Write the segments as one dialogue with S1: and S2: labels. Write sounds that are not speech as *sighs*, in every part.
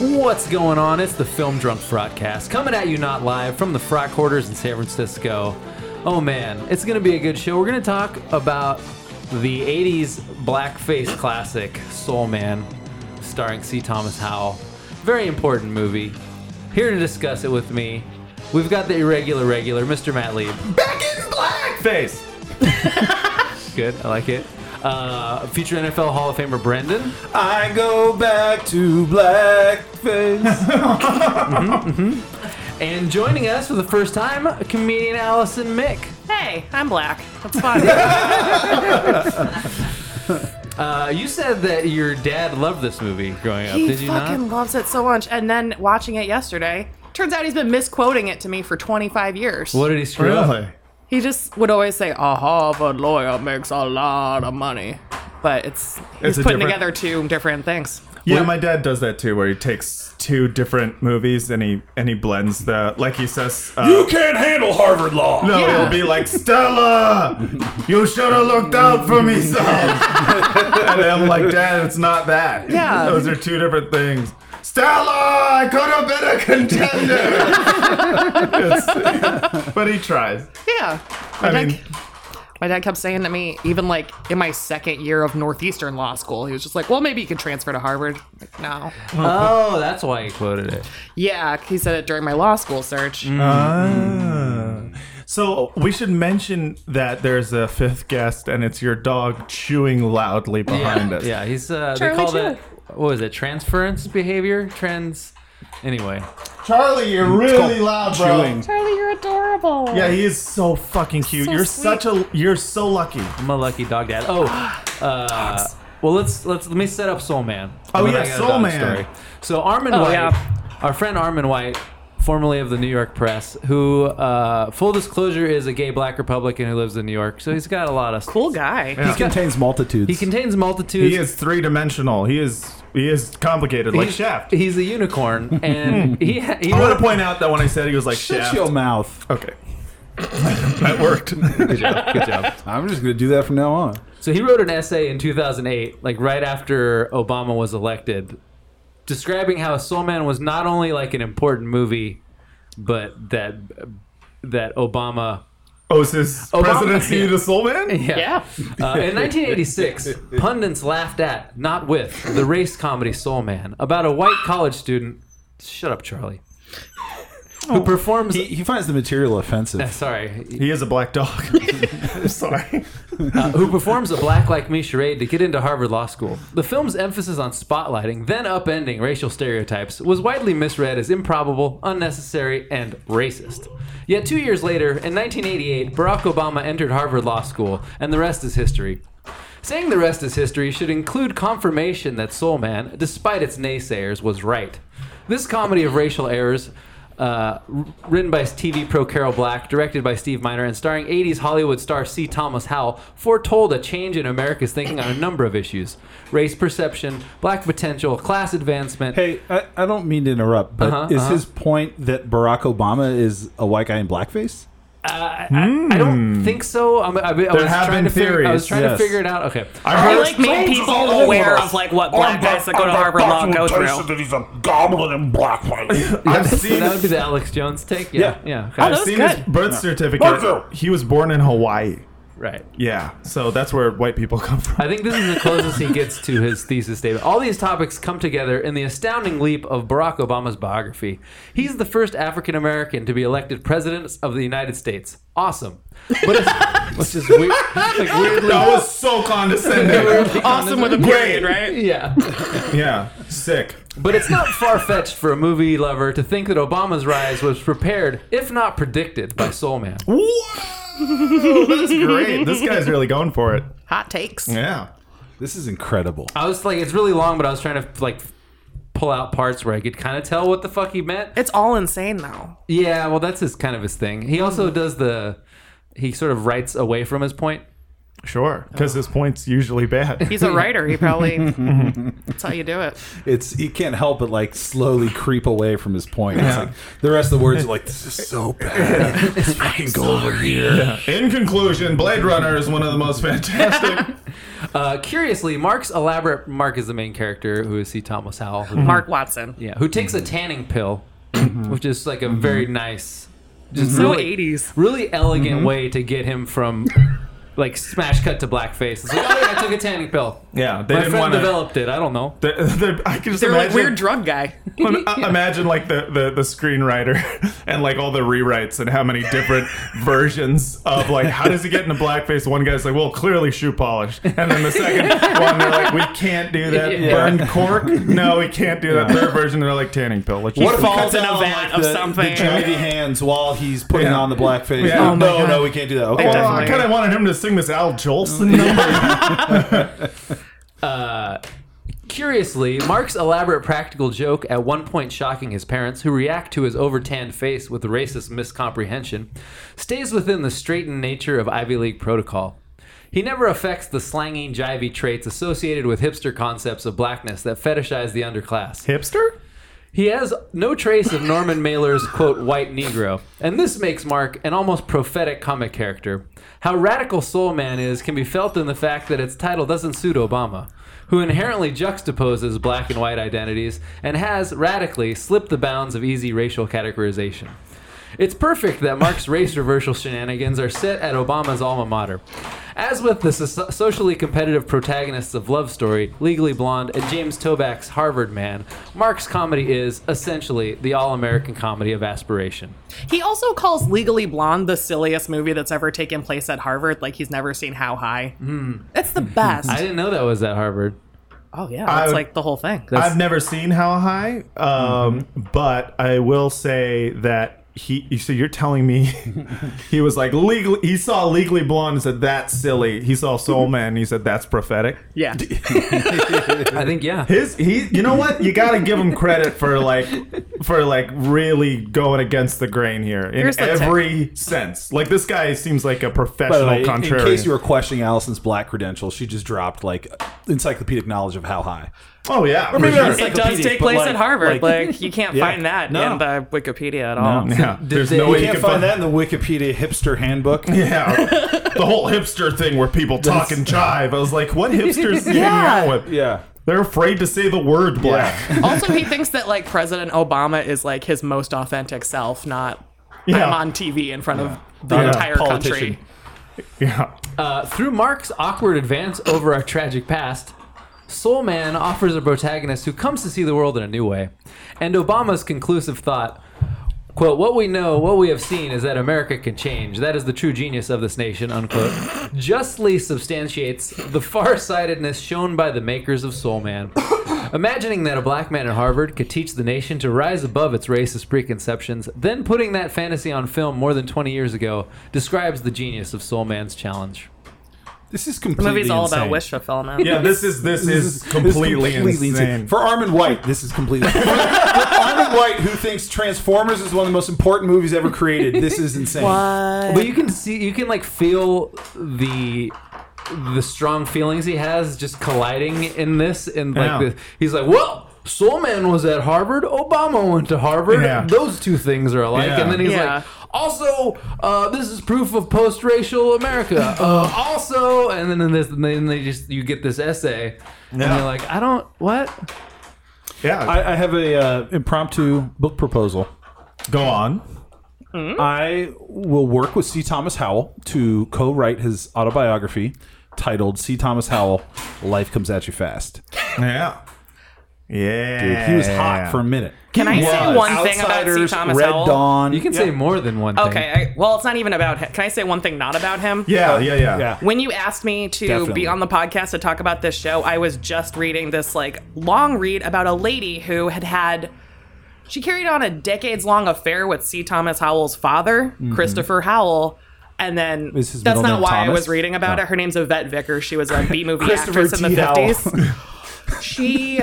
S1: What's going on? It's the Film Drunk Broadcast coming at you not live from the Fry Quarters in San Francisco. Oh man, it's gonna be a good show. We're gonna talk about the '80s blackface classic Soul Man, starring C. Thomas Howell. Very important movie. Here to discuss it with me, we've got the irregular regular, Mr. Matt Lee.
S2: Back in blackface.
S1: *laughs* Good, I like it. Uh, future NFL Hall of Famer Brendan.
S2: I go back to *laughs* blackface.
S1: Mm-hmm, And joining us for the first time, comedian Allison Mick.
S3: Hey, I'm black. That's fine.
S1: Uh, you said that your dad loved this movie growing up,
S3: he
S1: did you
S3: fucking
S1: not?
S3: loves it so much. And then watching it yesterday, turns out he's been misquoting it to me for 25 years.
S1: What did he screw up?
S3: He just would always say, "A Harvard lawyer makes a lot of money," but it's he's
S2: It's a
S3: putting together
S2: different-
S3: two different things.
S2: Yeah, my dad does that too, where he takes two different movies and he and he blends the like he says. Uh, you can't handle Harvard law. No,
S3: Yeah.
S2: it'll be like Stella. You should have looked out for me, son. *laughs* and I'm like, Dad, it's not that.
S3: Yeah.
S2: those are two different things. Stella, I could have been a contender. *laughs* It's- but he tries.
S3: Yeah, my
S2: I
S3: dad,
S2: mean,
S3: my dad kept saying to me, even like in my second year of Northeastern law school, he was just like, "Well, maybe you can transfer to Harvard." Like, no.
S1: *laughs* Oh, that's why he quoted it.
S3: Yeah, he said it during my law school search.
S2: Mm. Ah. So we should mention that there's a fifth guest, and it's your dog chewing loudly behind us.
S1: Yeah, he's uh, they
S3: Charlie
S1: call
S3: Chu.
S1: that what was it? Transference behavior, trans. Anyway,
S2: Charlie, you're really loud, bro.
S3: Charlie, you're adorable.
S2: Yeah, he is so fucking cute.
S3: So
S2: you're
S3: sweet.
S2: such a you're so lucky.
S1: I'm a lucky dog dad.
S2: *gasps*
S1: Oh, uh, well, let's let's let me set up Soul Man.
S2: Oh,
S1: And then
S2: yeah,
S1: I got a
S2: Soul
S1: dog
S2: Man.
S1: So Armin
S3: Oh,
S1: White,
S3: yeah.
S1: our friend Armin White, formerly of the New York Press, who uh, full disclosure is a gay black Republican who lives in New York. So he's got a lot of
S3: cool guy.
S2: Yeah.
S4: contains multitudes.
S1: He contains multitudes.
S2: He is three dimensional. He is he is complicated like
S1: he's,
S2: Shaft.
S1: He's a unicorn,
S2: *laughs*
S1: and he he
S2: I
S1: wrote
S2: want
S1: a
S2: to point out that when I said he was like
S4: Shut
S2: Shaft,
S4: your mouth.
S2: *laughs* okay, that worked.
S1: good job. Good job.
S4: I'm just gonna do that from now on.
S1: So he wrote an essay in 2008, like right after Obama was elected, describing how Soul Man was not only like an important movie, but that that Obama.
S2: Oh, is *laughs* his presidency
S1: yeah.
S2: the Soul *laughs* Man?
S3: Yeah.
S1: Uh, in 1986, pundits laughed at, not with, the race comedy Soul Man about a white college student. Shut up, Charlie. Who performs?
S4: He, he finds the material offensive.
S1: sorry,
S2: He is a black dog. *laughs* I'm *laughs* sorry.
S1: *laughs* who performs a black like me charade to get into Harvard Law School. The film's emphasis on spotlighting, then upending racial stereotypes, was widely misread as improbable, unnecessary, and racist. Yet two years later, in 1988, Barack Obama entered Harvard Law School, and the rest is history. Saying the rest is history should include confirmation that Soul Man, despite its naysayers, was right. This comedy of racial errors uh, r- written by TV pro Carol Black, directed by Steve Miner, and starring 80s Hollywood star C. Thomas Howell, foretold a change in America's thinking on a number of issues race perception, black potential, class advancement.
S4: Hey, I, I don't mean to interrupt, but
S1: Uh-huh,
S4: is
S1: uh-huh.
S4: his point that Barack Obama is a white guy in blackface?
S1: I don't think so. I'm, I, I was
S2: have
S1: trying
S2: been
S1: to figure, I was
S2: theories,
S1: trying
S4: yes.
S1: to figure it out. Okay.
S2: I
S3: He
S2: heard
S3: like made
S2: Jones is
S3: people
S2: all over
S3: aware
S2: us.
S3: of like what black guys that go to Harvard law go through.
S5: That he's a goblin in black white.
S2: I've
S1: So *laughs*
S2: seen
S1: that would be the Alex Jones take? Yeah. Yeah. okay.
S3: that
S2: I've
S3: was
S2: seen his
S3: good.
S2: birth certificate.
S5: Marco!
S2: He was born in Hawaii.
S1: Right.
S2: Yeah, so that's where white people come from.
S1: I think this is the closest he gets to his thesis statement. All these topics come together in the astounding leap of Barack Obama's biography. He's the first African American to be elected president of the United States. Awesome. But it's, *laughs* which is weird. Like weirdly.
S2: That *laughs* was so condescending.
S1: weirdly
S3: Awesome with a
S2: Great.
S3: period, right?
S1: Yeah.
S2: yeah, sick.
S1: But it's not far fetched for a movie lover to think that Obama's rise was prepared, if not predicted, by Soul Man.
S2: Whoa, that's great. This guy's really going for it.
S3: Hot takes.
S2: Yeah.
S4: This is incredible.
S1: I was like, it's really long, but I was trying to like pull out parts where I could kind of tell what the fuck he meant.
S3: It's all insane though.
S1: Yeah,
S2: Hmm.
S1: well, that's his kind of his thing. He also does the he sort of writes away from his point.
S2: Sure, because his point's usually bad.
S3: He's a writer. He probably. that's how you do it.
S4: It's he can't help but like slowly creep away from his point. It's like the rest of the words are like this is so bad. Let's
S1: Uh,
S4: fucking go over here.
S2: *laughs* In conclusion, Blade Runner is one of the most fantastic.
S1: Uh, curiously, Mark's elaborate Mark is the main character who is C. Thomas Howell.
S2: Hmm.
S1: who-
S3: Mark Watson.
S1: Yeah, who takes a tanning pill, which is like
S2: Hmm.
S1: a very nice, just
S3: So
S1: really,
S3: 80s.
S1: really elegant
S2: Hmm.
S1: way to get him from like smash cut to blackface. It's like, oh yeah, I took a tanning pill.
S2: *laughs* yeah, they
S1: My
S2: didn't
S1: friend
S2: want to.
S1: developed it. I don't know.
S2: They're, they're- I can just
S3: They're like
S2: imagine.
S3: weird drug guy. *laughs*
S2: Im- uh, *laughs* Imagine like the, the, the screenwriter *laughs* and like all the rewrites and how many different *laughs* versions of like how does he get into blackface? One guy's like, well, clearly shoe polish, and then the second one they're like, we can't do *laughs* that.
S1: Yeah.
S2: Burned cork? No, we can't do that. Third version they're like tanning pill. Let's
S4: What
S2: just-
S4: if he
S3: falls in a
S4: down,
S3: vat of
S4: the,
S3: something.
S4: The Johnny hands while he's putting
S2: Yeah.
S4: on the blackface.
S2: Yeah.
S4: No,
S2: Oh my
S4: no,
S3: God.
S4: no, we can't do that. Okay.
S2: Well, I
S3: Definitely.
S2: kind of wanted him to sing this Al Jolson number.
S1: Curiously, Mark's elaborate practical joke at one point shocking his parents, who react to his overtanned face with racist miscomprehension, stays within the straightened nature of Ivy League protocol. He never affects the slangy, jivey traits associated with hipster concepts of blackness that fetishize the underclass.
S2: Hipster?
S1: He has no trace of Norman Mailer's quote white Negro, and this makes Mark an almost prophetic comic character. How radical Soul Man is can be felt in the fact that its title doesn't suit Obama, who inherently juxtaposes black and white identities and has radically slipped the bounds of easy racial categorization. It's perfect that Mark's race reversal shenanigans are set at Obama's alma mater. As with the so- socially competitive protagonists of Love Story, Legally Blonde, and James Toback's Harvard Man, Mark's comedy is essentially the all-American comedy of aspiration.
S3: He also calls Legally Blonde the silliest movie that's ever taken place at Harvard. Like he's never seen How High. It's the best.
S1: I didn't know that was at Harvard.
S3: oh yeah, that's
S2: I-
S3: like the whole thing.
S2: I've never seen How High, um,
S4: Mm-hmm.
S2: but I will say that he. So you're telling me *laughs* he was like legally. He saw Legally Blonde and said that's silly. He saw Soul Man and he said that's prophetic.
S3: yeah,
S1: I think yeah.
S2: His he. You know what? You gotta give him credit for like for like really going against the grain here in
S3: Here's the tip.
S2: every sense. Like this guy seems like a
S4: By the
S2: professional
S4: way, in- in
S2: contrarian.
S4: case you were questioning Allison's black credentials, she just dropped like encyclopedic knowledge of how high.
S2: oh yeah, for
S4: maybe
S2: sure.
S4: that's-
S3: it does
S4: encyclopedic,
S3: take
S4: but,
S3: place
S4: like-
S3: at Harvard. Like,
S4: like-
S3: you can't
S4: Yeah.
S3: find that
S4: No.
S3: in the Wikipedia at all.
S2: yeah, there's
S1: they-
S2: no
S1: you
S2: way
S4: You
S2: you
S4: can't
S2: can
S4: find that in the Wikipedia hipster handbook.
S2: *laughs* Yeah, the whole hipster thing where people talk and jive. I was like, what
S4: *laughs*
S2: hipsters do you hang out with?
S4: Yeah.
S2: They're afraid to say the word
S4: *laughs*
S2: black. Yeah,
S3: also, he thinks that like President Obama is like his most authentic self, not
S2: Yeah.
S3: I'm on TV in front of the
S2: Yeah.
S3: entire
S4: Politician.
S3: country.
S1: Uh, through Mark's awkward advance over our tragic past, Soul Man offers a protagonist who comes to see the world in a new way. And Obama's conclusive thought quote, What we know, what we have seen is that America can change. That is the true genius of this nation, unquote, justly substantiates the farsightedness shown by the makers of Soul Man. Imagining that a black man at Harvard could teach the nation to rise above its racist preconceptions, then putting that fantasy on film more than 20 years ago, describes the genius of Soul Man's challenge.
S4: This is
S3: The
S4: completely
S3: movie's all
S4: insane.
S3: about wish fulfillment.
S2: this is this, is,
S4: This is
S2: completely, insane.
S4: For Armin White, this is completely. *laughs* for, for Armin White, who thinks Transformers is one of the most important movies ever created, this is insane.
S3: Uh,
S1: But you can see, you can like feel the the strong feelings he has just colliding in this, and like
S2: Yeah.
S1: the, he's like, "Well, Soul Man was at Harvard. Obama went to Harvard.
S2: Yeah.
S1: Those two things are alike."
S2: Yeah.
S1: And then he's
S3: Yeah.
S1: like, "Also, uh, this is proof of post-racial
S2: *laughs*
S1: America. Uh, also, and then in this, and then they just you get this essay, and
S2: Yeah.
S1: you're like, I don't what."
S2: Yeah,
S4: I, I have a uh, impromptu book proposal.
S2: go on.
S4: I will work with C. Thomas Howell to co-write his autobiography titled "C. Thomas Howell: Life Comes at You Fast."
S2: Yeah, yeah.
S4: Dude, he was hot for a minute.
S3: Can I
S4: He
S3: say
S4: was.
S3: one thing about C.
S4: Outsiders,
S3: Thomas
S4: Red
S3: Howell?
S4: Dawn.
S1: You can say more than one thing.
S3: Okay. I, well, it's not even about him. Can I say one thing not about him?
S2: Yeah, yeah, yeah.
S4: Yeah.
S3: When you asked me to
S4: Definitely.
S3: be on the podcast to talk about this show, I was just reading this like long read about a lady who had had she carried on a decades long affair with C. Thomas Howell's father, Christopher Howell. And then
S4: Mm-hmm. Is his
S3: that's
S4: middle
S3: not
S4: name
S3: why I
S4: Thomas?
S3: was reading about
S4: No.
S3: it. Her name's Yvette Vickers. She was a
S4: *laughs*
S3: B movie
S4: Christopher *laughs*
S3: actress in the
S4: T. Howell.
S3: fifties. she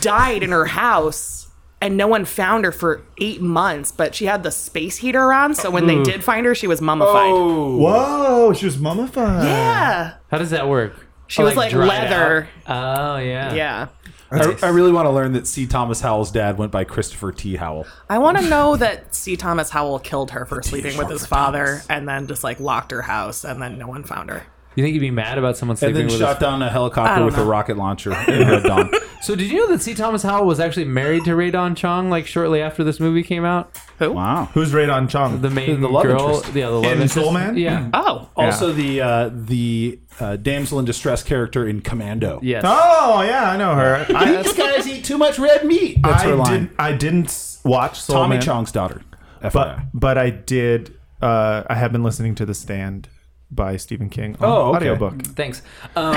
S3: died in her house and no one found her for eight months, but she had the space heater on, so when
S4: Mm.
S3: they did find her, she was mummified.
S4: Oh.
S2: Whoa, she was mummified.
S3: Yeah.
S1: How does that work?
S3: She was like
S1: dried
S3: leather.
S1: out? Oh yeah.
S3: Yeah.
S4: I, I really want to learn that C. Thomas Howell's dad went by Christopher T. Howell.
S3: I want to know that C. Thomas Howell killed her for sleeping with his father and then just like locked her house and then no one found her.
S1: You think you'd be mad about someone
S4: And
S1: sleeping
S4: then
S1: with
S4: shot
S1: his-
S4: down a helicopter
S3: don't
S4: with a
S3: know.
S4: rocket launcher in Red Dawn.
S1: So did you know that C. Thomas Howell was actually married to Radon Chong like shortly after this movie came out?
S4: Wow.
S2: Who's Radon Chong?
S1: The main
S4: The love
S1: girl,
S4: interest.
S1: yeah, the love
S2: In
S1: interest.
S2: Soul Man?
S1: Yeah.
S3: Oh.
S4: Also, the uh, the uh, damsel in distress character in Commando.
S1: Yes.
S2: oh yeah, I know her. I,
S4: These guys eat too much red meat. That's her
S2: I,
S4: line.
S2: did, I didn't s- watch Soul
S4: Tommy
S2: Man,
S4: Chong's daughter.
S2: but
S4: FYI.
S2: but I did. Uh, I have been listening to The Stand by Stephen King. On
S4: Oh, okay.
S2: audiobook.
S1: Thanks. Um, *laughs*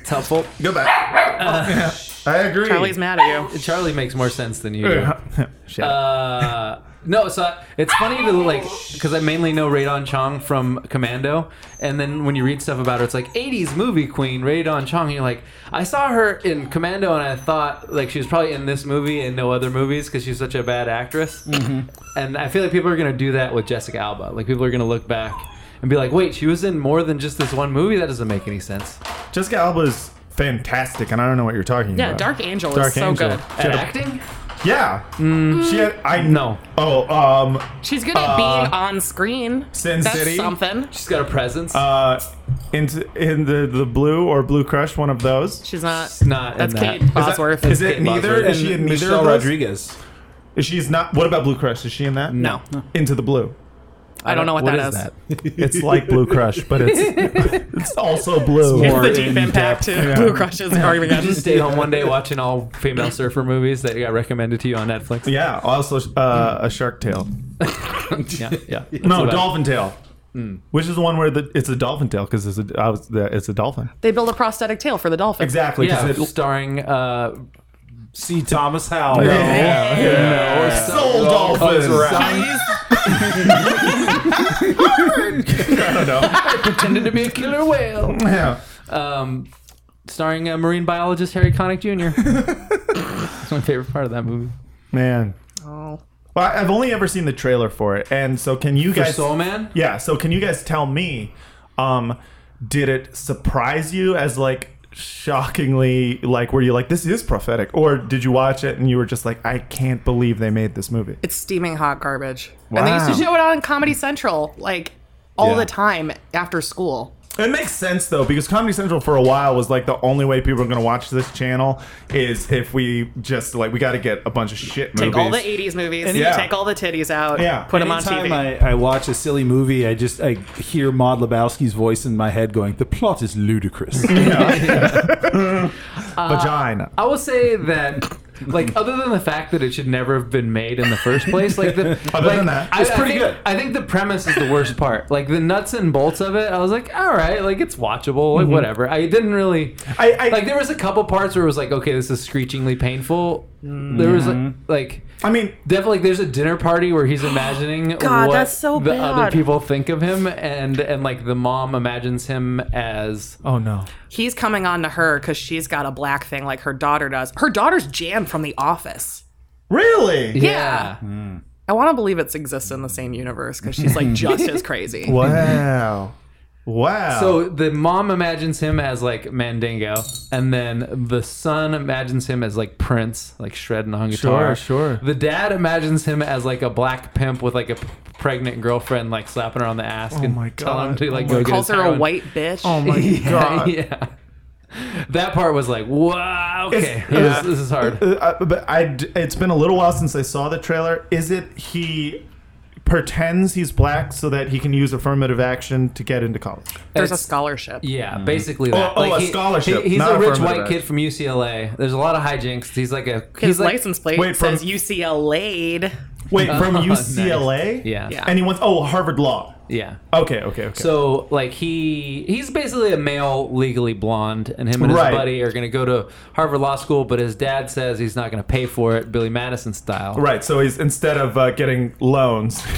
S1: it's helpful.
S2: Go back. I agree.
S3: Uh, Charlie's mad at you.
S1: Charlie makes more sense than you. do.
S2: *laughs* Shit.
S1: Uh, no, so I- it's funny to like because I mainly know Radon Chong from Commando, and then when you read stuff about her, it's like '80s movie queen Radon Chong. And you're like, I saw her in Commando, and I thought like she was probably in this movie and no other movies because she's such a bad actress.
S2: Mm-hmm.
S1: And I feel like people are gonna do that with Jessica Alba. Like people are gonna look back and be like, wait, she was in more than just this one movie. That doesn't make any sense.
S2: Jessica Alba's fantastic, and I don't know what you're talking
S3: Yeah,
S2: about.
S3: Dark Angel
S2: Dark
S3: is so
S2: Angel.
S3: good. Mm.
S2: She had a-
S1: acting?
S2: yeah. She had, I
S1: No.
S2: Oh, um,
S3: She's good at being on screen.
S2: Sin
S3: That's
S2: City?
S3: something.
S1: She's got a presence.
S2: uh, in in the the blue or blue crush, one of those.
S3: She's not.
S1: not
S3: That's
S1: in that.
S3: Kate
S2: Is that-
S3: Bosworth.
S2: Is it neither?
S4: And
S2: Is she in neither
S4: Michelle
S2: of those?
S4: Rodriguez.
S2: Is She's not. What about Blue Crush? Is she in that?
S3: No.
S2: Into the blue.
S3: I don't know what,
S1: What
S3: that
S1: is
S3: is.
S1: that?
S2: It's like Blue Crush, but it's *laughs* it's also blue.
S4: It's more-
S3: It's the deep
S4: in
S3: impact to *laughs*
S2: Yeah.
S3: Blue Crushes Armageddon.
S1: Just stayed home one day watching all female surfer movies that got recommended to you on Netflix.
S2: yeah. Also, uh, a shark tail.
S1: Yeah, yeah.
S2: No,
S1: That's about
S2: dolphin tail. Which is the one where the, it's a dolphin tail because it's a I was, the, it's a dolphin.
S3: *laughs* They build a prosthetic tail for the dolphin.
S2: Exactly.
S1: it. *laughs* Yeah,
S2: 'cause it-
S1: starring uh,
S4: C. Thomas
S2: *laughs*
S4: Howell.
S2: yeah.
S1: Oh,
S2: yeah. Soul dolphins. I don't know.
S1: pretended to be a *laughs* killer whale.
S2: *laughs* Yeah.
S1: Um, starring uh, marine biologist Harry Connick *laughs* Jr. That's my favorite part of that movie.
S2: Man.
S3: Oh.
S2: Well, I- I've only ever seen the trailer for it, and so can you
S1: For
S2: guys?
S1: Soul Man.
S2: Yeah. So can you guys tell me, um, did it surprise you as like shockingly like were you like this is prophetic, or did you watch it and you were just like I can't believe they made this movie?
S3: It's steaming hot garbage. And they used to
S2: Wow.
S3: show it on Comedy Central, like all
S2: Yeah.
S3: the time after school.
S2: It makes sense though because Comedy Central for a while was like the only way people are going to watch this channel is if we just like we got to get a bunch of shit movies.
S3: Take all the 80s movies,
S2: Yeah.
S3: take all the titties out,
S2: Yeah.
S3: put them on
S4: Anytime
S3: TV.
S4: I, I watch a silly movie, I just I hear Maud Lebowski's voice in my head going, "The plot is ludicrous."
S2: vagina.
S1: I will say that, like, other than the fact that it should never have been made in the first place, like, the,
S2: *laughs* Other
S1: like,
S2: than that,
S1: I,
S4: it's
S1: I
S4: pretty
S1: think-
S4: good.
S1: I think the premise is the worst part. Like the nuts and bolts of it, I was like, all right, like it's watchable, like whatever. I didn't really,
S2: Mm-hmm. I- I-
S1: like, there was a couple parts where it was like, okay, this is screechingly painful. There was
S2: Mm-hmm.
S1: like, like
S2: I mean,
S1: definitely like, there's a dinner party where he's imagining
S3: *gasps* God,
S1: what
S3: that's so
S1: the other
S3: bad.
S1: people think of him, and and like the mom imagines him as
S2: oh no.
S3: He's coming on to her because she's got a black thing like her daughter does. Her daughter's Jan from The Office.
S2: Really?
S3: Yeah. I want to believe it's exists in the same universe because she's like just as
S2: *laughs*
S3: crazy.
S2: Wow. Wow.
S1: So the mom imagines him as like Mandingo, and then the son imagines him as like Prince, like shredding on guitar.
S2: Sure, sure.
S1: The dad imagines him as like a black pimp with like a p- pregnant girlfriend, like slapping her on the ass and
S2: Oh my
S1: telling him
S2: God.
S1: to like
S2: Oh
S1: go
S2: my
S1: get
S3: Calls
S1: his
S3: her a
S1: heroin.
S3: white bitch.
S2: oh my
S1: *laughs*
S2: god.
S1: yeah. That part was like, wow, okay,
S2: *laughs* It's-
S1: this,
S2: yeah.
S1: this is
S2: *laughs*
S1: hard.
S2: Uh, uh, but I, d- it's been a little while since I saw the trailer. Is it he pretends he's black so that he can use affirmative action to get into college?
S3: There's a
S1: It's-
S3: scholarship.
S1: Yeah, basically that.
S2: oh, a scholarship,
S1: he- he's
S2: not
S1: a rich
S2: affirmative
S1: white
S2: action.
S1: kid from UCLA. There's a lot of hijinks. He's like a
S3: His
S1: he's like,
S3: license plate
S2: Wait, from-
S3: says UCLA.
S1: *laughs*
S2: Wait, from
S1: Oh, nice.
S2: UCLA?
S1: Yeah.
S3: Yeah.
S2: And he wants oh Harvard Law.
S1: yeah.
S2: Okay, okay, okay.
S1: So like he he's basically a male legally blonde, and him and his
S2: Right.
S1: buddy are gonna go to Harvard Law School, but his dad says he's not gonna pay for it, Billy Madison style.
S2: right, so he's instead of uh, getting loans, *laughs*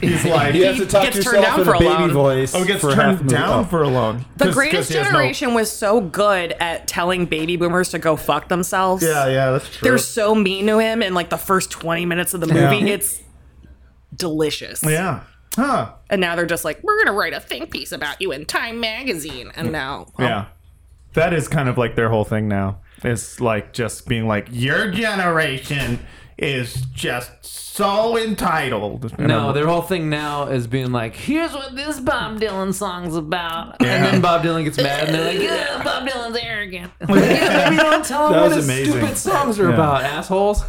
S2: He's like,
S4: You have to talk
S3: gets
S4: to
S3: turned
S4: yourself
S3: down
S4: in
S3: for
S4: a
S3: a
S4: baby
S3: loan.
S4: voice.
S2: oh, he gets
S4: for half
S2: turned
S4: the movie.
S2: down
S4: Oh.
S2: for a loan.
S3: The
S2: 'Cause-
S3: greatest
S2: 'cause he has no-
S3: generation was so good at telling baby boomers to go fuck themselves.
S2: yeah, yeah, that's true.
S3: They're so mean to him in like the first 20 minutes of the movie. It's delicious.
S2: yeah. Huh.
S3: And now they're just like, we're going to write a think piece about you in Time Magazine. And now, oh,
S2: Yeah. That is kind of like their whole thing now. It's like just being like, your generation is just so entitled. And
S1: No,
S2: I'm-
S1: their whole thing now is being like, here's what this Bob Dylan song's about. And then Bob Dylan gets mad and they're like, yeah, Bob Dylan's arrogant. Like, yeah, maybe don't tell him
S4: That
S1: what
S4: was
S1: his
S4: amazing.
S1: stupid songs are about, assholes.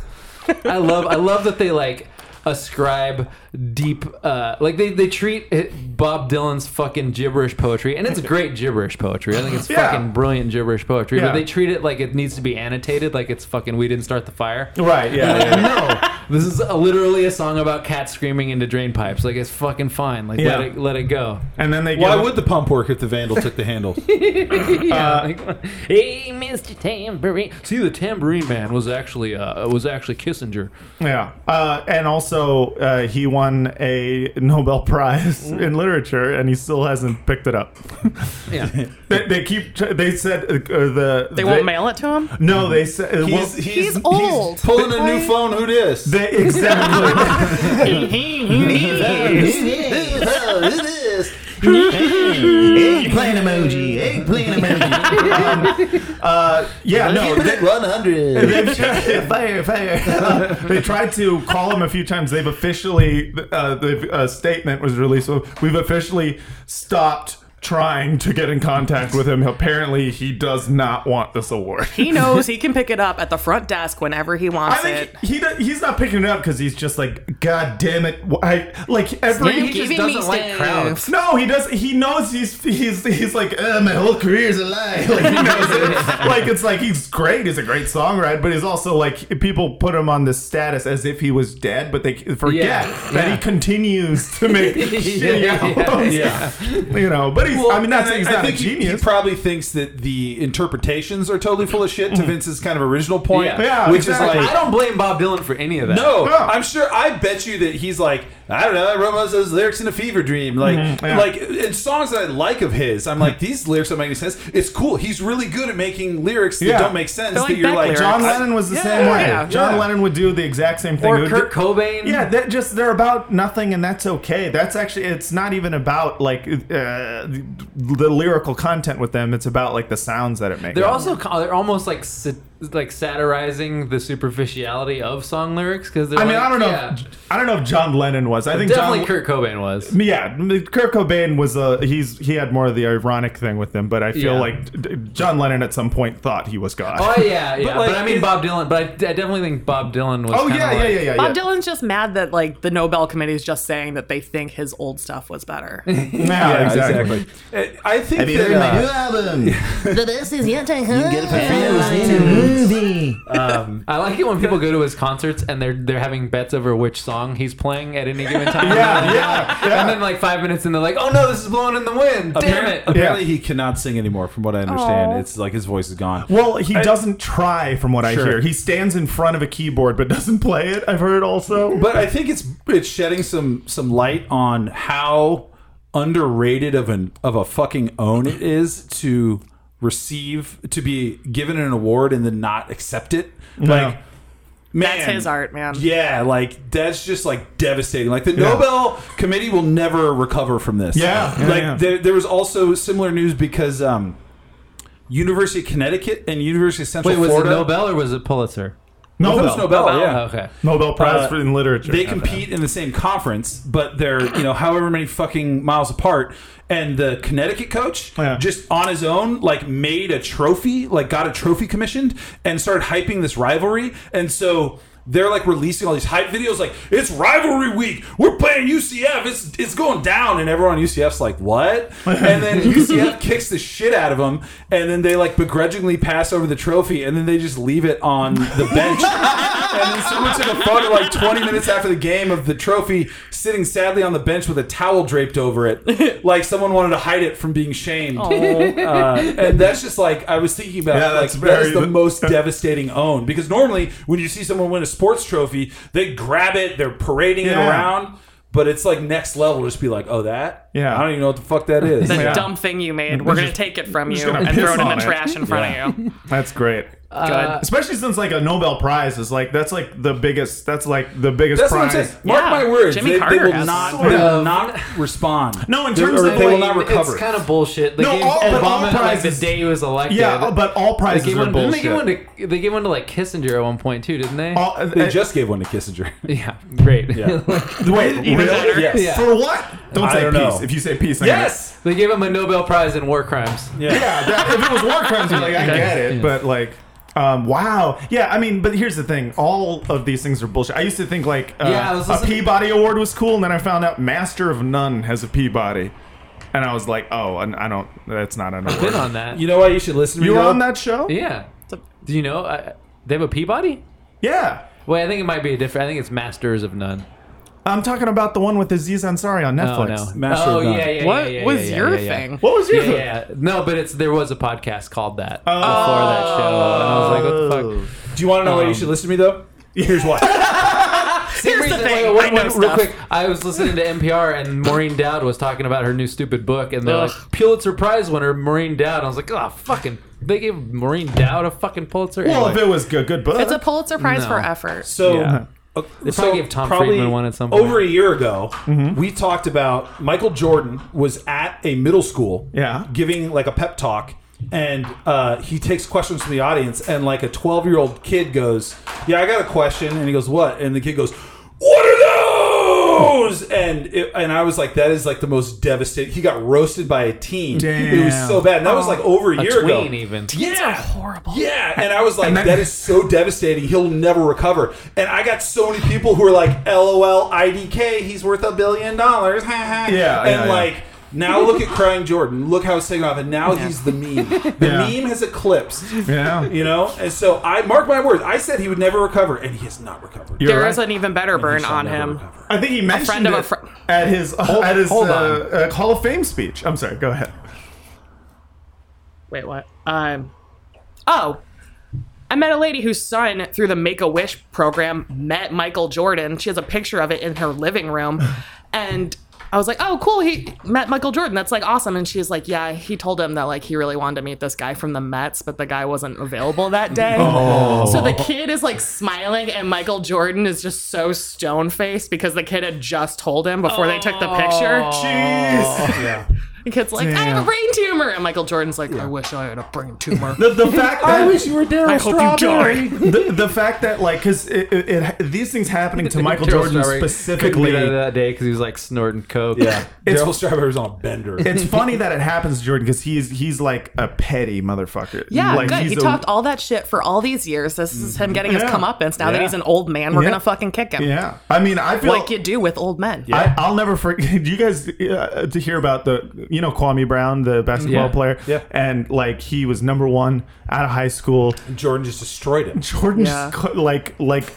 S1: I love I love that they like ascribe deep uh like they, they treat it, Bob Dylan's fucking gibberish poetry and it's great gibberish poetry. I think it's
S2: Yeah.
S1: fucking brilliant gibberish poetry,
S2: Yeah.
S1: but they treat it like it needs to be annotated like it's fucking we didn't start the fire.
S2: Right, yeah. yeah.
S1: *laughs* no, this is a, literally a song about cats screaming into drain pipes. Like it's fucking fine. Like
S2: Yeah.
S1: let it let it go.
S2: And then they
S4: Why
S2: give-
S4: would the pump work if the vandal took the handle?
S1: Like, *laughs* hey, Mr. Tambourine. See, the Tambourine Man was actually uh was actually Kissinger.
S2: Yeah, uh, and also uh, he won a Nobel Prize
S6: Mm.
S2: in literature, and he still hasn't picked it up.
S1: Yeah,
S2: *laughs* they, they keep. tr- They said uh, the
S3: they won't mail it to him?
S2: *laughs* No, they said uh, well,
S3: He's old.
S4: pulling a new phone. Who dis?
S2: they,
S6: *laughs*
S2: exactly.
S6: Eggplant emoji. Eggplant emoji.
S2: Uh, yeah, no. They,
S6: One hundred.
S2: they've tried-
S6: Fire, fire.
S2: *laughs* they tried to call him a few times. They've officially uh, the uh, statement was released. So we've officially stopped trying to get in contact with him. Apparently, he does not want this award.
S3: He knows he can pick it up at the front desk whenever he
S2: I
S3: wants it.
S2: think he, do- he's not picking it up because he's just like, God damn it! wh- I like every
S3: Snake
S2: he just
S3: giving
S2: doesn't
S3: me
S2: like
S3: stuff.
S2: crowds. No, he does. He knows he's he's he's like uh, my whole career's a lie. *laughs* Like he knows
S4: *laughs*
S2: it. Like it's like he's great. He's a great songwriter, but he's also like people put him on this status as if he was dead, but they forget
S1: Yeah,
S2: that
S1: yeah.
S2: he continues to
S4: *laughs*
S2: make
S1: *laughs*
S2: shitty
S1: yeah,
S2: albums.
S4: yeah.
S2: you know. But he's. I mean, not
S4: and
S2: saying he's
S4: I
S2: not a
S4: think he- He,
S2: genius.
S4: probably thinks that the interpretations are totally full of shit to Vince's kind of original point,
S1: Yeah. Yeah,
S4: which
S2: Mm. exactly.
S4: is
S1: I
S4: like.
S1: don't blame Bob Dylan for any of that.
S4: No,
S2: Yeah.
S4: I'm sure. I bet you that he's like, I don't know. I wrote most of those lyrics in a fever dream, like,
S2: Mm-hmm, yeah. Mm-hmm.
S4: like in songs that I like of his. I'm like, these lyrics don't make any sense. It's cool. He's really good at making lyrics that
S2: Yeah.
S4: don't make sense.
S3: They're
S4: that
S3: like
S4: you're
S3: Beck
S4: like,
S3: lyrics.
S2: John Lennon was the
S4: Yeah,
S2: same way.
S3: yeah,
S2: John
S4: yeah.
S2: Lennon would do the exact same thing. He
S1: or
S2: would
S1: Kurt
S2: do-
S1: Cobain.
S2: Yeah, that just they're about nothing, and that's okay. That's actually it's not even about like uh, the, the lyrical content with them. It's about like the sounds that it makes.
S1: They're also co- they're almost like sit, like satirizing the superficiality of song lyrics because they're.
S2: I mean,
S1: like,
S2: I don't know.
S1: yeah.
S2: If, I don't know if John Lennon was. I think
S1: Definitely
S2: John,
S1: Kurt Cobain was.
S2: Yeah, Kurt Cobain was a he's he had more of the ironic thing with him, but I feel
S1: Yeah.
S2: like d- John Lennon at some point thought he was God.
S1: Oh yeah, yeah. But,
S4: like,
S1: I mean
S4: it-
S1: Bob Dylan. But I, I definitely think Bob Dylan was.
S2: Oh,
S1: kinda
S2: yeah, yeah,
S1: like-
S2: yeah, yeah,
S3: Bob Dylan's just mad that like the Nobel Committee is just saying that they think his old stuff was
S1: *laughs*
S3: better.
S2: yeah. Yeah,
S4: Yeah,
S2: exactly.
S4: exactly. I think
S6: Have you
S4: that,
S6: heard my
S4: uh,
S6: new album?
S7: The best is yet to come.
S6: You can get it for free. It was in a movie.
S1: I like it when people go to his concerts and they're they're having bets over which song he's playing at any given time.
S2: *laughs* Yeah, yeah,
S1: And then like five minutes and they're like, oh no, this is blowing in the wind. Damn
S4: Apparently,
S1: it.
S4: apparently he cannot sing anymore, from what I understand.
S3: Aw.
S4: It's like his voice is gone.
S2: Well, he doesn't try, from what I
S4: Sure.
S2: hear. He stands in front of a keyboard but doesn't play it. I've heard also.
S4: But I think it's it's shedding some some light on how underrated of an of a fucking own it is to receive to be given an award and then not accept it. Like man,
S3: That's his art, man.
S4: Yeah, like that's just like devastating. Like the Nobel Committee will never recover from this.
S2: Yeah, yeah,
S4: like
S2: yeah.
S4: There, there was also similar news because um, University of Connecticut and University of Central
S1: Wait, was
S4: Florida.
S1: it Nobel or was it Pulitzer?
S4: It
S2: Nobel.
S4: was Nobel, yeah.
S1: Oh,
S3: Oh,
S1: Okay.
S2: Nobel Prize
S4: Uh,
S2: for in literature.
S4: They compete in the same conference, but they're you know however many fucking miles apart. And the Connecticut coach
S2: Yeah.
S4: just on his own like made a trophy, like got a trophy commissioned, and started hyping this rivalry. And so they're like releasing all these hype videos, like it's rivalry week. We're playing UCF. It's it's going down, and everyone on UCF's like what? And then UCF kicks the shit out of them, and then they like begrudgingly pass over the trophy, and then they just leave it on the bench. And then someone took a photo like 20 minutes after the game of the trophy sitting sadly on the bench with a towel draped over it. Like someone wanted to hide it from being shamed. Uh, and that's just like, I was thinking about
S2: Yeah,
S4: yeah, like,
S2: that's
S4: that is
S2: very-
S4: the
S2: *laughs*
S4: most devastating own. Because normally when you see someone win a sports trophy, they grab it, they're parading it
S2: Yeah.
S4: around. But it's like next level. Just be like, oh, that.
S2: Yeah.
S4: I don't even know what the fuck that is.
S3: The
S2: Yeah.
S3: dumb thing you made, we're gonna
S2: just-
S3: take it from
S2: just
S3: you
S2: gonna
S3: and throw
S2: piss
S3: it in the
S2: on it.
S3: trash in front
S1: *laughs*
S3: of you.
S2: That's great.
S4: Uh,
S1: Uh,
S3: Good.
S2: Especially since like a Nobel Prize is like that's like the biggest that's like the biggest
S4: That's what I'm
S2: prize.
S4: saying. Mark
S3: Yeah.
S4: my words.
S3: Jimmy
S4: they, they
S3: Carter
S4: will
S3: has
S4: not.
S1: sort
S4: They will
S1: of-
S4: not respond.
S2: No, in
S4: They-
S2: terms
S4: or
S2: of-
S4: they will not
S1: Blaine,
S4: recover.
S1: It's kind of bullshit. They
S2: No,
S1: gave
S2: all- but
S1: Obama
S2: all
S1: like the
S2: prizes-
S1: day he was elected.
S2: Yeah, uh, but all
S1: they
S2: prizes
S1: gave,
S2: are
S1: one, didn't they, give one
S2: bullshit.
S1: to, they gave one to like Kissinger at one point too, didn't they?
S2: All-
S4: they
S2: uh,
S4: just gave one to Kissinger.
S1: yeah, great. *laughs*
S4: Yeah.
S2: wait,
S4: *laughs*
S2: really?
S4: Yes.
S1: Yeah.
S2: For what? Don't
S4: I
S2: say
S4: don't
S2: peace.
S4: know.
S2: If you say peace, I'm gonna-
S4: Yes.
S1: they gave him a Nobel Prize in war crimes.
S2: yeah, that, if it was war crimes, you're like, I get it, but like. Um, wow. Yeah, I mean, but here's the thing. All of these things are bullshit. I used to think like uh,
S1: Yeah, I was
S2: a
S1: listening-
S2: Peabody Award was cool, and then I found out Master of None has a Peabody, and I was like, oh, and I don't. That's not an
S1: Been
S2: award.
S1: on that.
S4: You know why you should listen to
S2: You
S4: me?
S2: were
S4: though?
S2: on that show?
S1: yeah. Do you know I, they have a Peabody?
S2: Yeah.
S1: Wait, I think it might be a different. I think it's Masters of None.
S2: I'm talking about the one with Aziz Ansari on
S1: Oh
S2: Netflix.
S1: no,
S4: Master
S1: oh
S4: of None.
S1: yeah, yeah, yeah,
S3: What
S1: yeah,
S3: was
S1: yeah,
S3: your
S1: yeah, yeah.
S3: thing?
S2: What was your
S1: Yeah,
S2: thing?
S1: yeah, no, but it's there was a podcast called that
S2: Oh.
S1: before that show, and I was like, what the fuck?
S4: Do you want to know why
S2: Um,
S4: you should listen
S2: *laughs*
S4: to me though? Here's why.
S1: Here's
S3: the thing, I know
S1: real
S3: stuff.
S1: quick, I was listening to NPR and Maureen Dowd was talking about her new stupid book, and they're like Pulitzer Prize winner Maureen Dowd. I was like, oh fucking, they gave Maureen Dowd a fucking Pulitzer.
S2: Well,
S1: Anyway,
S2: if it was good, good book.
S3: It's a Pulitzer Prize
S1: No.
S3: for effort.
S4: So,
S2: Yeah.
S4: okay,
S1: probably gave Tom Friedman one at some point.
S4: Oh,
S1: Mm-hmm.
S4: Over a year ago, we talked about Michael Jordan was at a middle school,
S2: Yeah.
S4: giving like a pep talk, and uh, he takes questions from the audience, and like a twelve-year-old kid goes, "Yeah, I got a question," and he goes, "What?" and the kid goes. What
S1: *laughs*
S4: are those? And it, and I was like, that is like the most devastating. He got roasted by a teen. It was
S2: Damn.
S4: so bad. And that was like over a,
S1: a
S4: year
S1: tween
S4: ago.
S1: even.
S4: Yeah. horrible. Yeah. And I was like, that is so devastating. He'll never recover. And I got so many people who are like, LOL, IDK, he's worth a billion dollars. *laughs* yeah. And
S2: yeah, yeah.
S4: like, now look at Crying Jordan. Look how it's taking off. And now he's the meme. The
S2: Yeah.
S4: meme has eclipsed.
S2: *laughs* yeah.
S4: You know? And so I, mark my words, I said he would never recover, and he has not recovered.
S2: You're
S3: There
S2: right.
S3: is an even better burn
S4: He shall
S3: on
S4: never
S3: him.
S4: recover.
S2: I think he mentioned
S3: friend of a
S2: it
S3: fri-
S2: at his at his
S1: hold
S2: uh, uh, Hall of Fame speech. I'm sorry. Go ahead.
S3: Wait, what? Um, oh, I met a lady whose son, through the Make a Wish program, met Michael Jordan. She has a picture of it in her living room, and I was like, "Oh, cool! He met Michael Jordan. That's like awesome." And she's like, "Yeah, he told him that like he really wanted to meet this guy from the Mets, but the guy wasn't available that day." So the kid is like smiling, and Michael Jordan is just so stone faced because the kid had just told him before they took the picture.
S2: Jeez.
S4: Yeah.
S3: The kid's like, "I have
S2: Damn.
S3: a brain tumor," and Michael Jordan's like, "I wish I had a brain tumor."
S2: The, the fact that *laughs* I wish you were
S3: I hope you die.
S2: *laughs* the, the fact that like because it, it, it, these things happening
S3: *laughs*
S2: to Michael
S1: Daryl
S2: Jordan
S1: Strawberry
S2: specifically.
S1: couldn't get out of
S3: uh,
S1: that day because he was like snorting coke.
S4: Yeah. *laughs*
S2: It's-
S4: Daryl Strawberry was on a bender.
S3: *laughs*
S2: It's funny that it happens to Jordan because he's he's like a petty motherfucker.
S3: Yeah,
S2: like,
S3: good.
S2: he's
S3: He
S2: a-
S3: talked all that shit for all these years. This is him getting his
S2: Yeah.
S3: comeuppance. Now that
S4: Yeah.
S3: he's an old man, we're
S2: Yeah.
S3: gonna fucking kick him,
S2: Yeah, I mean, I feel
S3: like you do with old men.
S2: I, I'll never forget. *laughs* Do you guys uh, to hear about the you know Kwame Brown, the basketball
S1: Yeah.
S2: player?
S4: Yeah.
S2: and like he was number one out of high school.
S4: Jordan just destroyed him.
S2: Jordan
S3: Yeah.
S2: just co- like like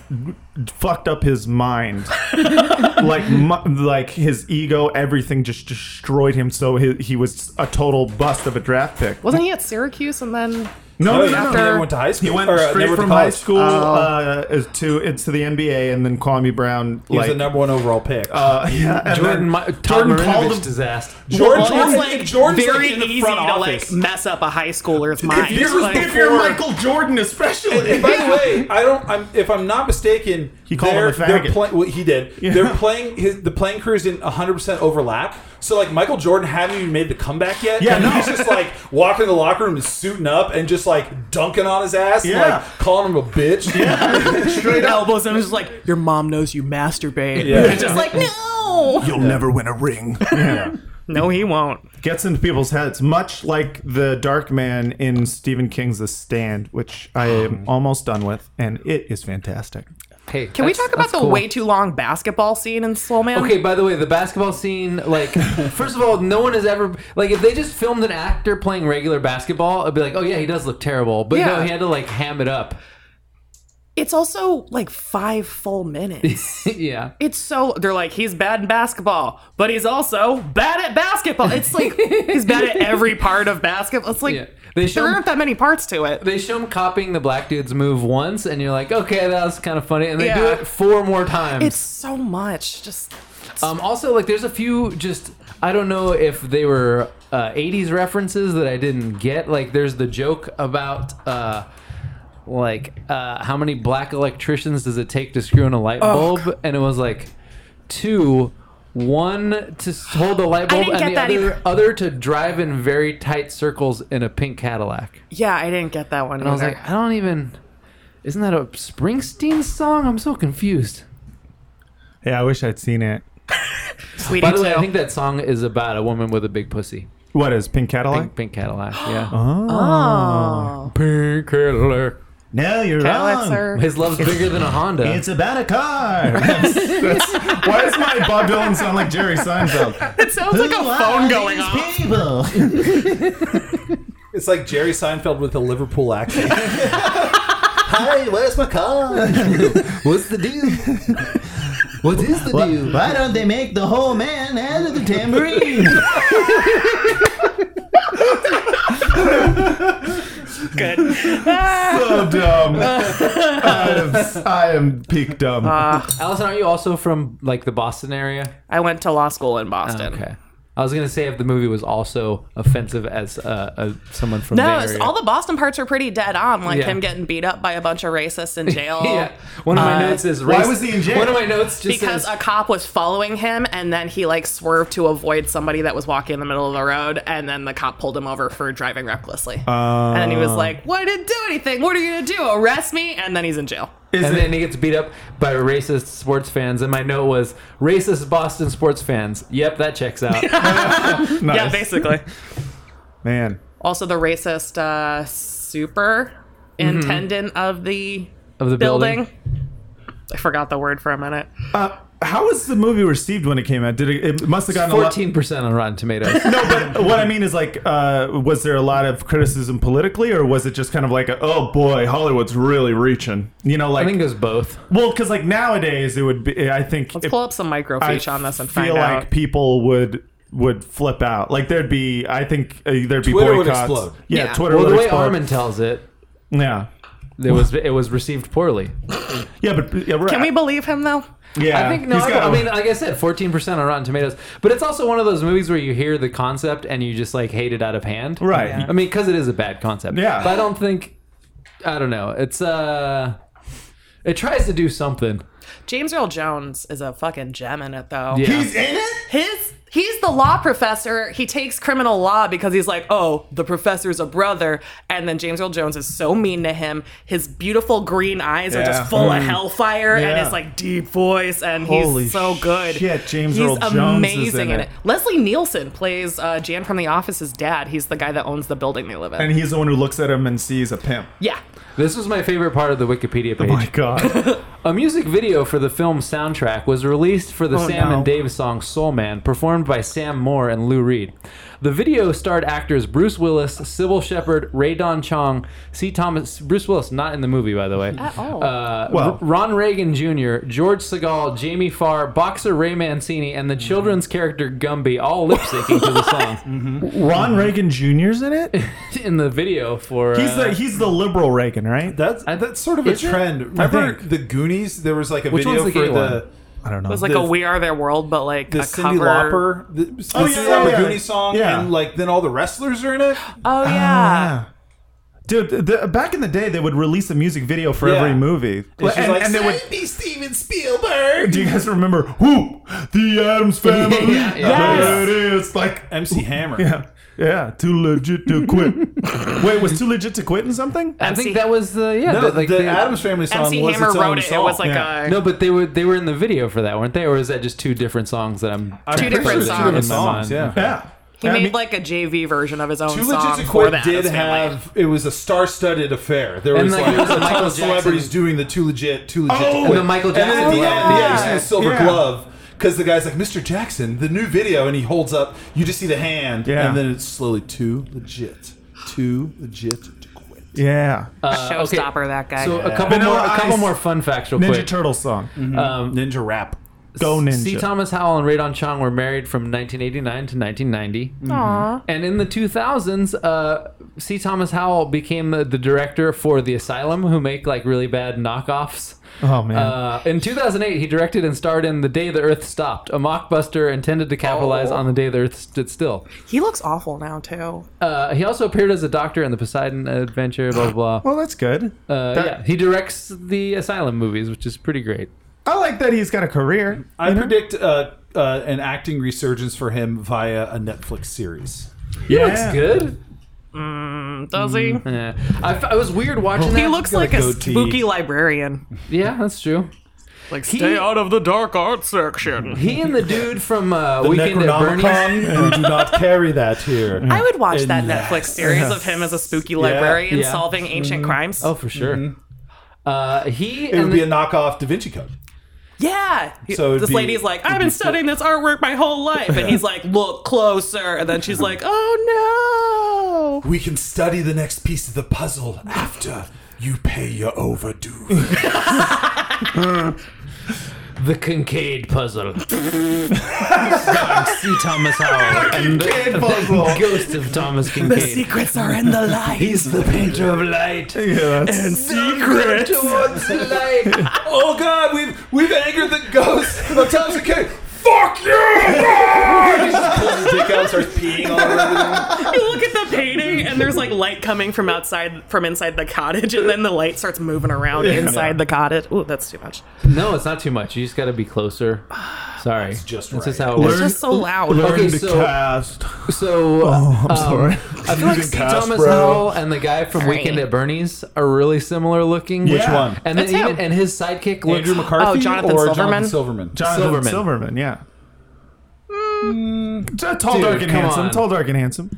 S2: fucked up his mind, *laughs* like mu- like his ego, everything just destroyed him. So he, he was a total bust of a draft pick.
S3: Wasn't he at Syracuse and then?
S2: No, no, no,
S4: No, Oh, after
S2: no.
S4: they went to high school.
S2: He went
S4: or, uh, they
S2: straight
S4: went to
S2: from high
S4: college.
S2: school uh, is to it's to the NBA, and then Kwame Brown
S4: He was
S2: like
S4: the number one overall pick.
S2: uh, yeah, and
S1: Jordan,
S2: then
S1: Mi- Todd
S2: Jordan called
S1: Marinovich
S2: him.
S1: disaster.
S4: Jordan,
S3: Well,
S4: Jordan,
S3: it's like
S4: Jordan's
S3: very
S4: like in the
S3: easy
S4: front
S3: to
S4: office.
S3: like mess up a high schooler's mind.
S2: If you're,
S3: Like,
S2: if you're Michael Jordan, especially.
S4: And by the way, I don't. I'm, if I'm not mistaken,
S2: He called
S4: they're-
S2: him a
S4: they're
S2: faggot.
S4: play- well, he did. They're playing his the playing careers didn't 100 percent overlap. So like Michael Jordan hadn't even made the comeback yet.
S2: Yeah,
S4: and
S2: no.
S4: he's just like walking in the locker room and suiting up and just like dunking on his ass and
S2: Yeah.
S4: like calling him a bitch. Yeah,
S3: straight elbows him, just like your mom knows you masturbate.
S4: Yeah.
S3: It's *laughs* just like no,
S2: You'll never win a ring.
S3: no, he won't.
S2: Gets into people's heads, much like the Dark Man in Stephen King's The Stand, which I am almost done with, and it is fantastic.
S1: Hey,
S3: Can we talk about the
S1: weight?
S3: way too long basketball scene in Soul Man?
S1: Okay, by the way, the basketball scene,
S3: *laughs*
S1: like, first of all, no one has ever, like, if they just filmed an actor playing regular basketball, I'd be like, oh, yeah, he does look terrible. But no,
S3: Yeah.
S1: he had to, like, ham it up. *laughs*
S3: It's also like five full minutes.
S1: yeah.
S3: It's so they're like he's bad in basketball, but he's also bad at basketball. It's like he's bad at every part of basketball. It's like
S1: Yeah. They
S3: there
S1: show-
S3: aren't that many parts to it.
S1: They show him copying the black dude's move once, and you're like, okay, that was kind of funny. And they do
S3: Yeah.
S1: it four more times.
S3: It's so much. Just
S1: Um, also, like, there's a few just I don't know if they were uh, '80s references that I didn't get. Like, there's the joke about uh, like uh, how many black electricians does it take to screw in a light bulb, and it was like two. One to s- hold the light bulb,
S3: didn't get
S1: and the
S3: that
S1: other,
S3: either.
S1: other to drive in very tight circles in a pink Cadillac.
S3: Yeah, I didn't get that one.
S1: And I was
S3: either.
S1: like, I don't even. Isn't that a Springsteen song? I'm so confused.
S2: Yeah, I wish I'd seen it.
S3: we
S1: By
S3: do
S1: the way, I
S3: too.
S1: think that song is about a woman with a big pussy.
S2: What is Pink Cadillac?
S1: Pink, pink Cadillac, *gasps* yeah.
S3: oh,
S1: Pink Cadillac.
S6: No, you're
S3: Alex,
S6: wrong.
S1: *laughs*
S3: sir.
S1: His love's bigger than a *laughs* Honda.
S6: It's about a car.
S3: *laughs*
S6: That's-
S2: That's- why does my Bob Dylan sound like Jerry Seinfeld?
S3: It sounds like a
S6: Who are
S3: phone going
S6: these
S3: off.
S6: People.
S4: *laughs* It's like Jerry Seinfeld with a Liverpool accent.
S6: Hi, where's my car?
S1: What's the *laughs* deal? what is the
S6: Why- Why don't they make the whole man out of the tambourine?
S2: So dumb. I am, I am peak dumb.
S1: Allison, are you also from like the Boston area?
S3: I went to law school in Boston.
S1: Okay. I was gonna say if the movie was also offensive as uh, uh, someone from
S3: No,
S1: the
S3: it's-
S1: area.
S3: all the Boston parts are pretty dead on, like
S1: Yeah.
S3: him getting beat up by a bunch of racists in
S1: *laughs*
S3: jail.
S1: *laughs* yeah. One of my
S3: Uh,
S1: notes is
S2: why
S1: race-
S2: was he in jail?
S1: One of my notes just
S3: Because
S1: says
S3: a cop was following him and then he like swerved to avoid somebody that was walking in the middle of the road and then the cop pulled him over for driving recklessly. and then he was like, Well, I didn't do anything. What are you gonna do? Arrest me? And then he's in jail.
S2: Is
S1: and
S2: it-
S1: then he gets beat up by racist sports fans, and my note was racist Boston sports fans. Yep, that checks
S3: *laughs*
S1: out.
S2: nice.
S3: Yeah, basically.
S2: Man.
S3: also the racist uh superintendent of the
S1: of the building.
S3: building. I forgot the word for a minute.
S2: Uh, how was the movie received when it came out? Did it, it must have gotten
S1: Fourteen percent on Rotten Tomatoes. *laughs*
S2: a lot? No, but what I mean is like, uh, was there a lot of criticism politically, or was it just kind of like, a, oh boy, Hollywood's really reaching? You know,
S1: I
S2: like,
S1: think it was both.
S2: well, because like nowadays it would be, I think,
S3: Let's
S2: if-
S3: pull up some microfiche on this and
S2: feel
S3: find
S2: like
S3: out.
S2: people would would flip out. Like there'd be, I think uh, there'd be
S4: Twitter would
S2: boycotts.
S4: explode.
S2: Yeah,
S3: Yeah.
S2: Twitter
S1: Well,
S2: would
S1: the way
S2: explode.
S1: Armin tells it,
S2: yeah,
S1: it was it was received poorly.
S2: yeah, but yeah, right.
S3: Can we believe him though?
S2: Yeah,
S1: I think no.
S2: he's
S1: I,
S2: got
S1: I
S2: a-
S1: mean, like I said, fourteen percent on Rotten Tomatoes. But it's also one of those movies where you hear the concept and you just like hate it out of hand.
S2: Right. Yeah.
S1: I mean, because it is a bad concept.
S2: Yeah.
S1: But I don't think. I don't know. It's uh, it tries to do something.
S3: James Earl Jones is a fucking gem in it though.
S1: Yeah.
S6: He's in it?
S3: His he's the law professor. He takes criminal law because he's like, oh, the professor's a brother. And then James Earl Jones is so mean to him. His beautiful green eyes are
S2: Yeah. Mm.
S3: just full of hellfire and
S2: Yeah.
S3: his like deep voice, and
S2: Holy
S3: he's so good.
S2: shit, James
S3: he's
S2: Earl Jones is in
S3: amazing
S2: it.
S3: Leslie Nielsen plays uh, Jan from The Office's dad. He's the guy that owns the building they live in.
S2: and he's the one who looks at him and sees a
S1: *laughs*
S2: pimp.
S3: yeah.
S1: This was my favorite part of the Wikipedia page.
S2: Oh my god.
S1: A music video for the film's soundtrack was released for the Sam
S2: no.
S1: and Dave song Soul Man, performed by Sam Moore and Lou Reed. The video starred actors Bruce Willis, Sybil Shepherd, Ray Don Chong, C. Thomas. Bruce Willis, not in the movie, by the way.
S3: Oh.
S1: Uh,
S2: Well-
S1: R- Ron Reagan Jr., George Segal, Jamie Farr, boxer Ray Mancini, and the children's character Gumby all lip syncing to the song
S2: Ron Reagan Jr.'s in it.
S1: in the video for.
S2: He's
S1: uh,
S2: the he's the liberal Reagan, right?
S4: That's that's sort of a
S1: Is it?
S4: trend.
S2: I
S4: Remember
S2: think.
S4: the Goonies? There was like a
S1: Which
S4: video
S1: one's the
S4: for
S1: gay
S4: the
S2: I don't know.
S3: It was like
S4: The-
S3: a We Are Their World, but like
S4: the
S3: a
S4: Cindy
S3: cover.
S4: Lauper, the, the
S2: Oh, yeah,
S4: Cyndi
S2: yeah,
S4: Lauper
S2: yeah.
S4: Goonies song,
S2: Yeah.
S4: and like then all the wrestlers are in it.
S3: Oh
S2: Ah.
S3: yeah.
S2: Dude, the, back in the day, they would release a music video for
S4: Yeah.
S2: every movie, and,
S4: she's like,
S2: and they would.
S4: "Save me, Steven Spielberg.
S2: Do you guys remember who the Adams
S1: *laughs*
S2: Family?
S1: Yeah, yeah.
S2: There it is. Like
S4: MC Hammer.
S2: Yeah. Yeah, too legit to quit. Wait, was too legit to quit in something?
S1: I
S3: MC
S1: think that was the yeah.
S4: No,
S1: the, like
S4: the
S1: they-
S4: Adams Family song
S3: MC
S4: was
S3: Hammer
S4: its
S3: wrote
S4: own
S3: it.
S4: Song.
S3: It was like
S2: yeah.
S3: a
S1: No, but they were they were in the video for that, weren't they? Or was that just two different songs that I'm
S3: Two
S2: *laughs*
S4: pretty
S3: different
S4: sure
S3: songs.
S4: Two different
S1: In my mind.
S4: songs. Yeah.
S2: Yeah.
S3: He
S2: I
S3: made
S2: mean-
S3: like a JV version of his own
S4: Too
S3: song
S4: Legit to
S3: for
S4: Quit
S3: that.
S4: did have it was a star-studded affair. There
S1: And
S4: was
S1: like,
S4: like,
S1: it was a
S4: a ton
S1: Michael
S4: of celebrities
S1: Jackson-
S4: doing the Too Legit, Too Legit.
S2: Oh,
S4: to
S2: and
S4: Quit.
S1: the Michael
S4: And then at the
S1: Jackson
S4: end,
S1: one.
S4: yeah, you see
S2: Yeah.
S4: the silver
S2: Yeah.
S4: glove because the guy's like Mr. Jackson, the new video, and he holds up. You just see the hand,
S2: Yeah.
S4: and then it's slowly too legit, too legit to quit.
S2: Yeah.
S1: Uh, okay.
S3: Showstopper, that guy.
S1: So a couple
S2: Vanilla
S1: more, a couple
S2: Ice.
S1: more fun facts, real
S2: Ninja
S1: quick.
S2: Turtle song.
S1: Um,
S4: Ninja rap.
S2: Go Ninja.
S1: C. Thomas Howell and Radon Chong were married from 1989 to 1990.
S2: Mm.
S1: And in the 2000s, uh, C. Thomas Howell became the, the director for The Asylum, who make like really bad knockoffs.
S2: Oh man.
S1: Uh, in 2008, he directed and starred in The Day the Earth Stopped, a mockbuster intended to capitalize
S2: Oh.
S1: on the day the Earth stood still.
S3: He looks awful now too.
S1: Uh, he also appeared as a doctor in The Poseidon Adventure, blah, blah, blah.
S2: well, that's good.
S1: Uh,
S2: that-
S1: yeah, he directs the Asylum movies, which is pretty great.
S2: I like that he's got a career.
S4: I predict uh, uh, an acting resurgence for him via a Netflix series.
S1: He looks good.
S3: Does he?
S1: Yeah. I, f- I was weird watching that.
S3: He looks like a
S4: goatee.
S3: spooky librarian.
S1: Yeah, that's true.
S3: Like
S1: He-
S3: of the dark arts section.
S1: He and the dude from uh, Weekend at Bernie's.
S4: Necronomicon, we do not carry that here.
S3: I would watch that
S4: Yes.
S3: Netflix series of him as a spooky librarian
S1: Yeah.
S3: solving ancient crimes.
S1: Oh, for sure. Uh, he
S4: Mm-hmm. It
S1: and
S4: would be
S1: the-
S4: a knockoff Da Vinci Code.
S3: Yeah.
S4: So it'd
S3: this
S4: be-
S3: lady's like, I've been studying this artwork my whole life. And he's like, look closer. And then she's like, oh no.
S4: We can study the next piece of the puzzle after you pay your overdue.
S3: *laughs*
S1: the Kincaid
S4: *laughs*
S1: puzzle. Starring C. Thomas Howell and the ghost of Thomas Kincaid.
S3: Secrets are in the light.
S1: He's the painter of light.
S2: Yeah, that's,
S1: Secret towards light.
S4: *laughs* oh God, we've we've angered the ghost of Thomas K. Fuck you! *laughs* Pulls his dick out and starts peeing all over the
S3: you look at the painting and there's like light coming from outside, from inside the cottage. And then the light starts moving around inside the cottage. Ooh, that's too much.
S1: No, it's not too much. You just got to be
S4: *sighs*
S1: closer. Sorry,
S4: just
S1: That's just
S4: right.
S1: how it works.
S3: It's just so loud.
S2: learn
S1: Okay,
S2: to
S1: so-
S2: cast.
S1: So
S2: Oh, I'm
S1: um,
S2: sorry.
S1: I feel like
S2: Using
S1: C.
S2: cast,
S1: Thomas
S2: bro.
S1: Howell and the guy from
S7: Sorry.
S1: Weekend at Bernie's are really similar looking.
S4: Which one?
S1: And then
S3: That's him.
S1: even, and his sidekick looks
S4: Andrew McCarthy
S3: Oh, Jonathan
S4: or
S3: Silverman?
S4: Jonathan Silverman?
S2: Jonathan
S1: Silverman.
S2: Silverman. yeah. Mm, tall, dark, and
S1: come
S2: handsome.
S1: on.
S2: Tall, dark, and handsome.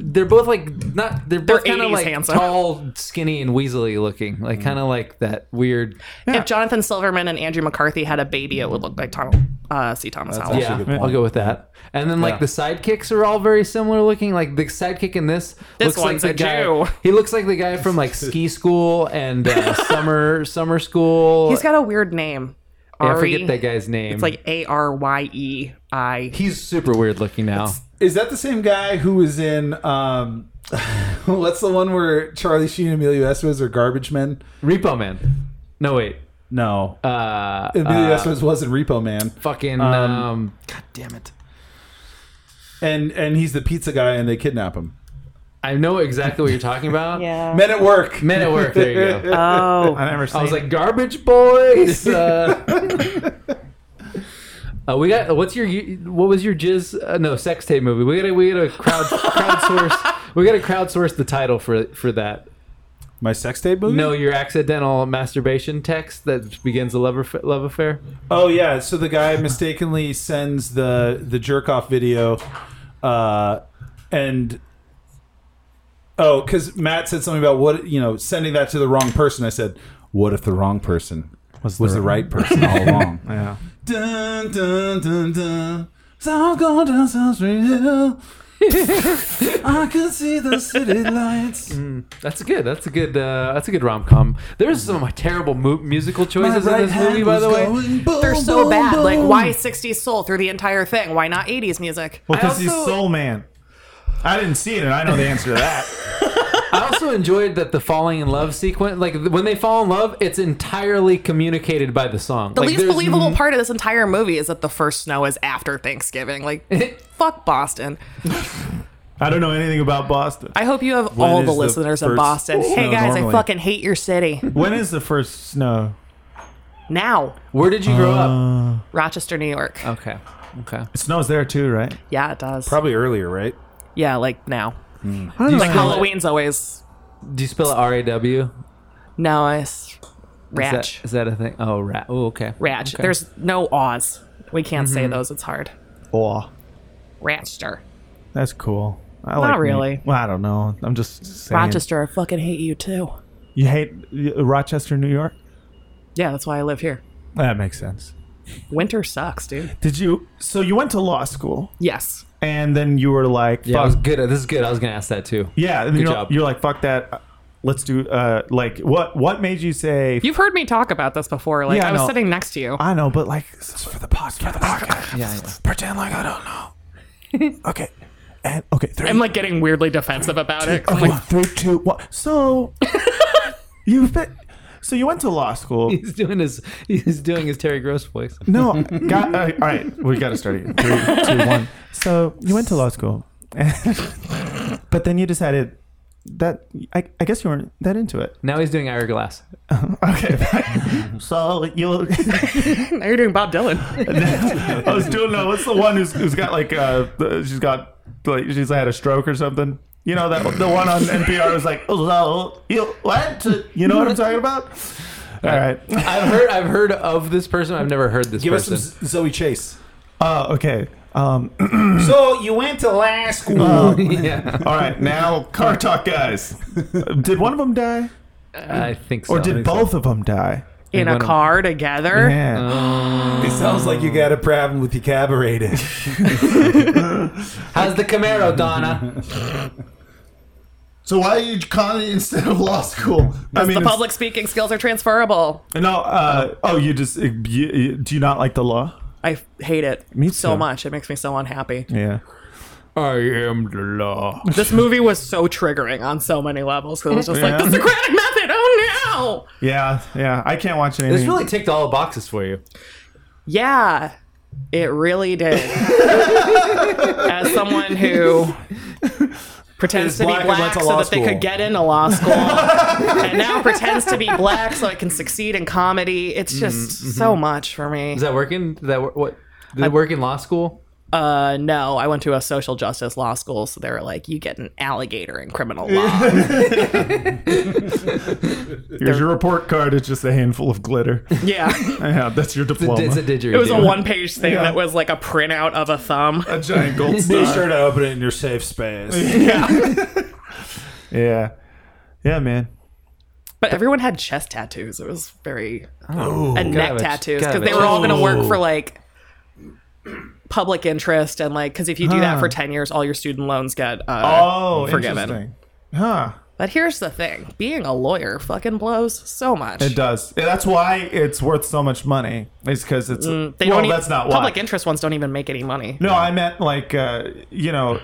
S1: They're both like not. They're both
S3: They're
S1: kind of
S3: 80s
S1: like
S3: handsome.
S1: tall, skinny, and weaselly looking. Like kind of like that weird.
S3: If Jonathan Silverman and Andrew McCarthy had a baby, it would look like Tom, uh, C. Thomas Howell.
S1: yeah,
S4: good point.
S1: I'll go with that. And then like
S4: Yeah.
S1: the sidekicks are all very similar looking. Like the sidekick in this,
S3: This
S1: looks like
S3: one's
S1: the
S3: a
S1: guy.
S3: Jew.
S1: *laughs* He looks like the guy from like
S4: *laughs*
S1: ski school and
S3: *laughs*
S1: uh, summer summer school.
S3: He's got a weird name.
S1: Yeah, I
S3: Ari.
S1: forget that guy's name.
S3: It's like A R Y E I.
S1: he's super weird looking now.
S4: Is that the same guy who was in um *laughs* what's the one where Charlie Sheen and Emilio Estevez are garbage men?
S1: Repo Man. No wait.
S4: No.
S1: Uh,
S4: Emilio
S1: uh,
S4: Estevez wasn't Repo Man.
S1: fucking um,
S4: um,
S1: God damn it.
S4: And and he's the pizza guy and they kidnap him.
S1: I know exactly what you're talking about.
S4: *laughs*
S3: Yeah.
S4: Men at work.
S1: Men at work. There you go.
S3: Oh.
S2: I never seen.
S1: I was like garbage boys. Uh, uh, we got what's your what was your jizz uh, no sex tape movie? We gotta we gotta crowd crowdsource we gotta crowdsource the title for for that.
S4: My sex tape movie?
S1: No, your accidental masturbation text that begins a love affair, love affair.
S4: Oh yeah, so the guy mistakenly sends the the jerk off video, uh, and oh, because Matt said something about what you know sending that to the wrong person. I said, what if the wrong person was the, right person *laughs* all along?
S2: yeah.
S4: dun dun dun dun. So go down
S1: *laughs*
S4: sounds real. I could see the city lights.
S1: That's good. That's a good. Uh, that's a good rom com. There's some terrible mu- musical choices in this movie, by the way.
S3: They're so bad. Like, why 60s soul through the entire thing? Why not 80s music?
S2: Well, because he's
S1: also-
S2: Soul Man. I didn't see it, and I know the answer to that.
S1: I also enjoyed that the falling in love sequence. Like th- when they fall in love, it's entirely communicated by the song.
S3: The
S1: like,
S3: least
S1: there's-
S3: believable part of this entire movie is that the first snow is after Thanksgiving. Like, fuck Boston.
S2: I don't know anything about Boston.
S3: I hope you have all
S4: is
S3: the
S4: the
S3: listeners in
S4: first
S3: Boston. Hey
S2: snow
S3: guys, I
S2: normally?
S3: fucking hate your city.
S2: When is the first snow?
S3: Now,
S1: Where did you grow
S2: Uh,
S1: up?
S3: Rochester, New York.
S1: Okay. Okay.
S2: It snows there too, right?
S3: Yeah, it does.
S4: Probably earlier, right?
S3: yeah, like now.
S2: I don't
S3: Like
S2: know.
S3: Halloween's always
S1: Do you spell it R A W?
S3: no, it's
S1: Is
S3: ratch.
S1: that- Is that a thing? Oh, rat. Oh, okay.
S3: Ratch.
S1: Okay.
S3: There's no Oz. We can't
S2: Mm-hmm.
S3: say those. It's hard.
S2: Aw,
S3: Ratchster.
S2: that's cool. I Not
S3: really.
S2: Well, I don't know. I'm just saying.
S3: Rochester, I fucking hate you too.
S2: You hate uh, Rochester, New York?
S3: Yeah, that's why I live here.
S2: That makes sense.
S3: Winter sucks, dude.
S2: Did you? So you went to law school,
S3: Yes.
S2: and then you were like,
S1: Yeah, I was
S2: "Fuck
S1: good. This is good. I was gonna ask that too.
S2: yeah." and you know,
S1: job.
S2: you're like, "Fuck that." let's do uh like what what made you say
S3: You've heard me talk about this before. Like
S2: Yeah, I
S3: I was
S2: know.
S3: sitting next to you.
S2: I know, but like it's for the podcast. For the podcast.
S6: Yeah, yeah.
S2: Pretend like I don't know. *laughs* Okay. And okay, three
S3: I'm like getting weirdly defensive about it. 'cause I'm
S2: okay, *laughs*
S3: like,
S2: three, two, one. *laughs* So you've been so you went to law
S1: *laughs*
S2: school.
S1: He's doing his he's doing his Terry Gross voice.
S2: No, got, uh, all right, we got to start again. Three, two, one. So you went to law school, *laughs* but then you decided that I, I guess you weren't that into it. *laughs*
S1: Now he's doing Ira Glass.
S2: Okay, *laughs* so you.
S3: now you're doing Bob
S2: *laughs*
S3: Dylan.
S2: I was doing uh, what's the one who's, who's got like uh the- she's got like she's had a stroke or something. You know that the one on NPR was like "Oh, so you went to you know what I'm talking about. All right.
S1: I've heard I've heard of this person. I've never heard this
S4: Give us
S1: person.
S4: some Z- Zoe Chase.
S2: Uh, okay. Um, *clears throat*
S4: So you went to law school.
S1: *laughs* yeah,
S2: all right. Now car talk guys. Did one of them die?
S1: I think so.
S2: Or did both of them die?
S3: In a
S1: wanna-
S3: car together.
S2: Yeah.
S4: It sounds like you got a problem with your carburetor.
S1: *laughs* How's the Camaro, Donna?
S6: So why are you calling it instead of law school?
S2: I
S3: The
S2: mean, it's-
S3: public speaking skills are transferable.
S2: no. Uh, oh, you just you, you, do you not like the law?
S3: I f- hate it
S2: Me
S3: so
S2: too.
S3: much. It makes me so unhappy.
S2: Yeah.
S1: I am the law.
S3: This movie was so triggering on so many levels. 'cause It was just
S2: Yeah.
S3: like the Socratic method. Oh no!
S2: Yeah. Yeah. I can't watch anything.
S1: This really ticked all the boxes for you.
S3: Yeah, it really
S4: *laughs*
S3: did. As someone who pretends
S4: Is
S3: to be
S4: black and went
S3: black
S4: to
S3: so
S4: law
S3: that they
S4: school.
S3: could get into law
S4: *laughs*
S3: school, and now pretends to be black so it can succeed in comedy. It's
S4: Mm-hmm,
S3: just so much for me.
S1: Is that working? Did that wor- what? Did it work in law school?
S3: Uh, no, I went to a social justice law school, so they were like, "You get an alligator in criminal law."
S4: *laughs*
S2: Here's your report card. It's just a handful of glitter. *laughs*
S3: yeah.
S2: yeah, that's your diploma.
S4: *laughs*
S1: It's a didgeridoo.
S3: It was a one-page thing
S2: Yeah.
S3: that was like a printout of a thumb.
S2: A giant gold
S4: Be
S2: star.
S4: sure to open it in your
S1: *laughs*
S4: safe space.
S2: Yeah. Yeah, man.
S3: But everyone had chest tattoos. It was very
S2: Oh,
S1: Gotta
S3: and neck
S1: have a-
S3: tattoos
S1: gotta
S3: because
S1: have
S3: they
S1: a-
S3: were all going to work for like public interest and like because if you do that for ten years, all your student loans get uh,
S2: Oh,
S3: Forgiven.
S2: interesting. Huh.
S3: But here's the thing: being a lawyer fucking blows so much.
S2: It does. Yeah, That's why it's worth so much money. Is because it's.
S3: Mm, They
S2: well,
S3: don't
S2: that's
S3: even,
S2: not why.
S3: public interest ones don't even make any money.
S2: No, I meant like uh, you know,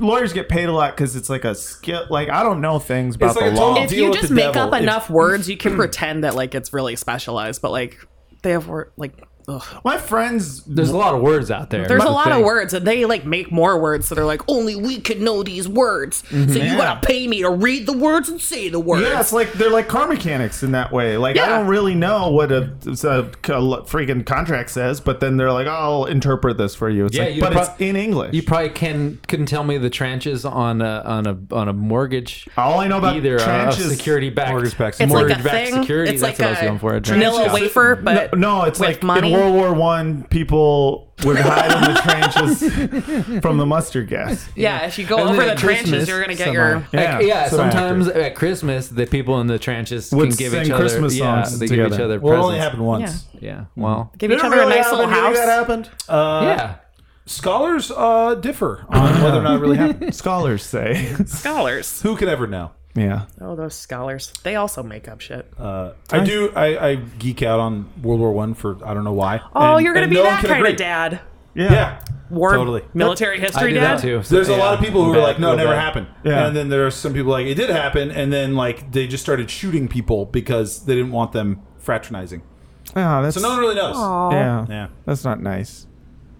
S2: lawyers get paid a lot because it's like a skill. Like I don't know things about
S4: It's like
S2: the
S4: a
S2: law.
S4: total
S3: If
S4: deal
S3: you
S4: with
S3: just
S4: the
S3: make
S4: devil.
S3: up
S4: If-
S3: enough words, you can *clears throat* pretend that like it's really specialized. But like they have wor- like ugh.
S2: My friends,
S1: There's a lot of words out there.
S3: there's
S1: That's
S3: a
S1: the
S3: lot of
S1: thing.
S3: words and they like make more words. So they're like, oh,
S7: Only we could know these words. So you gotta pay me to read the words and say the words.
S2: yeah, it's like they're like car mechanics in that way. Like I
S3: Yeah.
S2: don't really know what a, it's a c- a lo- freaking contract says, but then they're like, "I'll interpret this for you." It's
S1: Yeah,
S2: like,
S1: you
S2: but
S1: pro-
S2: it's in English.
S1: You probably can couldn't tell me the tranches on a on a on a mortgage.
S2: All I know about
S1: either uh,
S2: tranches-
S1: security backed
S3: it's
S4: Mortgage-backed
S3: like a
S1: mortgage-backed
S3: thing.
S1: security.
S3: It's
S1: That's
S3: like
S1: what I was
S3: a
S1: going for.
S3: vanilla wafer, but
S2: no, no, it's
S3: with
S2: like
S3: money.
S2: in World War One, people would hide in the
S3: *laughs*
S2: trenches from the mustard gas.
S3: Yeah, if you go
S1: And
S3: over
S1: then
S3: the
S1: at Christmas,
S3: trenches, you're gonna get
S1: some uh,
S3: your.
S1: are- yeah. Like, yeah
S2: some
S1: sometimes at Christmas, the people in the trenches
S2: Would
S1: can give
S2: sing
S1: each other
S2: Christmas
S1: yeah,
S2: songs
S1: they give
S2: together.
S1: each other
S4: Well, it
S1: presents.
S4: only happened once.
S1: Yeah, well,
S3: Give each other a nice little house.
S2: happened.
S1: yeah.
S4: Scholars uh, differ on whether or not it
S3: *laughs*
S4: really happened.
S2: Scholars say, *laughs*
S3: Scholars.
S4: Who could ever know?
S2: yeah.
S3: Oh, those scholars. They also make up shit.
S4: I do. I, I geek out on World War One for I don't know why.
S3: oh,
S4: And-
S3: you're gonna
S4: and
S3: be
S4: no one
S3: that
S4: can
S3: kind
S4: agree.
S3: of dad.
S4: Yeah,
S3: War,
S4: totally.
S3: Military
S1: I
S3: history
S1: do
S3: dad.
S1: that too.
S4: There's a
S1: yeah.
S4: lot of people who were
S1: Bad,
S4: like, "No,
S1: real
S4: never
S1: bad.
S4: happened."
S2: Yeah.
S4: And then there are some people like, "It did happen," and then like they just started shooting people because they didn't want them fraternizing.
S2: Oh, that's
S4: So no one really knows.
S2: yeah,
S4: Yeah.
S2: That's not nice.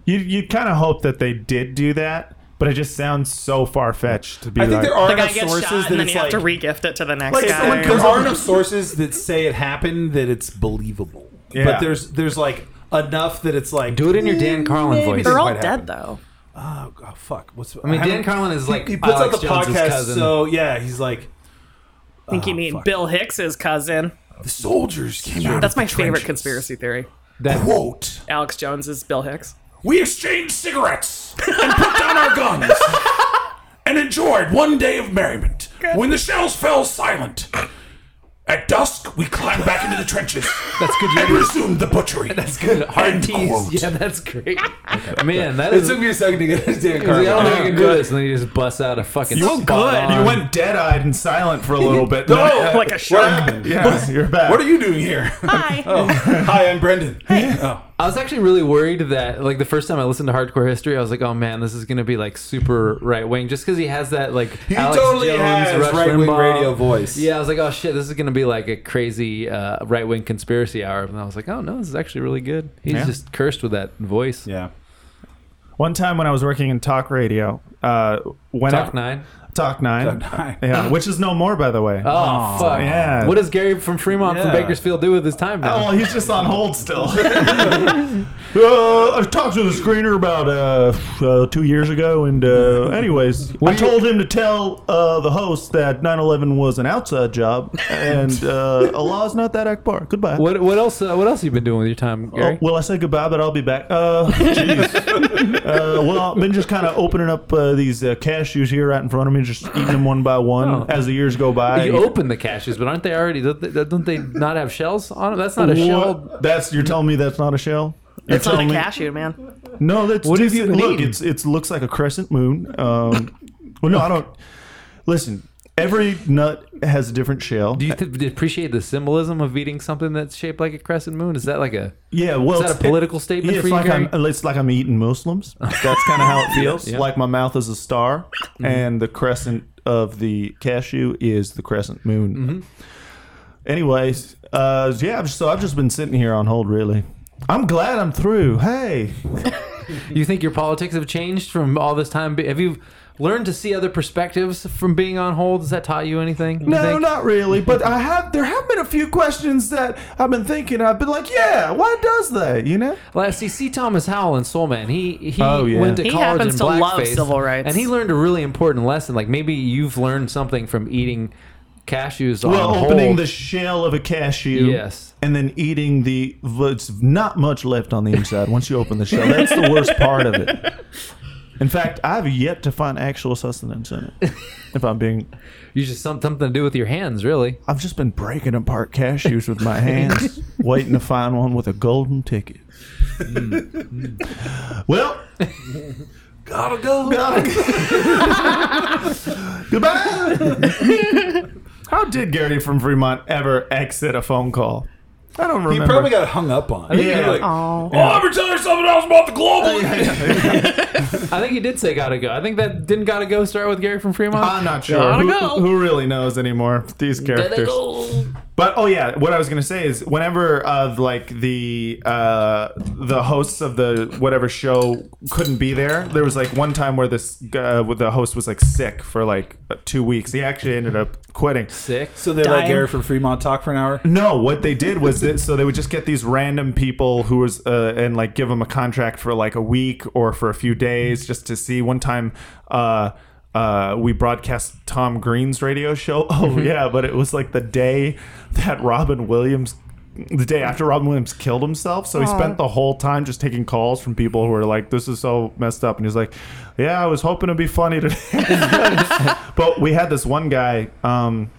S2: You you kind of hope that they did do that, but it just sounds so far fetched to be
S4: I think
S2: like,
S4: there are
S3: The guy
S4: enough
S3: gets
S4: sources
S3: shot,
S4: that
S3: and then
S4: it's
S3: you have
S4: like
S3: to regift it to the next
S4: like someone
S3: guy.
S4: comes there are enough sources that say it happened that it's believable.
S2: Yeah.
S4: But there's there's like enough that it's like
S1: Do it in your Dan Carlin
S4: Maybe
S1: voice.
S4: they're
S3: They're all
S4: Might
S3: dead
S4: happen.
S3: though.
S4: Oh, oh, fuck! What's
S1: I mean, Dan Carlin is like
S4: he puts
S1: Alex
S4: out the
S1: Jones's
S4: podcast,
S1: cousin.
S4: so yeah, he's like
S3: I think you
S1: Oh,
S3: mean
S4: fuck.
S3: Bill Hicks's cousin.
S4: the soldiers came out.
S3: That's
S4: of
S3: my
S4: the
S3: favorite
S4: trenches."
S3: conspiracy theory.
S1: that
S4: *laughs* Quote:
S3: Alex Jones is Bill Hicks.
S4: We exchanged cigarettes and put down our guns and enjoyed one day of merriment when the shells fell silent.
S5: At dusk, we climbed back into the trenches.
S1: That's good.
S5: And
S1: You-
S5: resumed the butchery.
S1: That's good. *laughs* Hard
S5: End
S1: tease.
S5: quote.
S1: Yeah, that's great. Man, that
S4: It
S1: is.
S4: took me a second to get to
S1: I
S4: Carmen.
S1: don't think I can do this. And then you just bust out a fucking.
S2: You,
S1: spot on.
S2: you went dead eyed and *laughs* silent for a little bit. no,
S4: *laughs*
S3: like a shark.
S2: yeah, you're back.
S4: What are you doing here?
S3: *laughs*
S4: Hi. oh, hi, I'm Brendan. Oh.
S1: I was actually really worried that, like, the first time I listened to Hardcore History, I was like, "Oh man, this is gonna be like super right wing," just because he has that like
S4: He
S1: Alex
S4: totally
S1: Jones,
S4: has
S1: Rush
S4: right-wing
S1: Limbaugh.
S4: radio voice.
S1: Yeah, I was like, "Oh shit, this is gonna be like a crazy uh, right wing conspiracy hour," and I was like, "Oh no, this is actually really good." He's
S2: Yeah.
S1: just cursed with that voice.
S4: Yeah.
S2: One time when I was working in talk radio, uh, when
S1: Talk
S2: I,
S1: nine.
S2: Talk Nine,
S4: Talk Nine.
S2: yeah, which is no more by the way.
S1: Oh fuck!
S2: yeah.
S1: What does Gary from Fremont from
S4: Yeah.
S1: Bakersfield do with his time now?
S2: Oh, well, he's just on hold still. *laughs* uh, I talked to the screener about uh, uh, two years ago, and uh, anyways, I told him to tell uh, the host that 9/11 was an outside job, and uh, Allah is not that Akbar. Goodbye.
S1: What what else? Uh, what else have you been doing with your time,
S2: Oh,
S1: Gary?
S2: well, I said goodbye, but I'll be back. Uh, jeez.
S1: *laughs*
S2: uh, well, I've been just kind of opening up uh, these uh, cashews here right in front of me, just eating them one by one
S1: Oh.
S2: as the years go by.
S1: you open the caches, but aren't they already? Don't they, don't they not have shells on them? That's not a
S2: What?
S1: shell.
S2: That's you're telling me that's not a shell. You're
S3: It's not a
S2: telling me-
S3: cashew, man.
S2: No, that's
S1: What have
S2: decent.
S1: you been
S2: look.
S1: eating?
S2: It's it's looks like a crescent moon. Um, well, no, I don't. Listen, every nut has a different shell.
S1: Do you th- appreciate the symbolism of eating something that's shaped like a crescent moon? Is that like a
S2: yeah, well,
S1: that
S2: it's-
S1: a political statement
S2: yeah,
S1: for
S2: it's
S1: you,
S2: like
S1: Gary?
S2: I'm, it's like I'm
S1: *laughs*
S2: eating Muslims. That's kind of how it feels.
S1: Yeah. Mm-hmm.
S2: Like my mouth is a star, and the crescent of the cashew is the crescent moon.
S1: Mm-hmm.
S2: Anyways, uh, yeah, I've- so I've just been sitting here on hold, really. I'm glad I'm through. Hey,
S1: you think your politics have changed from all this time? Be- Have you learned to see other perspectives from being on hold? Has that taught you anything? you
S2: No,
S1: think?
S2: not really. But I have. There have been a few questions that I've been thinking. I've been like, yeah, why does that? You know?
S1: Well, see, C. Thomas Howell in Soul Man, he he
S2: Oh, yeah.
S1: went to
S2: He
S1: college
S3: happens
S1: in
S3: to
S1: blackface,
S3: love civil rights.
S1: and he learned a really important lesson. Like maybe you've learned something from eating cashews on
S2: Well,
S1: hold.
S2: opening the shell of a cashew.
S1: Yes.
S2: And then eating the. It's not much left on the inside once you open the shell. That's the worst part of it. In fact, I've yet to find actual sustenance in it. If I'm being,
S1: you just some, something to do with your hands, really.
S2: I've just been breaking apart cashews with my hands, waiting to find one with a golden ticket. well,
S4: Gotta go.
S2: Goodbye. How did Gary from Fremont ever exit a phone call? I don't
S4: He
S2: remember.
S4: probably got hung up on.
S2: Yeah.
S4: You're like,
S3: Oh,
S5: Oh, let me tell you something else about the global.
S1: I think he did say gotta go. I think that didn't gotta go start with Gary from Fremont.
S2: *laughs* I'm not sure. Who, who really knows anymore? These characters. But oh yeah, what I was gonna say is whenever uh, like the uh, the hosts of the whatever show couldn't be there, there was like one time where this uh, where the host was like sick for like two weeks. He actually ended up quitting.
S1: Sick.
S4: so they let Gary from Fremont talk for an hour.
S2: No, what they did was that, so they would just get these random people who was uh, and like give them a contract for like a week or for a few days just to see. One time, uh, uh, we broadcast Tom Green's radio show. *laughs* Oh yeah, but it was like the day that Robin Williams. The day after Robin Williams killed himself, so he spent the whole time just taking calls from people who were like, "This is so messed up," and he's like, "Yeah, I was hoping it'd be funny today." but we had this one guy. Um,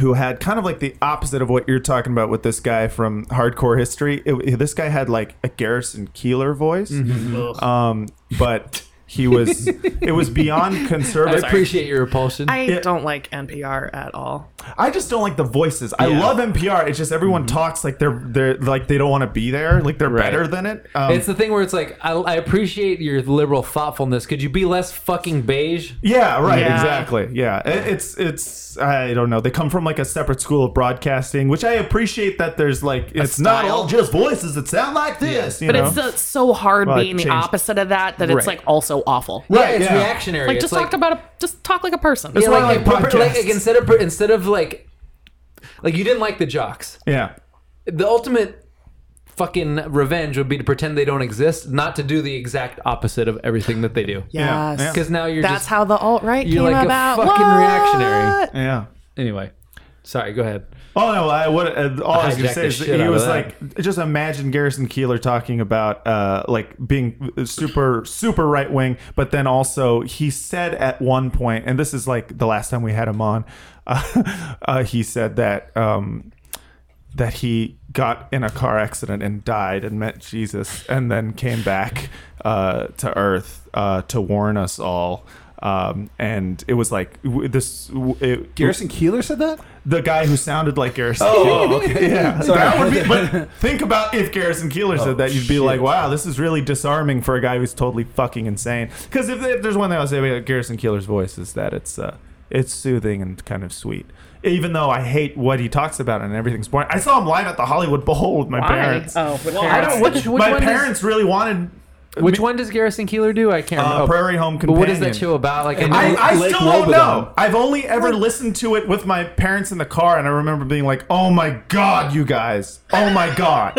S2: who had kind of like the opposite of what you're talking about with this guy from Hardcore History. It- this guy had like a Garrison Keeler voice,
S1: Mm-hmm.
S2: um, but he was it was
S3: *laughs*
S2: beyond
S1: I
S2: conservative.
S1: appreciate your repulsion.
S3: I don't like NPR at all.
S2: I just don't like the voices. I love NPR. It's just everyone
S3: Mm-hmm.
S2: talks like they're they're like they don't want to be there. Like they're better than it. Um,
S1: it's the thing where it's like I, I appreciate your liberal thoughtfulness. Could you be less fucking beige?
S2: Yeah, right,
S3: Yeah.
S2: exactly. Yeah, It- it's it's I don't know. They come from like a separate school of broadcasting, which I appreciate that there's like it's not all just voices that sound like this. you
S3: But
S2: know?
S3: it's so- so hard
S2: Well, it
S3: being the
S2: changed-
S3: opposite of that that it's
S2: Right.
S3: like also awful.
S1: Yeah, it's
S2: yeah.
S1: reactionary.
S3: Like
S1: It's
S3: just talk about a, just talk like a person.
S1: yeah,
S2: why I
S1: like,
S2: like
S1: like, like,
S2: podcasts.
S1: instead of instead of like like you didn't like the jocks.
S2: yeah.
S1: The ultimate fucking revenge would be to pretend they don't exist, not to do the exact opposite of everything that they do.
S2: Yeah,
S3: Yes.
S2: yeah.
S1: Because now you're
S3: That's
S1: just
S3: how the alt right
S1: you're
S3: came
S1: like a
S3: about.
S1: fucking
S3: What?
S1: reactionary.
S2: Yeah.
S1: anyway. Sorry, go ahead.
S2: Oh no! I, what, uh, all I was gonna
S1: hijacked
S2: say
S1: the
S2: is
S1: shit
S2: that
S1: out
S2: he
S1: of
S2: was
S1: that.
S2: like, just imagine Garrison Keeler talking about uh, like being super, super right wing, but then also he said at one point, and this is like the last time we had him on, *laughs* uh, uh, he said that um, that he got in a car accident and died and met Jesus and then came back uh, to Earth uh, to warn us all. Um, and it was like w- this. w- It,
S4: Garrison Keeler said that.
S2: the guy who sounded like Garrison.
S4: Oh, okay.
S2: yeah.
S4: Sorry. Oh,
S2: That would be, but think about if Garrison Keeler said that, you'd be like, wow, this is really disarming for a guy who's totally fucking insane. Because if, if there's one thing I'll say about Garrison Keeler's voice is that it's uh, it's soothing and kind of sweet. Even though I hate what he talks about and everything's boring. I saw him live at the Hollywood Bowl with my parents.
S3: Oh, with
S1: I
S3: parents.
S1: don't. Which, which
S2: my
S1: one?
S2: parents really wanted
S1: does, which one does Garrison Keeler do? I can't.
S2: uh,
S4: Oh.
S1: remember. Oh,
S2: Prairie Home
S1: But
S2: Companion.
S1: what is that show about? Like, I,
S2: I,
S1: know-
S2: I
S4: Lake
S2: still don't
S4: Wobegon.
S2: know. I've only ever listened to it with my parents in the car, and I remember being like, "Oh my god, you guys! Oh my *laughs* god,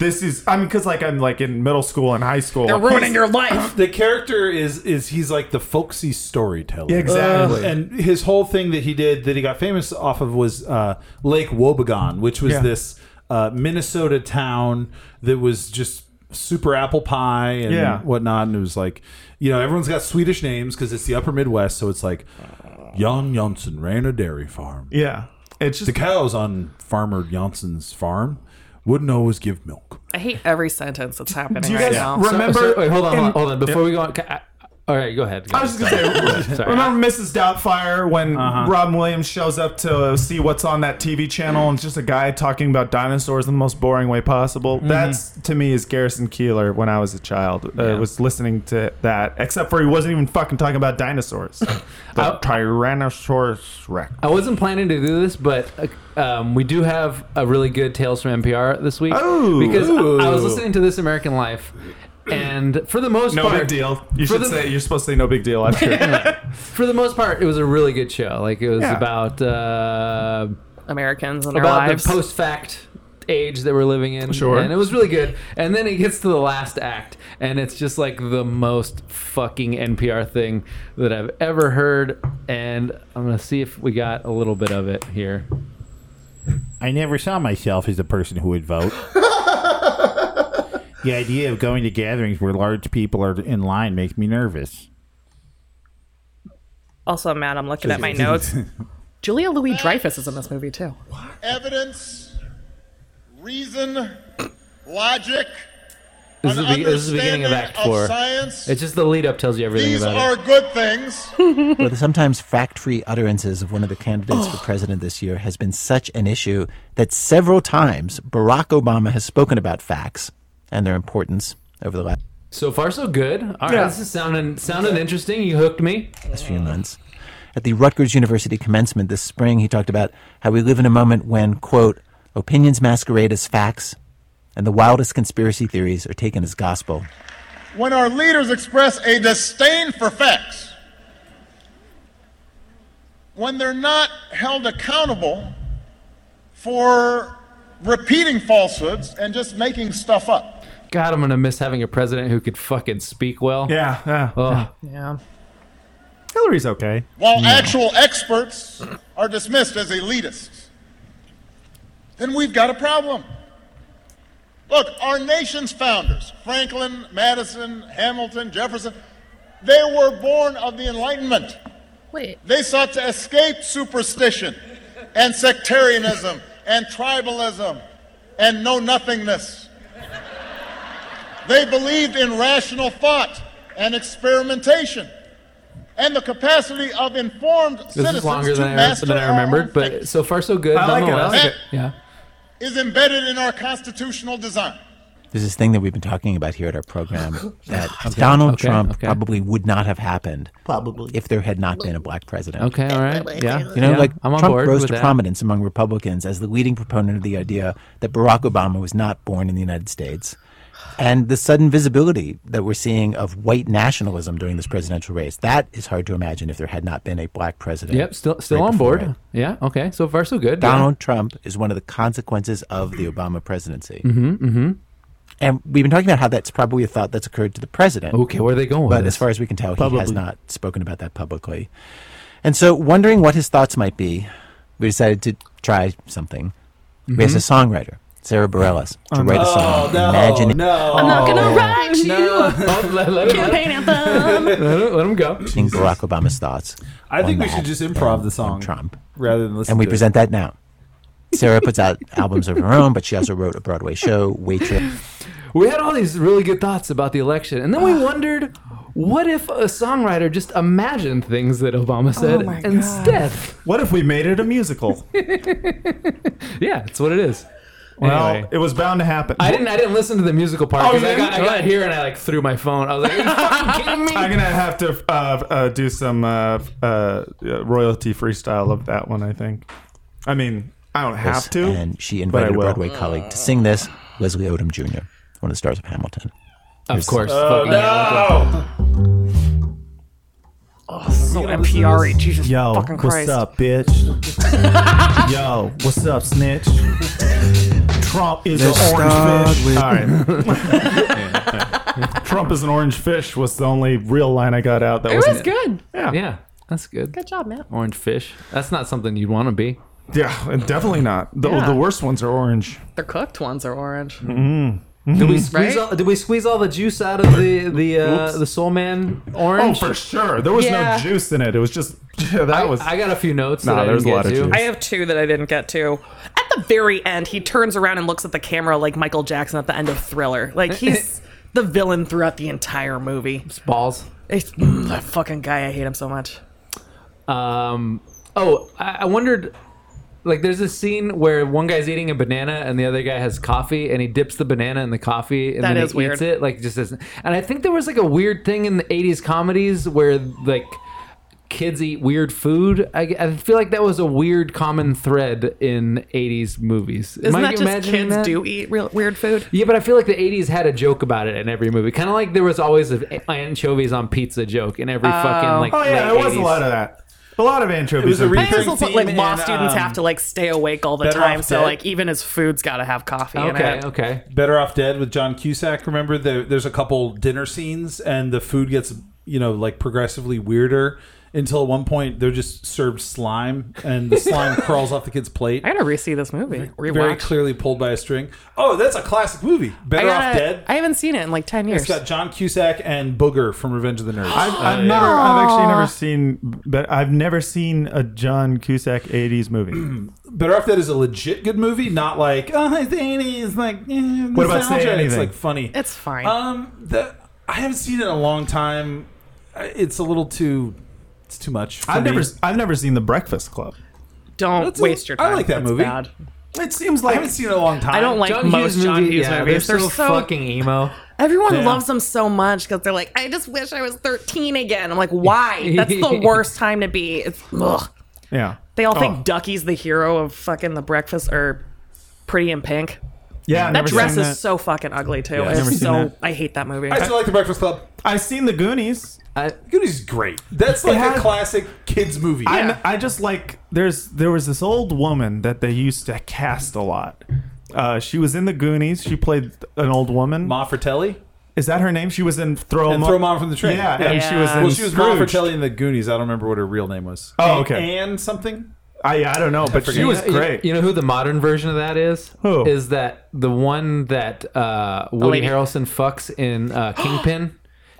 S2: this is." I mean, because like I'm like in middle school and high school.
S7: They're ruining your life.
S4: *laughs* The character is is he's like the folksy storyteller.
S2: Exactly.
S4: and his whole thing that he did that he got famous off of was uh, Lake Wobegon, which was
S2: Yeah.
S4: this uh, Minnesota town that was just super apple pie and
S2: Yeah.
S4: whatnot. And it was like, you know, everyone's got Swedish names because it's the upper Midwest. So it's like, Jan Janssen ran a dairy farm.
S2: yeah, it's just
S4: The cows on Farmer Janssen's farm wouldn't always give milk.
S3: I hate every sentence that's happening
S2: you
S3: right
S2: guys
S3: now.
S2: re- remember-
S1: So, so- wait, hold on, hold on,
S2: in-
S1: hold on. Before we go on, ca- I- all right, go ahead.
S2: I was just *laughs* gonna say,
S1: Sorry.
S2: remember Mrs. Doubtfire when
S1: Uh-huh.
S2: Robin Williams shows up to see what's on that TV channel and it's just a guy talking about dinosaurs in the most boring way possible?
S1: Mm-hmm.
S2: That's to me is Garrison Keeler when I was a child. Uh, Was listening to that, except for he wasn't even fucking talking
S1: *laughs*
S2: about dinosaurs. the Tyrannosaurus Rex.
S1: I wasn't planning to do this, but uh, um, we do have a really good Tales from NPR this week.
S2: Oh.
S1: because I, I was
S2: Ooh.
S1: listening to This American Life, and for the most
S2: No
S1: part,
S2: big deal. You
S1: For
S2: should
S1: the-
S2: say you're supposed to say no big deal after.
S1: *laughs* for the most part, it was a really good show. Like it was
S2: Yeah.
S1: about uh,
S3: Americans and their
S1: about
S3: lives.
S1: the post fact age that we're living in.
S2: Sure.
S1: and it was really good. And then it gets to the last act, and it's just like the most fucking NPR thing that I've ever heard. And I'm gonna see if we got a little bit of it here.
S8: I never saw myself as the person who would
S4: *laughs*
S8: vote. the idea of going to gatherings where large people are in line makes me nervous.
S3: also, Matt, I'm looking at my notes. Julia Louis Dreyfus is in this movie too.
S9: evidence, reason, logic,
S1: This
S9: an
S1: is, the, this is the
S9: understanding
S1: beginning of Act Four.
S9: science.
S1: It's just the lead up tells you everything
S9: These
S1: about
S9: are
S1: it.
S9: good things.
S10: But the sometimes fact-free utterances of one of the candidates for president this year has been such an issue that several times Barack Obama has spoken about facts and their importance over the last
S1: So far, so good. All right, this is sounding sounding interesting. You hooked me.
S10: few months. At the Rutgers University commencement this spring, he talked about how we live in a moment when, quote, opinions masquerade as facts and the wildest conspiracy theories are taken as gospel.
S9: When our leaders express a disdain for facts, when they're not held accountable for repeating falsehoods and just making stuff up.
S1: God, I'm gonna miss having a president who could fucking speak well.
S2: yeah, yeah.
S1: Ugh.
S3: Yeah.
S2: Hillary's okay.
S9: while actual experts are dismissed as elitists, then we've got a problem. Look, our nation's founders, Franklin, Madison, Hamilton, Jefferson, they were born of the Enlightenment.
S7: Wait.
S9: They sought to escape superstition and sectarianism and tribalism and know nothingness. They believed in rational thought and experimentation and the capacity of informed
S1: This
S9: citizens
S1: is longer
S9: to
S1: than I,
S9: master
S1: than I
S9: our
S1: remembered,
S9: own
S1: but
S9: fate
S1: so far so good.
S2: I like it, I
S1: nonetheless.
S2: like
S9: it.
S1: Yeah.
S9: is embedded in our constitutional design.
S10: There's this thing that we've been talking about here at
S1: *laughs*
S10: our program that Donald
S1: Okay,
S10: Trump
S1: okay.
S10: probably would not have happened
S6: Probably.
S10: if there had not been a black president.
S1: Okay. All right. Yeah.
S10: You know,
S1: Yeah,
S10: like
S1: I'm on
S10: Trump
S1: board
S10: rose
S1: with
S10: to
S1: that.
S10: prominence among Republicans as the leading proponent of the idea that Barack Obama was not born in the United States. And the sudden visibility that we're seeing of white nationalism during this presidential race, that is hard to imagine if there had not been a black president.
S1: Yep. Still still
S10: right
S1: on
S10: before
S1: board.
S10: it.
S1: Yeah. Okay. So far so good.
S10: Donald Trump is one of the consequences of the Obama presidency. Mm-hmm, mm-hmm. And we've been talking about how that's probably a thought that's occurred to the president.
S1: Yeah. Okay. Where are they going? with
S10: But
S1: this?
S10: as far as we can tell, he has not spoken about that publicly. And so, wondering what his thoughts might be, we decided to try something. We have a songwriter, Sarah Bareilles, to write a song.
S4: Mm-hmm. Oh, no,
S10: Imagine it.
S4: no.
S10: I'm not
S7: gonna
S1: write you. *laughs* let, let him,
S7: Campaign anthem.
S1: let him- let him go.
S10: in Barack Obama's thoughts.
S4: I think
S10: on
S4: we
S10: that
S4: should just improv
S10: and
S4: the song.
S10: on Trump,
S4: rather than listen.
S10: and we
S4: to it.
S10: present that now. Sarah puts out *laughs* albums of her own, but she also wrote a Broadway show, Waitress.
S1: We had all these really good thoughts about the election, and then
S10: *sighs*
S1: we wondered, what if a songwriter just imagined things that Obama said
S3: my God.
S1: instead?
S2: What if we made it
S1: *laughs*
S2: a musical?
S1: Yeah, it's what it is.
S2: Well,
S1: Anyway.
S2: it was bound to happen.
S1: I didn't. I didn't listen to the musical part because
S2: you
S1: I got,
S2: didn't?
S1: I got here and I like threw my phone. I was like, Are you fucking kidding me?
S2: I'm gonna have to uh, uh, do some uh, uh, royalty freestyle of that one. I think. I mean, I don't have to.
S10: and she
S2: but I
S10: invited a
S2: will.
S10: Broadway colleague to sing this, Leslie Odom Jr., one of the stars of Hamilton.
S1: Of course. fucking Hamilton.
S3: So NPR, -y, Jesus
S8: Yo,
S3: fucking Christ.
S8: what's up, bitch?
S4: *laughs*
S8: Yo, what's up, snitch? Trump is an orange fish.
S2: All
S1: *laughs*
S2: right. Trump is an orange fish was the only real line I got out. That
S3: It
S2: wasn't
S3: was good.
S1: Yeah, that's good.
S7: Good job, Matt.
S1: Orange fish. That's not something you'd want to be.
S2: Yeah, and definitely not. The,
S3: Yeah.
S2: the worst ones are orange.
S3: The cooked ones are orange.
S1: *laughs* Did we squeeze?
S3: Right?
S1: All, did we squeeze all the juice out of the the uh, the Soul Man
S2: Oh,
S1: orange?
S2: for sure. There was
S3: Yeah.
S2: no juice in it. It was just *laughs* yeah, that was.
S1: I got a few notes.
S2: Nah,
S1: that I
S2: there's
S1: didn't
S2: a lot
S1: get
S2: of
S1: to.
S2: juice.
S3: I have two that I didn't get to. At the very end, he turns around and looks at the camera like Michael Jackson at the end of Thriller. Like
S4: *laughs*
S3: he's the villain throughout the entire movie.
S1: balls.
S3: It's, mm, that fucking guy, I hate him so much.
S1: Um, oh, I, I wondered. Like, there's a scene where one guy's eating a banana and the other guy has coffee, and he dips the banana in the coffee, and
S3: That
S1: then
S3: is
S1: he
S3: weird.
S1: eats it. Like, just as, and I think there was like a weird thing in the '80s comedies where like kids eat weird food. I, I feel like that was a weird common thread in '80s movies. Am
S3: Isn't
S1: I
S3: that just
S1: imagining
S3: kids
S1: that?
S3: do eat real, weird food?
S1: Yeah, but I feel like the '80s had a joke about it in every movie. Kind of like there was always an anchovies on pizza joke in every fucking like.
S2: oh yeah,
S1: late
S2: there was a
S1: 80s.
S2: lot of that. A lot of anchovies.
S4: It was a
S2: in it.
S4: re-
S3: I think it's also
S4: theme
S3: like law
S4: and,
S3: students
S4: um,
S3: have to like stay awake all the
S4: Better
S3: time,
S4: Off
S3: so
S4: Dead.
S3: like even his food's got to have coffee in
S1: Okay,
S3: it.
S1: okay.
S4: Better Off Dead with John Cusack. Remember, there, there's a couple dinner scenes, and the food gets you know like progressively weirder until at one point they're just served slime, and the
S3: *laughs*
S4: slime crawls off the kid's plate.
S3: I gotta re-see this movie.
S4: Very
S3: Rewatch.
S4: clearly pulled by a string. Oh, that's a classic movie.
S3: I,
S4: Better
S3: gotta-
S4: Off Dead.
S3: I haven't seen it in like ten years.
S4: It's got John Cusack and Booger from Revenge of the Nerds.
S2: I've, I've never, I've actually never seen, but I've never seen a John Cusack '80s *clears throat* movie.
S4: Better Off Dead is a legit good movie, not like oh it's eighties like eh,
S2: What about Say
S4: nostalgia. It's
S2: Anything?
S4: like funny.
S3: It's fine.
S4: Um, the I haven't seen it in a long time. I- It's a little too. It's too much. for
S2: I've
S4: me.
S2: never, I've never seen The Breakfast Club.
S3: Don't
S4: that's a-
S3: waste your
S4: I
S3: time.
S4: like that
S3: It's
S4: movie.
S3: bad.
S2: It seems
S4: I
S2: like
S4: haven't seen it in a long time.
S3: I don't like most John Hughes
S1: yeah,
S3: movies.
S1: They're,
S3: They're,
S1: so, fucking *laughs* emo.
S3: Everyone
S4: Yeah.
S3: loves them so much because they're like, I just wish I was 13 again.
S2: *laughs*
S3: I'm like, why? That's the worst time to be. It's, ugh.
S2: yeah.
S3: They all think
S2: Oh.
S3: Ducky's the hero of fucking The Breakfast or Pretty in Pink.
S2: Yeah, I've
S3: That
S2: never seen
S3: dress
S2: that.
S3: is so fucking ugly too.
S2: I've never
S3: it's
S2: seen
S3: so
S2: that.
S3: I hate that movie.
S4: I still like The Breakfast Club.
S2: I've seen The Goonies.
S4: Goonies is great. That's like
S2: had-
S4: a classic kids movie.
S2: I kn- I just like there's there was this old woman that they used to cast a lot. Uh, she was in the Goonies. She played an old woman.
S4: Ma Fratelli.
S2: Is that her name? She was in Throw 'Em
S4: And
S2: Up.
S4: Throw 'Em Up from the Train.
S2: Oh, Yeah,
S4: Yeah.
S2: and she was in
S4: Well, she was Ma
S2: Scrooge.
S4: Fratelli in the Goonies. I don't remember what her real name was.
S2: Oh, okay.
S4: Anne something.
S2: I I don't know, but she
S4: forget.
S2: was
S1: You know-
S2: great.
S1: You know who the modern version of that is?
S2: Who?
S1: Is that the one that uh, Woody
S3: lady.
S1: Harrelson fucks in uh,
S3: *gasps*
S1: Kingpin?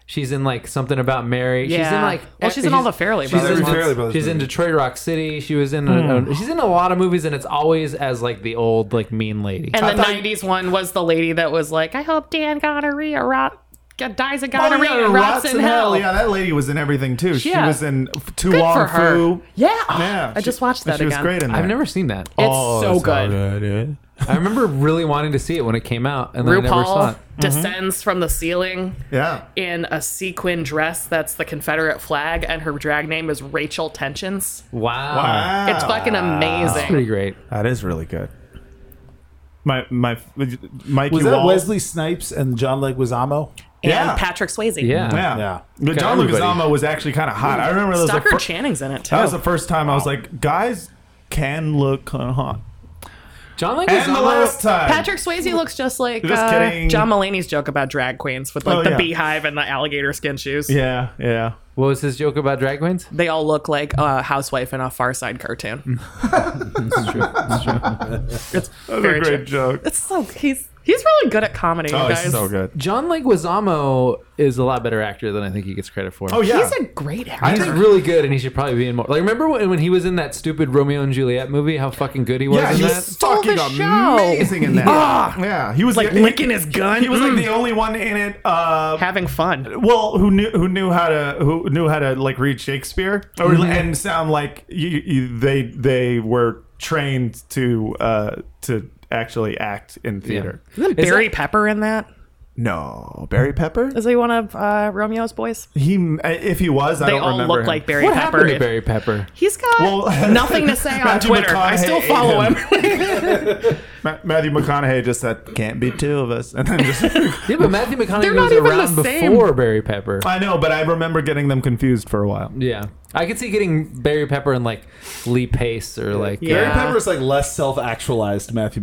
S1: She's in like something about Mary. She's in
S3: Yeah.
S1: like
S3: Well, she's in all the Fairly
S1: she's
S3: Brothers
S1: in-
S4: ones. Fairly Brothers
S1: she's in
S4: movies.
S1: Detroit Rock City. She was in a, a- she's in a lot of movies, and it's always as like the old like mean lady.
S3: and the
S2: thought-
S3: 90s one was the lady that was like, I hope Dan gonorrhea rot, get- dies of
S2: Oh,
S3: gonorrhea
S2: yeah,
S3: and rots, in hell.
S2: Yeah, that lady was in everything too. She
S3: Yeah.
S2: was in Too
S3: Good
S2: Long
S3: for her.
S2: Fu.
S3: Yeah.
S2: Yeah,
S3: I
S2: she-
S3: just watched that
S2: She was
S3: again.
S2: great in that.
S1: I've never seen that.
S3: It's
S2: Oh,
S3: so good.
S1: I remember really wanting to see it when it came out, and then I never saw
S3: RuPaul
S1: it.
S3: descends from the ceiling
S2: Mm-hmm. Yeah.
S3: in a sequin dress that's the Confederate flag, and her drag name is Rachel Tensions.
S1: Wow,
S2: Wow.
S3: It's fucking
S1: pretty
S3: amazing.
S1: great.
S2: That is really good. My my Mike
S4: Was
S2: you
S4: that
S2: all-
S4: Wesley Snipes and John Leguizamo?
S2: Yeah.
S3: And Patrick Swayze.
S1: Yeah,
S2: Yeah.
S4: Yeah.
S2: But John
S1: everybody.
S2: Leguizamo was actually kind of hot. I remember that was, the
S3: Stockard
S2: fir-
S3: Channing's in it too.
S2: that was the first time I was like, guys can look kind of hot.
S1: John
S2: Lincoln's And the not- last time.
S3: Patrick Swayze looks just like
S2: Just
S3: uh,
S2: kidding.
S3: John Mulaney's joke about drag queens with like
S2: Oh,
S3: the
S2: yeah.
S3: beehive and the alligator skin shoes.
S2: Yeah, yeah.
S1: What was his joke about drag queens?
S3: They all look like a housewife in a Far Side
S2: *laughs*
S3: cartoon.
S1: That's true. That's
S3: true. it's
S2: That's
S3: very
S2: a great joke. Oh,
S3: It's so he's he's really good at comedy, you guys.
S1: John Leguizamo is a lot better actor than I think he gets credit
S2: Oh,
S1: for.
S3: he's a great actor.
S1: He's really good, and he should probably be in more. Like, remember when, when he was in that stupid Romeo and Juliet movie? How fucking good he was
S2: Yeah,
S1: in
S2: he
S1: that.
S2: was fucking
S3: show.
S2: amazing in that.
S3: Ah!
S2: yeah, he was
S3: Like
S2: the-
S3: licking his gun?
S2: He was like
S3: Mm.
S2: the only one in it. Uh,
S3: having fun.
S2: well, who knew who knew how to who knew how to like read Shakespeare or,
S3: Mm-hmm.
S1: Mhm.
S2: and sound like you, you, they they were trained to uh, to actually act in theater.
S3: Isn't
S1: Is
S3: Barry Pepper in that?
S2: No, Barry Pepper.
S3: Is he one of uh, Romeo's boys?
S2: He uh, if he was, I
S3: They
S2: don't
S3: all
S2: remember
S3: look
S2: him.
S3: like Barry
S1: What
S3: Pepper.
S1: happened to Barry Pepper?
S3: He's got
S4: *laughs*
S2: Well-
S3: nothing to say on
S2: Matthew
S3: Twitter. I
S2: McConaughey
S3: still
S2: ate
S3: follow him. *laughs*
S2: Ma- Matthew McConaughey just said, "Can't be two of us," *laughs* and then just.
S1: Yeah, but Matthew McConaughey
S3: They're
S1: was
S3: not even the
S1: around
S3: same.
S1: before Barry Pepper.
S2: I know, but I remember getting them confused for a while.
S1: Yeah, I could see getting Barry Pepper and like Lee Pace or like uh,
S3: Yeah.
S4: Barry Pepper's like less self-actualized Matthew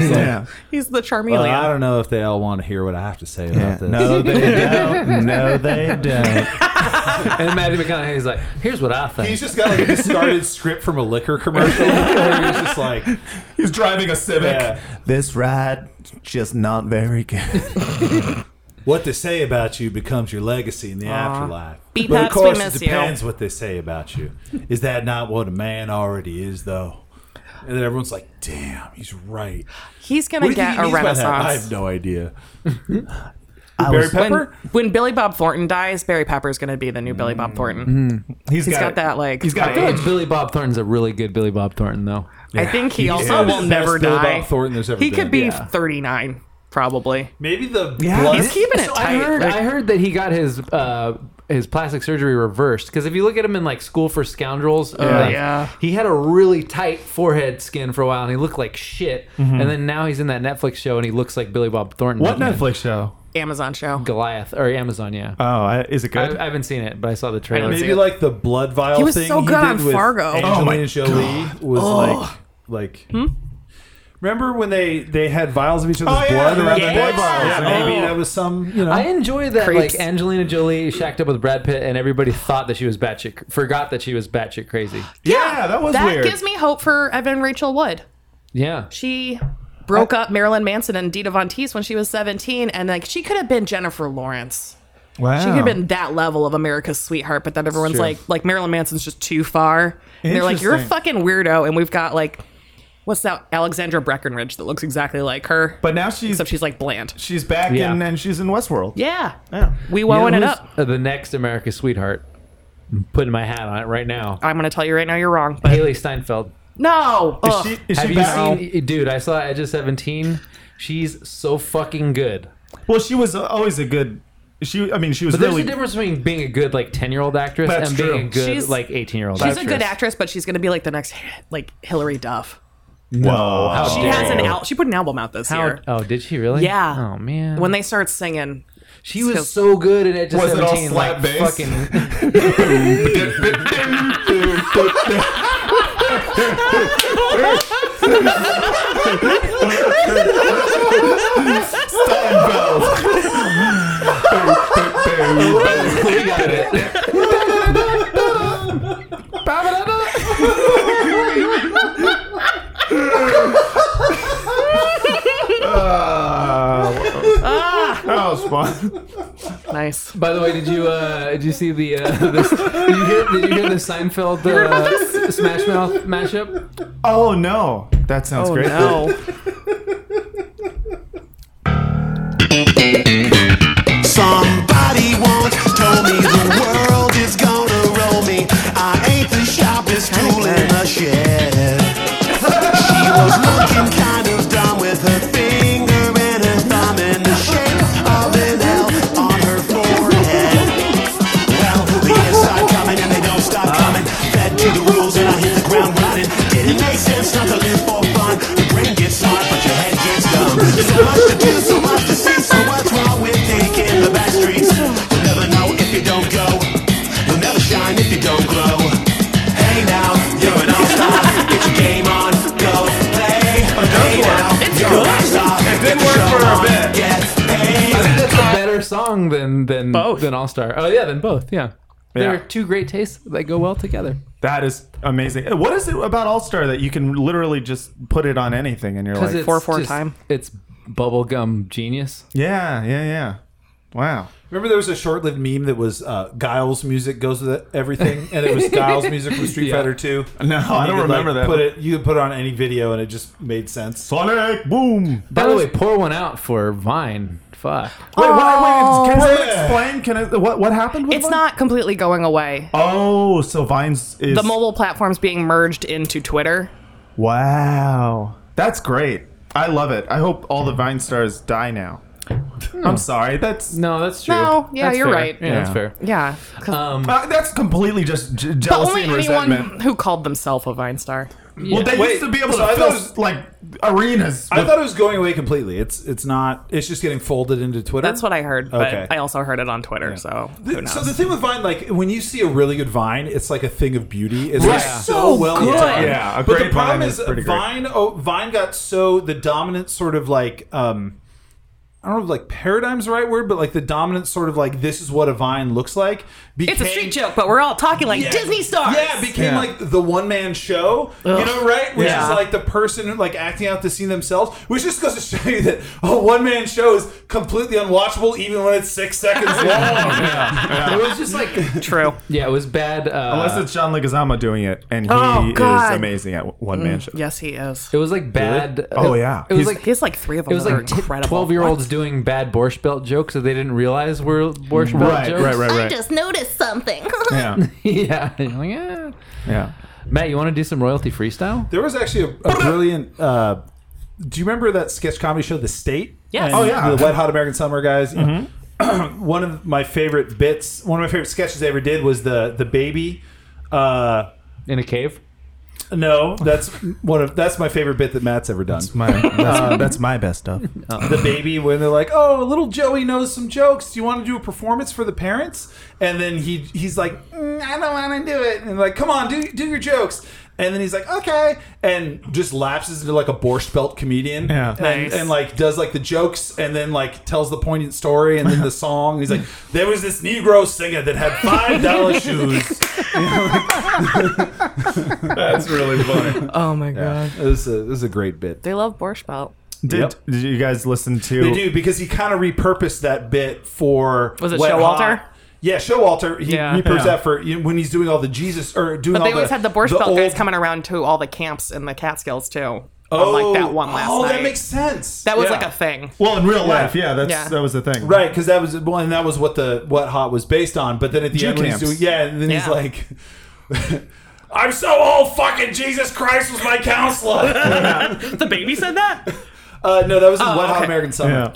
S2: *laughs*
S4: He's like,
S3: He's the
S4: "Well,
S3: Charmeleon.
S4: I don't know if they all want to hear what I have to say about this. *laughs*
S8: No, they don't. No, they don't.
S1: and Matthew McConaughey's like, here's what I think.
S4: He's just got like a *laughs* discarded script from a liquor commercial. where he's just like,
S2: He's driving a Civic.
S4: yeah,
S8: This ride just not very good.
S4: what they say about you becomes your legacy in the afterlife.
S3: Beep
S4: but of
S3: ups, we
S4: course,
S3: miss
S4: it
S3: you.
S4: depends what they say about you. Is that not what a man already is, though? And then everyone's like, "Damn, he's right."
S3: He's
S4: What do
S3: gonna
S4: you think
S3: get
S4: he
S3: a
S4: means by that? I
S3: renaissance.
S4: have no *laughs* idea.
S2: Barry
S3: When,
S2: Pepper.
S3: when Billy Bob Thornton dies, Barry Pepper's gonna be the new Billy
S4: Mm-hmm.
S3: Bob Thornton. He's got, that like.
S2: He's got
S1: I feel
S2: age.
S1: like Billy Bob Thornton's a really good Billy Bob Thornton though.
S3: I think he also
S4: probably
S3: will
S4: the best
S3: never
S4: Billy Bob
S3: die.
S4: Thornton there's ever
S3: he
S4: been.
S3: could be
S4: Yeah.
S3: 39 probably.
S4: Maybe the
S3: He's keeping it
S1: So
S3: tight.
S1: I heard,
S3: Like,
S1: I heard that he got his uh, his plastic surgery reversed because if you look at him in like School for Scoundrels, uh,
S3: Yeah. Yeah.
S1: he had a really tight forehead skin for a while and he looked like shit. And then now he's in that Netflix show and he looks like Billy Bob Thornton.
S2: What
S1: Like
S2: Netflix show?
S3: Amazon show.
S1: Goliath or Amazon? Yeah,
S2: Oh, I, is it
S1: I,
S2: good?
S1: I haven't seen it, but I saw the trailer.
S3: didn't
S4: Maybe like the blood vial
S3: He was
S4: thing
S3: so good
S4: he
S3: on
S4: did with
S3: Fargo. Hmm?
S4: Angelina
S2: Oh my
S4: Jolie was like like Remember when they they had vials of each other's
S2: Oh, yeah,
S4: blood around
S3: yeah.
S4: their necks?
S3: Yeah.
S4: Yeah, maybe
S3: Oh.
S4: that was some, you know.
S1: I enjoy that
S3: Creeps.
S1: like Angelina Jolie shacked up with Brad Pitt and everybody thought that she was batshit forgot that she was batshit crazy.
S2: yeah, that was
S3: That
S2: weird.
S3: gives me hope for Evan Rachel Wood.
S1: Yeah.
S3: She broke up Marilyn Manson and Dita Von Teese when she was 17, and like she could have been Jennifer Lawrence.
S2: wow.
S3: She could have been that level of America's sweetheart, but then everyone's
S1: true.
S3: like, like Marilyn Manson's just too far. And they're like, you're a
S2: Interesting.
S3: fucking weirdo. And we've got like, what's that Alexandra Breckenridge that looks exactly like her,
S2: But now she's
S3: except she's like bland.
S2: she's back
S1: Yeah.
S2: in, and she's in Westworld.
S3: Yeah,
S2: Yeah.
S3: we
S1: You know
S3: woeing it
S1: who's,
S3: up.
S1: uh, The next America's sweetheart. I'm putting my hat on it right now.
S3: I'm gonna tell you right now, you're wrong. But
S1: Haley Steinfeld.
S3: no,
S2: Is
S3: Ugh.
S2: she, is
S1: Have
S2: she
S1: you
S2: back?
S1: seen, dude? I saw Edge of Seventeen. She's so fucking good.
S2: Well, she was always a good. She, I mean, she was
S1: But there's
S2: really.
S1: a difference between being a good like ten year old actress
S2: That's
S1: and
S2: true.
S1: being a good
S3: She's-
S1: like eighteen year old.
S3: she's a good actress, but she's gonna be like the next like Hillary Duff.
S2: Whoa, how
S3: She
S2: dare
S3: has an
S2: you.
S3: al- she put an album out this
S1: How,
S3: year.
S1: oh, did she really?
S3: Yeah.
S1: Oh man.
S3: When they start singing,
S1: she was so good at Edge of
S2: Was it all
S1: Seventeen, like
S2: slap bass?
S1: fucking.
S2: Steinfeld.
S1: We got it.
S2: *laughs*
S1: Ah.
S2: Uh, that was fun.
S3: nice.
S1: By the way, did you uh, did you see the uh, *laughs* this, did you hear did you hear the Seinfeld
S3: *laughs*
S1: uh, Smash Mouth mashup?
S2: Oh no, that
S1: Oh,
S2: sounds great.
S3: No,
S11: Somebody once told me the world is gonna roll me. I ain't the sharpest tool in the shed. She was looking kind of dumb with her finger and her thumb in the shape of an L on her forehead. Well, the years start coming and they don't stop coming. Fed to the rules and I hit the ground running. Didn't make sense not to live for fun. Your brain gets smart, but your head gets dumb. So much to do, so much to see. So what's wrong with taking the back streets? You'll never know if you don't go. You'll never shine if you don't glow. Hey now, you're an all-star. Get your game on, go play. Or go
S1: song than than both. than All Star. Oh yeah, than both. Yeah. There
S2: Yeah.
S1: are two great tastes that go well together.
S2: That is amazing. What is it about All Star that you can literally just put it on anything and you're like
S1: it's just- It's bubblegum genius.
S2: Yeah, yeah, yeah. Wow.
S4: Remember, there was a short-lived meme that was uh, Giles' music goes with
S2: *laughs*
S4: everything, and it was Giles' music from Street
S2: Yeah.
S4: Fighter Two.
S2: No, I don't remember that.
S4: Put it, you could put it on any video, and it just made sense.
S2: Sonic Boom.
S1: By the way, pour one out for Vine. Fuck.
S2: Wait, wait, wait, can someone
S3: Oh, Yeah.
S2: explain? Can I, what what happened? With
S3: It's not completely going away.
S2: Oh, so Vines is
S3: the mobile platform's being merged into Twitter.
S2: Wow, that's great. I love it. I hope all the Vine stars die now. I'm sorry. That's
S1: no, that's true.
S3: No, yeah,
S2: That's
S3: you're
S2: fair.
S3: right.
S2: Yeah, that's fair.
S3: Yeah. 'cause-
S2: Uh, that's completely just j- jealousy
S3: only
S2: and
S3: anyone
S2: resentment.
S3: who called themselves a Vine star.
S2: Well, they used to be able
S4: so
S2: to
S4: I
S2: fill
S4: thought it was-
S2: like arenas.
S4: I thought it was going away completely. It's it's not. It's just getting folded into Twitter.
S3: That's what I heard, but I also heard it on Twitter. So
S4: The-
S3: who knows?
S4: So the thing with Vine, like when you see a really good Vine, it's like a thing of beauty. It's like
S3: Right.
S4: so
S3: So
S4: well
S3: good.
S4: done.
S2: Yeah, a
S4: but the
S2: great Vine
S4: problem
S2: is
S4: is,
S2: pretty great.
S4: Vine. Oh, Vine got so the dominant sort of like. um I don't know if like paradigm's the right word, but like the dominant sort of like this is what a vine looks like.
S3: it's a street joke, but we're all talking like
S4: Yeah.
S3: Disney stars.
S4: Yeah, it became like the one man show, you
S3: Ugh.
S4: know, right? Which
S3: Yeah.
S4: is like the person who, like acting out the scene themselves, which just goes to show you that oh, one man show is completely unwatchable even when it's
S3: *laughs*
S4: six seconds long.
S1: It was just like
S3: *laughs* true.
S1: Yeah, it was bad. Uh,
S2: Unless it's John Leguizamo doing it, and he
S3: Oh, God. Mm.
S2: is amazing at one man show.
S3: Yes, he is.
S1: It was like bad.
S2: Oh, yeah.
S1: It was
S2: He's-
S1: like
S3: he has like three of them.
S1: It was
S3: that are
S1: like
S3: incredible.
S1: twelve-year-olds doing bad borscht belt jokes that they didn't realize were borscht belt
S2: Right,
S1: jokes.
S2: right, right, right.
S7: just noticed something. *laughs*
S2: Yeah,
S1: *laughs* yeah. I'm like, "Eh."
S2: yeah.
S1: Matt, you want to do some royalty freestyle?
S4: There was actually a, a brilliant. Uh, do you remember that sketch comedy show, The State?
S3: Yes.
S4: And
S3: Oh,
S8: Uh-huh.
S3: yeah.
S4: The Wet Hot American Summer guys.
S8: Mm-hmm.
S4: *clears throat* one of my favorite bits, one of my favorite sketches I ever did was the the baby. Uh,
S1: In a cave.
S4: no,
S8: *laughs*
S4: that's one of that's my favorite bit that Matt's ever done. Uh,
S8: My, that's,
S2: Uh,
S8: that's my best stuff.
S4: the baby when they're like, "Oh, little Joey knows some jokes. Do you want to do a performance for the parents?" And then he he's like, "Mm, "I don't want to do it." And they're like, "Come on, do do your jokes." And then he's like, "Okay," and just lapses into like a borscht belt comedian,
S2: Yeah.
S4: and,
S2: Nice.
S4: and like does like the jokes, and then like tells the poignant story, and then *laughs* the song. And he's like, "There was this Negro singer that had five dollar *laughs* shoes."
S2: That's really funny.
S3: Oh my god.
S4: This is a, this is a great bit.
S3: They love Borscht Belt.
S2: Did,
S4: Yep.
S2: did you guys listen to?
S4: They do because he kind of repurposed that bit for
S3: Was it
S4: Wet
S3: Showalter?
S4: Hot. Yeah, Showalter. He
S3: Yeah.
S4: repurposed
S2: Yeah.
S4: that for you know, when he's doing all the Jesus or doing.
S3: But they
S4: all
S3: always
S4: the,
S3: had the Borscht Belt guys
S4: old-
S3: coming around to all the camps in the Catskills too.
S4: Oh,
S3: on, like that one last
S4: oh,
S3: night.
S4: that makes sense.
S3: That was
S4: Yeah.
S3: like a thing.
S2: Well, in real
S4: Yeah.
S2: life, yeah, that's
S3: Yeah.
S2: that was the thing.
S4: Right, because that was well, and that was what the what hot was based on. But then at the
S2: Jew
S4: end, when he's
S2: camps.
S4: doing, yeah, and then he's
S3: Yeah.
S4: like, *laughs*
S5: I'm so old. Fucking Jesus Christ was my counselor.
S3: the baby said that.
S4: *laughs* uh, "No, that was in
S3: Oh,
S4: Wet Hot
S3: okay.
S4: American Summer."
S2: Yeah.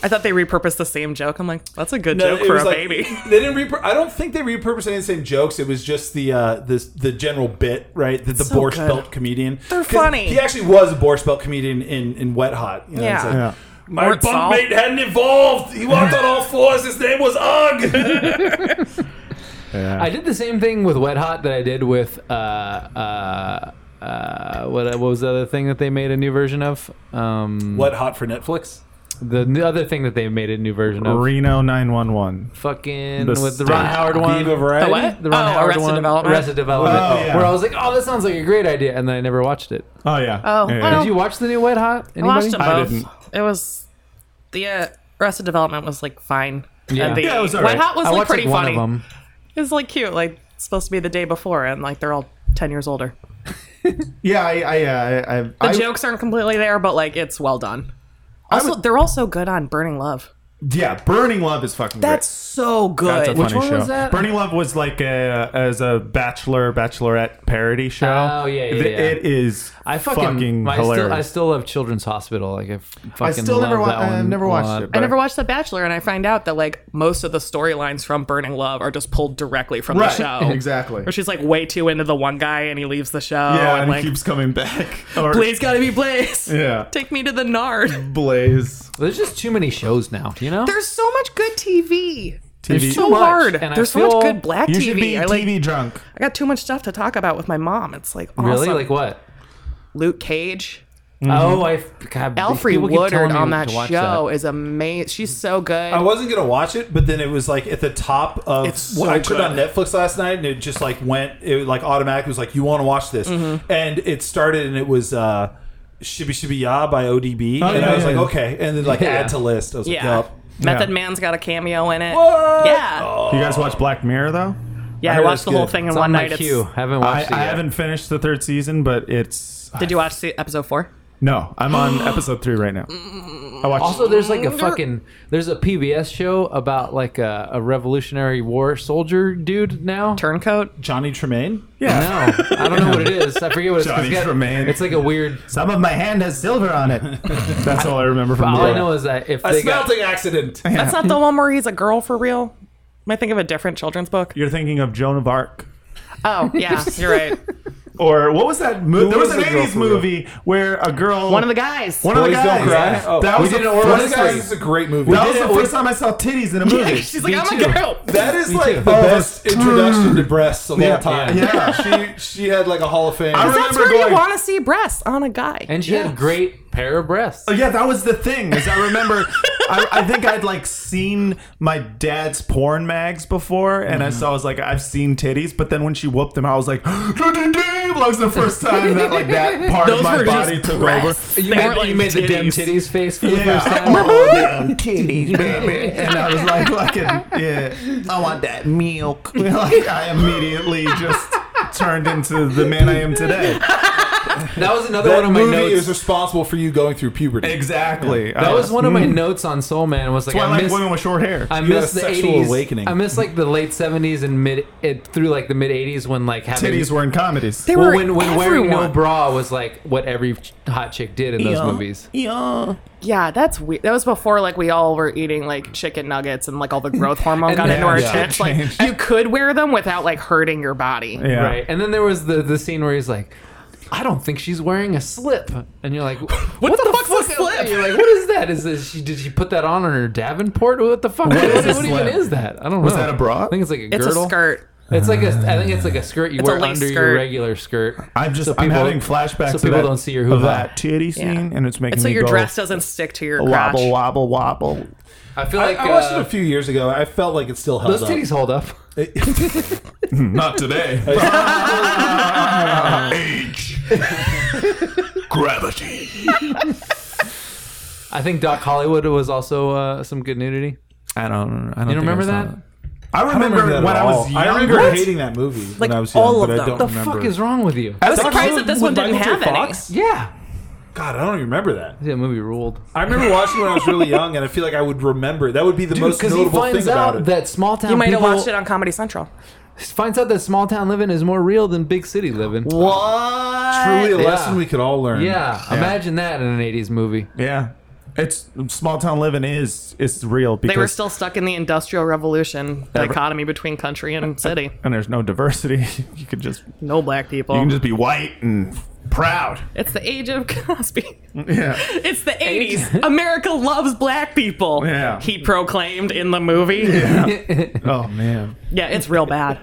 S3: I thought they repurposed the same joke. I'm like, that's a good joke
S4: it
S3: for
S4: was
S3: a
S4: like-
S3: baby.
S4: *laughs* They didn't. Repur- I don't think they repurposed any of the same jokes. It was just the uh, this the general bit, right? That the
S3: So
S4: Borscht
S3: good.
S4: Belt comedian.
S3: They're
S4: 'Cause
S3: funny.
S4: He actually was a Borscht Belt comedian in in Wet Hot. you know, it's
S3: Yeah.
S4: like,
S2: Yeah.
S5: My
S3: Weren't Saul-
S5: bunkmate hadn't evolved. He walked on all fours. His name was Ugg.
S2: Yeah.
S1: I did the same thing with Wet Hot that I did with uh, uh, uh, what, what was the other thing that they made a new version of? Um,
S4: *laughs* Wet Hot for Netflix.
S1: the n- other thing that they made a new version of?
S2: Reno 911.
S1: Fucking
S2: The
S1: with the Ron
S2: state.
S1: Howard one.
S4: Viva Variety?
S1: The what? The Ron
S3: Oh,
S1: Howard
S3: Arrested
S1: one.
S3: Development?
S1: Arrested Development.
S2: Oh, yeah.
S1: Where I was like, oh, that sounds like a great idea, and then I never watched it.
S2: Oh yeah.
S3: Oh,
S2: Yeah, yeah.
S3: well.
S1: Did you watch the new Wet Hot?
S3: I watched
S1: Anybody?
S3: them both.
S2: I didn't.
S3: It was the uh, Arrested Development was like fine.
S1: Yeah.
S3: and the
S1: Yeah,
S2: it was all
S3: White
S2: right.
S3: Hot was
S1: I
S3: like
S1: watched
S3: pretty
S1: like, one
S3: funny.
S1: of them.
S3: It was like cute. Like it's supposed to be the day before, and like they're all ten years older.
S2: Yeah, I, I, uh, I, I,
S3: The
S2: I
S3: jokes aren't completely there, but like it's well done. Also,
S2: would-
S3: they're also good on Burning Love.
S2: yeah, Burning Love is fucking.
S3: That's so
S2: great.
S3: good.
S2: That's a funny
S1: one
S2: show.
S1: was that?
S2: Burning Love was like a as a bachelor bachelorette parody show.
S1: Oh, yeah, yeah,
S2: Th-
S1: yeah.
S2: It is.
S1: I fucking, I
S2: hilarious.
S1: Still, I still love Children's Hospital. Like I f- fucking
S2: still never
S1: love
S2: wa-
S1: that
S2: I've
S1: one
S2: never
S1: a
S2: watched
S1: lot.
S2: it,
S3: I
S2: but-
S3: never watched The Bachelor, and I find out that like most of the storylines from Burning Love are just pulled directly from
S2: Right,
S3: the show.
S2: *laughs* exactly.
S3: Where she's like way too into the one guy, and he leaves the show.
S2: yeah, and
S3: and
S2: it
S3: like,
S2: keeps coming back. Or,
S3: Blaze gotta be Blaze.
S2: Yeah.
S3: *laughs* Take me to the Nard.
S2: Blaze.
S1: There's just too many shows now, you know?
S3: There's so much good TV.
S2: TV.
S3: It's so
S1: much,
S3: hard.
S1: and I
S3: There's so
S1: feel
S3: much good black
S2: You
S3: TV.
S2: should be
S3: I
S2: TV
S3: like.
S2: drunk.
S3: I got too much stuff to talk about with my mom. It's like awesome.
S1: really like what?
S3: Luke Cage.
S1: Oh, I God, these
S3: Elfrey
S1: people keep telling
S3: Woodard
S1: me
S3: on
S1: to
S3: that
S1: watch
S3: show is amazing. She's so good.
S4: I wasn't gonna watch it, but then it was like at the top of
S3: so
S4: what I turned
S3: good.
S4: on Netflix last night, and it just like went. It like automatically was like, "You want to watch this?"
S3: Mhm.
S4: And it started, and it was uh, "Shibby Shibby Ya" by ODB,
S3: Oh,
S4: and
S3: yeah,
S4: I was
S3: yeah.
S4: like, "Okay," and then like
S3: Yeah.
S4: add to list. I was
S3: Yeah.
S4: like, "Yup."
S3: Method
S4: Yeah.
S3: Man's got a cameo in it. Yeah.
S2: Do you guys watch Black Mirror though?
S3: Yeah, I I heard watched it's the whole good. thing in It's on one my night. It's- queue. I haven't watched
S2: I,
S3: it
S2: I
S3: yet.
S2: haven't finished the third season, but it's
S3: Did you watch the episode four?
S2: no. I'm on episode three right now. I watched.
S1: also, there's like a fucking there's a PBS show about like a, a Revolutionary War soldier dude now.
S3: Turncoat
S4: Johnny Tremaine.
S1: Yeah. No, I don't know what it is. I forget what it's
S2: Johnny
S1: it's got-
S2: Tremaine.
S1: It's like a weird.
S8: Some of my hand has silver on it.
S2: *laughs* That's all I remember from.
S1: All
S2: the
S1: I know is that if
S4: A
S1: they got
S4: smelting accident.
S3: That's not the one where he's a girl for real. Am I thinking of a different children's book?
S2: You're thinking of Joan of Arc.
S3: Oh, yeah, you're right.
S2: Or what was that movie?
S3: Who
S2: There was,
S3: was
S2: an
S3: the girl
S2: '80s
S3: for real?
S2: movie where a girl,
S3: One of the guys.
S2: one of the
S3: Boys
S2: guys,
S3: Don't Cry?
S4: Oh.
S2: that
S4: We
S2: was
S4: did
S2: the
S4: it over
S2: first
S4: the guys.
S2: time-
S4: It's a great movie.
S2: That
S4: We
S2: was
S4: did
S2: the
S4: it
S2: first
S4: with-
S2: time I saw titties in a movie.
S4: she's like, Me "I'm a too. girl." That is, like, the best introduction to breasts of
S2: yeah,
S4: all time.
S2: Yeah,
S4: she she had like a Hall of Fame.
S2: I
S3: That's
S2: remember
S3: where
S2: going.
S3: you want to see breasts on a guy.
S1: and she had great pair of breasts.
S2: Oh, yeah, that was the thing. Is I remember, I, I think I'd like seen my dad's porn mags before, and I saw I was like, I've seen titties, but then when she whooped them, I was like, *gasps* that was the first time that like that part of
S8: Those
S2: my
S8: were just
S2: body took
S8: breasts.
S2: over.
S8: You They made- weren't you like made the damn titties.
S1: titties face for the
S2: yeah.
S1: first time.
S2: Oh,
S3: *laughs*
S8: damn titties, baby. And I was like, fucking,
S2: yeah.
S8: I want that milk.
S2: *laughs* Like I immediately just turned into the man I am today.
S1: That was another
S4: That
S1: one of my
S4: movie
S1: notes.
S4: is responsible for you going through puberty.
S2: Exactly.
S1: that was one of my notes on Soul Man. Was like
S2: That's why I
S1: I
S2: like
S1: miss
S2: women with short hair.
S1: I
S2: You had
S1: miss
S2: a
S1: the
S2: sexual
S1: 80s.
S2: awakening.
S1: I miss like the late 70s and mid it through like the mid 80s when like having
S2: Titties were in comedies.
S1: well, when, when wearing no bra was like what every ch- hot chick did in those
S3: Yeah.
S1: movies.
S3: Yeah. Yeah, that's weird. That was before like we all were eating like chicken nuggets and like all the growth hormone got
S1: And-
S3: into our
S1: Yeah.
S3: tits. Like you could wear them without like hurting your body.
S1: Right. And then there was the the scene where he's like I don't think she's wearing a slip, and you're
S2: *laughs*
S1: like, "What, the, fuck's fuck a slip?" You're like, "What is that? Is this, she did she put that on on her Davenport? What the fuck? What,
S2: is a
S1: even
S2: slip?
S1: is that? I don't know.
S2: Was that a bra?
S1: I think it's like a
S3: It's a
S1: girdle.
S3: skirt.
S1: It's like a. I think it's like a skirt you
S3: It's a
S1: wear
S3: lace
S1: under your
S3: skirt.
S1: regular skirt.
S2: I'm just
S1: So
S2: I'm
S1: people-
S2: having flashbacks.
S1: So
S2: of
S1: people
S2: that,
S1: don't see your
S2: of
S1: hoo-ha.
S2: that titty scene, and it's making
S3: It's so
S2: me
S3: your
S2: go
S3: dress doesn't stick to your crotch.
S2: wobble, wobble, wobble.
S1: I feel uh,
S4: I, I watched it a few years ago. I felt like it still held
S1: Those
S4: up.
S1: titties hold up.
S2: Not *laughs* today.
S5: Age. Gravity.
S1: I think Doc Hollywood was also uh, some good nudity.
S2: I don't. I don't
S1: you don't
S2: think I
S1: remember
S2: saw
S1: that?
S2: it. I remember,
S4: that
S2: when
S4: at
S2: I was
S4: all.
S2: younger.
S4: I remember hating that movie when I was young, but I don't
S1: the
S4: remember.
S1: fuck is wrong with you?
S4: I
S3: was surprised that this one didn't have any.
S1: any. Yeah.
S4: God, I don't even remember that.
S1: That movie ruled.
S4: I remember watching it when I was really young, and I feel like I would remember. That would be the
S1: Dude,
S4: most
S1: because he
S4: notable
S1: finds
S4: thing about
S1: out
S4: it.
S1: that small town
S3: You might have
S1: people
S3: watched it on Comedy Central.
S1: finds out that small town living is more real than big city living.
S4: What? Truly a
S1: Yeah.
S4: lesson we could all learn.
S1: Yeah, imagine that in an '80s movie.
S2: Yeah, it's small town living is is real because
S3: They were still stuck in the Industrial Revolution dichotomy between country and city.
S2: and there's no diversity. *laughs* You could just you
S3: No black people.
S2: can just be white and proud.
S3: It's the age of *laughs* Cosby.
S2: Yeah.
S3: It's the 80s. America loves black people.
S2: Yeah.
S3: He proclaimed in the movie.
S2: Yeah.
S1: *laughs*
S2: oh man,
S3: Yeah, it's real bad.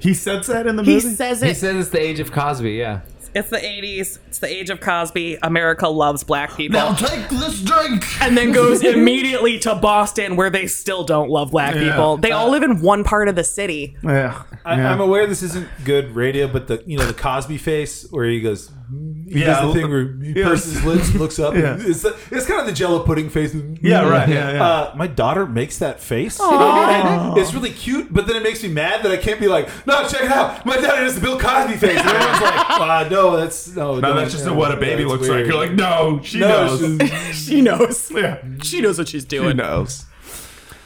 S2: he says that in the
S3: He
S2: movie.
S3: says
S1: He
S3: it.
S1: says it's the age of Cosby. Yeah.
S3: It's the 80s. It's the age of Cosby. America loves black people. *laughs*
S6: Now take this drink.
S3: and then goes immediately to Boston, where they still don't love black
S4: Yeah.
S3: people. They all live in one part of the city. *laughs*
S2: yeah.
S4: I,
S2: Yeah.
S4: I'm aware this isn't good radio, but the you know the Cosby face where he goes, he
S2: Yeah.
S4: does the thing where he
S2: Yeah.
S4: purses his lips, looks up.
S2: Yeah.
S4: and It's, the- it's kind of the Jello pudding face.
S2: Yeah, right, yeah, yeah.
S4: Uh, my daughter makes that face. And *laughs* it's really cute, but then it makes me mad that I can't be like, no, check it out. My daughter does the Bill Cosby face. And everyone's
S2: *laughs*
S4: like, uh, no, that's no.
S2: No,
S4: don't-
S2: that's just
S4: yeah,
S2: what a baby
S4: that's
S2: looks like.
S4: weird."
S2: You're like, no, she
S4: No,
S2: knows.
S3: She knows.
S2: *laughs* yeah,
S3: She knows what she's
S2: she
S3: doing.
S2: knows.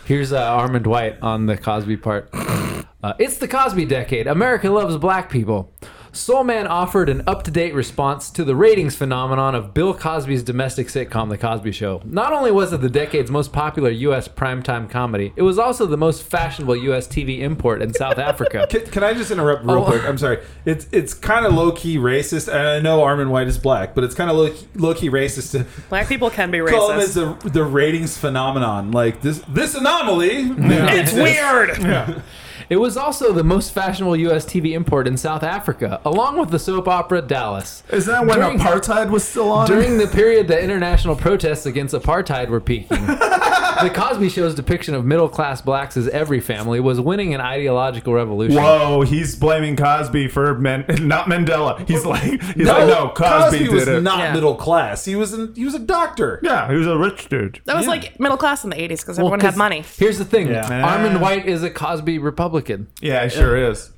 S1: Here's uh, Armand White on the Cosby part. Uh, it's the Cosby decade. America loves black people. Soul Man offered an up to date response to the ratings phenomenon of Bill Cosby's domestic sitcom, The Cosby Show. Not only was it the decade's most popular U.S. primetime comedy, it was also the most fashionable U.S. TV import in South Africa.
S4: Can, can I just interrupt real
S1: Oh.
S4: quick? I'm sorry. It's it's kind of low key racist, and I know Armin White is black, but it's kind of low low key racist to
S3: *laughs* Black people can be
S4: call him as
S3: racist.
S4: the *laughs* the ratings phenomenon. Like this this anomaly.
S3: It's weird.
S1: It was also the most fashionable U.S. TV import in South Africa, along with the soap opera Dallas.
S2: Is that when
S1: During-
S2: apartheid was still on?
S1: During the period that international protests against apartheid were *laughs* peaking, the Cosby Show's depiction of middle class blacks as every family was winning an ideological revolution.
S2: Whoa, he's blaming Cosby for men, *laughs* not Mandela. He's like, he's
S1: No,
S2: like, no, Cosby,
S1: Cosby
S2: did
S1: was
S2: it.
S1: not Yeah. middle
S4: class. He was an, he was a doctor.
S2: Yeah, he was a rich dude.
S3: That was
S1: Yeah.
S3: like middle class in the 80s because
S1: Well,
S3: everyone
S1: 'cause
S3: had
S1: *laughs*
S3: money.
S1: Here's the thing
S4: Yeah.
S1: Armand White is a Cosby Republican.
S2: Yeah, it sure is.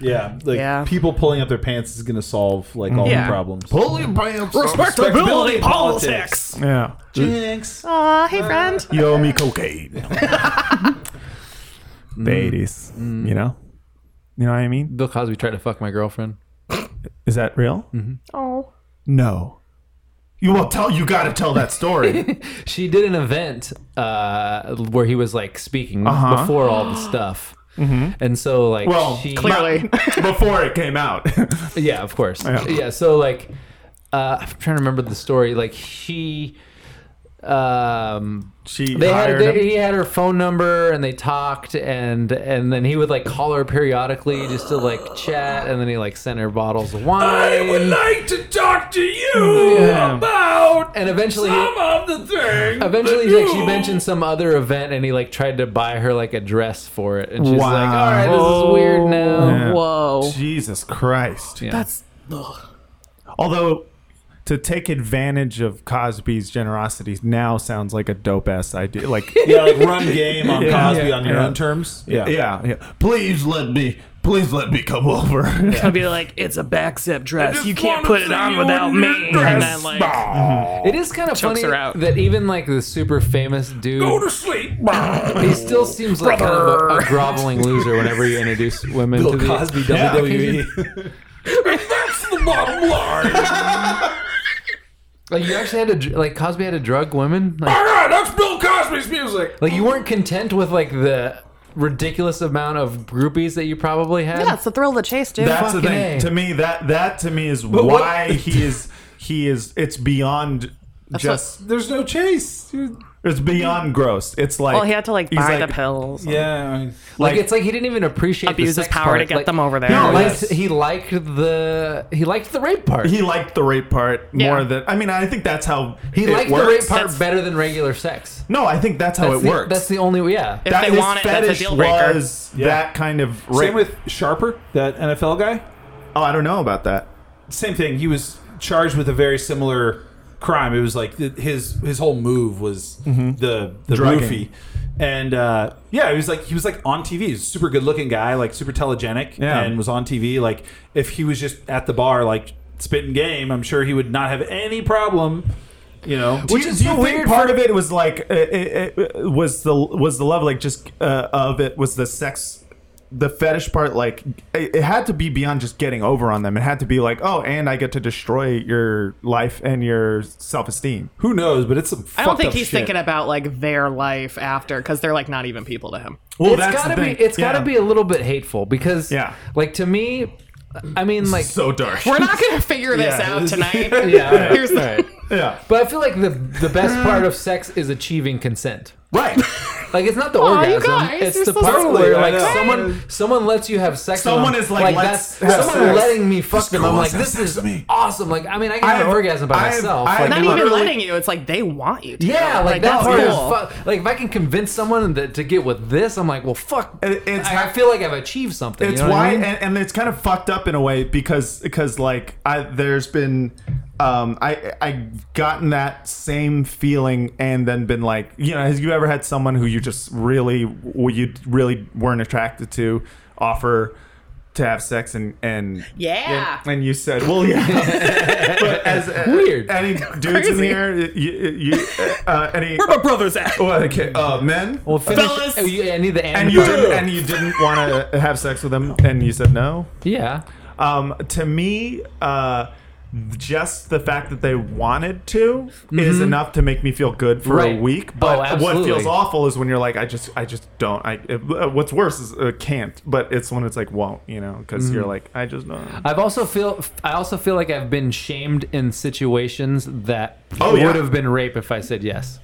S4: Yeah, like people pulling up their pants is going to solve like all the problems.
S6: Pulling pants.
S4: Respectability politics.
S2: Yeah.
S4: Jinx.
S3: Aw, hey friend.
S2: You owe me *laughs* cocaine. the eighties. You know? You know what I mean?
S1: Bill Cosby tried to fuck my girlfriend.
S2: Is that real?
S3: Oh.
S2: No. You will tell you gotta tell that *laughs* story.
S1: she did an event uh, where he was like speaking
S2: Uh-huh.
S1: before all the stuff.
S2: Mhm.
S1: And so, like,
S2: well
S1: she,
S2: clearly before it came *laughs* out.
S1: yeah, of course.
S2: Yeah.
S1: Yeah. so like, uh, I'm trying to remember the story. Like she, um,
S2: she
S1: they had e-
S2: hired
S1: they,
S2: him?
S1: he had her phone number and they talked and and then he would like call her periodically just to like chat and then he like sent her bottles of
S5: I
S1: wine.
S5: would like to talk to you
S1: Yeah.
S5: about
S1: and eventually he-
S5: some of the things.
S1: Eventually,
S5: that
S1: like, she
S5: you-
S1: mentioned some other event, and he like tried to buy her like a dress for it, and she's
S2: Wow.
S1: like, "All right, this is weird now."
S2: Yeah. Jesus Christ.
S1: That's-
S2: Although to take advantage of Cosby's generosity now sounds like a dope ass
S1: *laughs*
S2: idea. Like
S4: Yeah, like run game on
S2: Yeah.
S4: Cosby on your
S2: Yeah.
S4: own terms.
S2: Yeah. yeah, yeah. Please let me, please let me come over. *laughs*
S3: It's gonna be like it's a back zip dress. You can't put it on without me. And then like
S1: It is kind of funny
S3: Chokes her out.
S1: that even like the super famous dude,
S5: Go to sleep.
S1: he still seems like kind of a, a
S5: Brother.
S1: groveling loser whenever you introduce women
S4: Bill
S1: to the
S4: Cosby, E. WWE.
S5: That's the bottom line.
S1: Like you actually had to dr- like Cosby had to drug women. Like,
S5: All right, that's Bill Cosby's music.
S1: like you weren't content with like the ridiculous amount of groupies that you probably had.
S3: Yeah, it's the thrill of the chase, dude.
S2: That's the
S1: Fucking
S2: thing.
S1: A.
S2: To me, that that to me is
S4: But what-
S2: why he is he is. It's beyond just.
S4: There's no chase.
S2: it's beyond gross. It's like
S3: well, he had to like
S2: he's
S3: buy
S2: like-
S3: the pills.
S4: Yeah.
S1: Like,
S2: Like-
S1: it's like he didn't even appreciate
S3: Abuse
S1: the
S3: his
S1: sex
S3: power
S1: part.
S3: to get
S1: Like,
S3: them over there.
S1: He
S3: No,
S1: liked,
S3: yes.
S1: he liked the he liked the rape part.
S2: He liked the rape part
S1: Yeah.
S2: more than. I mean, I think that's how
S1: He
S2: it
S1: liked
S2: works.
S1: the rape part better than regular sex.
S2: No, I think that's how
S1: That's
S2: it
S1: the-
S2: works.
S1: That's the only yeah.
S3: If
S2: That-
S3: they
S2: his
S3: want it, that's a
S2: fetish
S3: deal breaker.
S2: Was
S4: Yeah.
S2: that kind of rape?
S4: Same with Sharper, that NFL guy.
S2: oh, I don't know about that.
S4: Same thing. He was charged with a very similar crime. It was like th- his his whole move was the the
S2: Drugging.
S4: roofie. And uh, yeah, he was like he was like on TV. He was a super good looking guy, like super telegenic,
S2: Yeah.
S4: and was on TV. Like if he was just at the bar, like spitting game, I'm sure he would not have any problem. You know,
S2: Do you, do you think part of it was like uh, it, it, was the was the love like just uh, of it was the sex the fetish part like it, it had to be beyond just getting over on them it had to be like oh and I get to destroy your life and your self esteem
S4: who knows, but it's some.
S3: I don't think he's thinking about like their life after because they're like not even people to him.
S2: well
S1: it's
S2: that's
S1: gotta
S2: the
S1: be
S2: thing.
S1: it's gotta
S2: Yeah.
S1: be a little bit hateful because
S2: Yeah.
S1: like to me, I mean like
S2: so dark
S3: We're not gonna figure this
S2: Yeah,
S3: out
S2: this- *laughs*
S3: tonight.
S1: yeah.
S3: Here's the-
S1: alright.
S2: yeah
S1: But I feel like the the best part of sex is achieving consent. *laughs*
S2: right
S1: Like it's not the
S3: Aw, you
S1: orgasm;
S3: guys,
S1: it's
S3: you're
S1: the
S3: so
S1: part
S3: sweet.
S1: where
S4: I
S1: like
S4: know.
S1: someone someone lets you have sex. with
S2: Someone
S1: them.
S2: is like, "Let's
S1: that's,
S2: have
S1: someone
S2: sex."
S1: letting me fuck
S2: This
S1: them.
S2: girl
S1: I'm like,
S2: wants to have
S1: this
S2: sex
S1: is
S2: with me.
S1: awesome. Like I mean, I can have
S2: I've-
S1: an orgasm by
S2: I've-
S1: myself.
S2: I've
S1: like,
S3: not
S2: I'm
S3: even
S2: literally-
S3: letting you. It's like they want you. To.
S1: yeah, like, that
S3: that's
S1: part
S3: cool.
S1: is fu- like if I can convince someone that to get with this, I'm like, well, fuck.
S2: It- it's-
S1: I, I feel like I've achieved something.
S2: It's
S1: you know what
S2: why,
S1: I mean?
S2: and, and it's kind of fucked up in a way because because like I there's been, um, I I've gotten that same feeling and then been like, you know, has you ever had someone who you just really who you really weren't attracted to offer to have sex and and
S3: Yeah.
S2: and you said, well, yeah, *laughs* but as uh,
S1: Weird.
S2: any dudes in
S3: Crazy.
S2: here, you, you uh, any.
S3: Where my brothers at?
S2: Well, okay, uh, men,
S1: Well, finish-
S3: Fellas!
S1: oh, you- I need the
S2: and
S1: and
S2: you didn't, and you didn't want to have sex with them, and you said no.
S1: yeah.
S2: Um, to me, uh, just the fact that they wanted to is enough to make me feel good for a
S1: Right.
S2: week.
S1: Oh,
S2: But what
S1: absolutely.
S2: feels awful is when you're like, I just, I just don't. I uh, what's worse is uh, can't. But it's when it's like won't, you know, because you're like, I just don't.
S1: I've also feel I also feel like I've been shamed in situations that
S2: Oh,
S1: would
S2: yeah.
S1: have been rape if I said yes.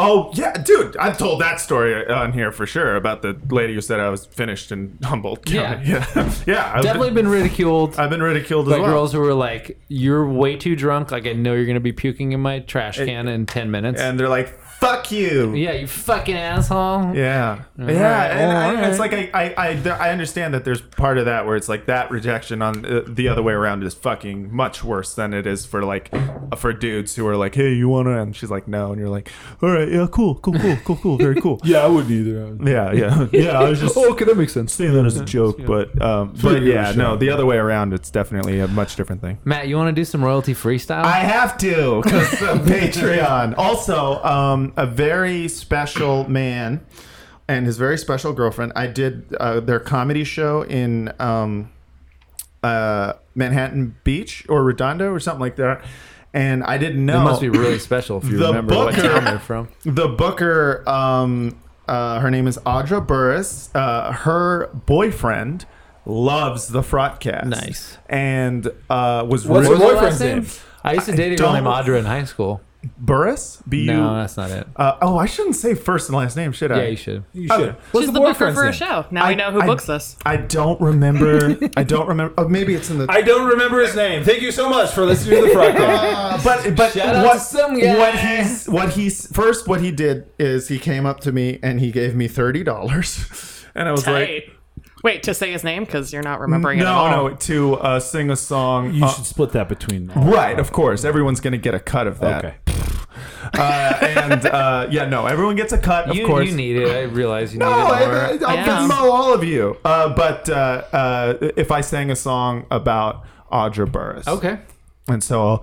S2: Oh yeah, dude! I've told that story on here for sure about the lady who said I was finished *laughs* in Humboldt County. Yeah, yeah, I've
S1: Definitely been, ridiculed.
S2: I've been ridiculed
S1: by
S2: as well.
S1: girls who were like, "You're way too drunk. Like I know you're gonna be puking in my trash can in ten minutes."
S2: And they're like, "Fuck you."
S1: Yeah, you fucking asshole.
S2: Yeah,
S1: All
S2: yeah,
S1: right,
S2: and,
S1: all
S2: I- it's
S1: right.
S2: like I, I, I, there- I understand that there's part of that where it's like that rejection on uh, the other way around is fucking much worse than it is for like for dudes who are like, hey, you wanna? And she's like, no, and you're like, all right, yeah, cool, cool, cool, cool, cool, very cool.
S4: *laughs* yeah, I wouldn't either.
S2: yeah,
S4: *laughs*
S2: yeah, yeah. I was just
S4: Oh, okay, that makes sense.
S2: saying that as a joke, but um,
S4: Sure,
S2: but yeah,
S4: sure.
S2: no, the other way around, it's definitely a much different thing.
S1: Matt, you want to do some royalty freestyle?
S2: I have to because
S1: *laughs*
S2: Patreon. Also, um, a very special man and his very special girlfriend. I did uh, their comedy show in um, uh, Manhattan Beach or Redondo or something like that. And I didn't know.
S1: It must be really special if you
S2: *laughs* The
S1: remember what
S2: booker-
S1: town they're
S2: *laughs*
S1: from.
S2: The booker, um, uh, her name is Audra Burris. Uh, her boyfriend loves the Frotcast. Nice. And uh, was
S1: What's
S2: really-
S1: her boyfriend's name? I used to date a girl
S2: don't-
S1: named Audra in high school.
S2: Burris? B U-
S1: No, that's not it.
S2: Uh, oh, I shouldn't say first and last name, should I?
S1: Yeah, you should.
S2: You
S3: should. She's the booker for a show. Now we know who
S2: I-
S3: books us.
S2: I don't remember. I don't remember. Oh, maybe it's in the.
S4: I don't remember his name. Thank you so much for listening to the *laughs* podcast.
S2: Uh, but but
S4: Shout out
S2: what
S4: to some guy.
S2: what he's what he's first what he did is he came up to me and he gave me thirty dollars, *laughs* and I was like,
S3: Tight. Wait, to say his name because you're not remembering it at all.
S2: Mm, no, no, to uh, sing a song.
S4: You
S2: uh,
S4: should split that between them.
S2: Right, of course. Everyone's going to get a cut of that.
S4: Okay.
S2: Uh, and uh, yeah, no, everyone gets a cut, of
S1: you,
S2: course.
S1: you need it. I realize you
S2: No,
S1: need
S2: I, I,
S1: it.
S2: I'll
S1: more.
S2: Venmo all of you. Uh, but uh, uh, if I sang a song about Audra Burris,
S1: Okay.
S2: and so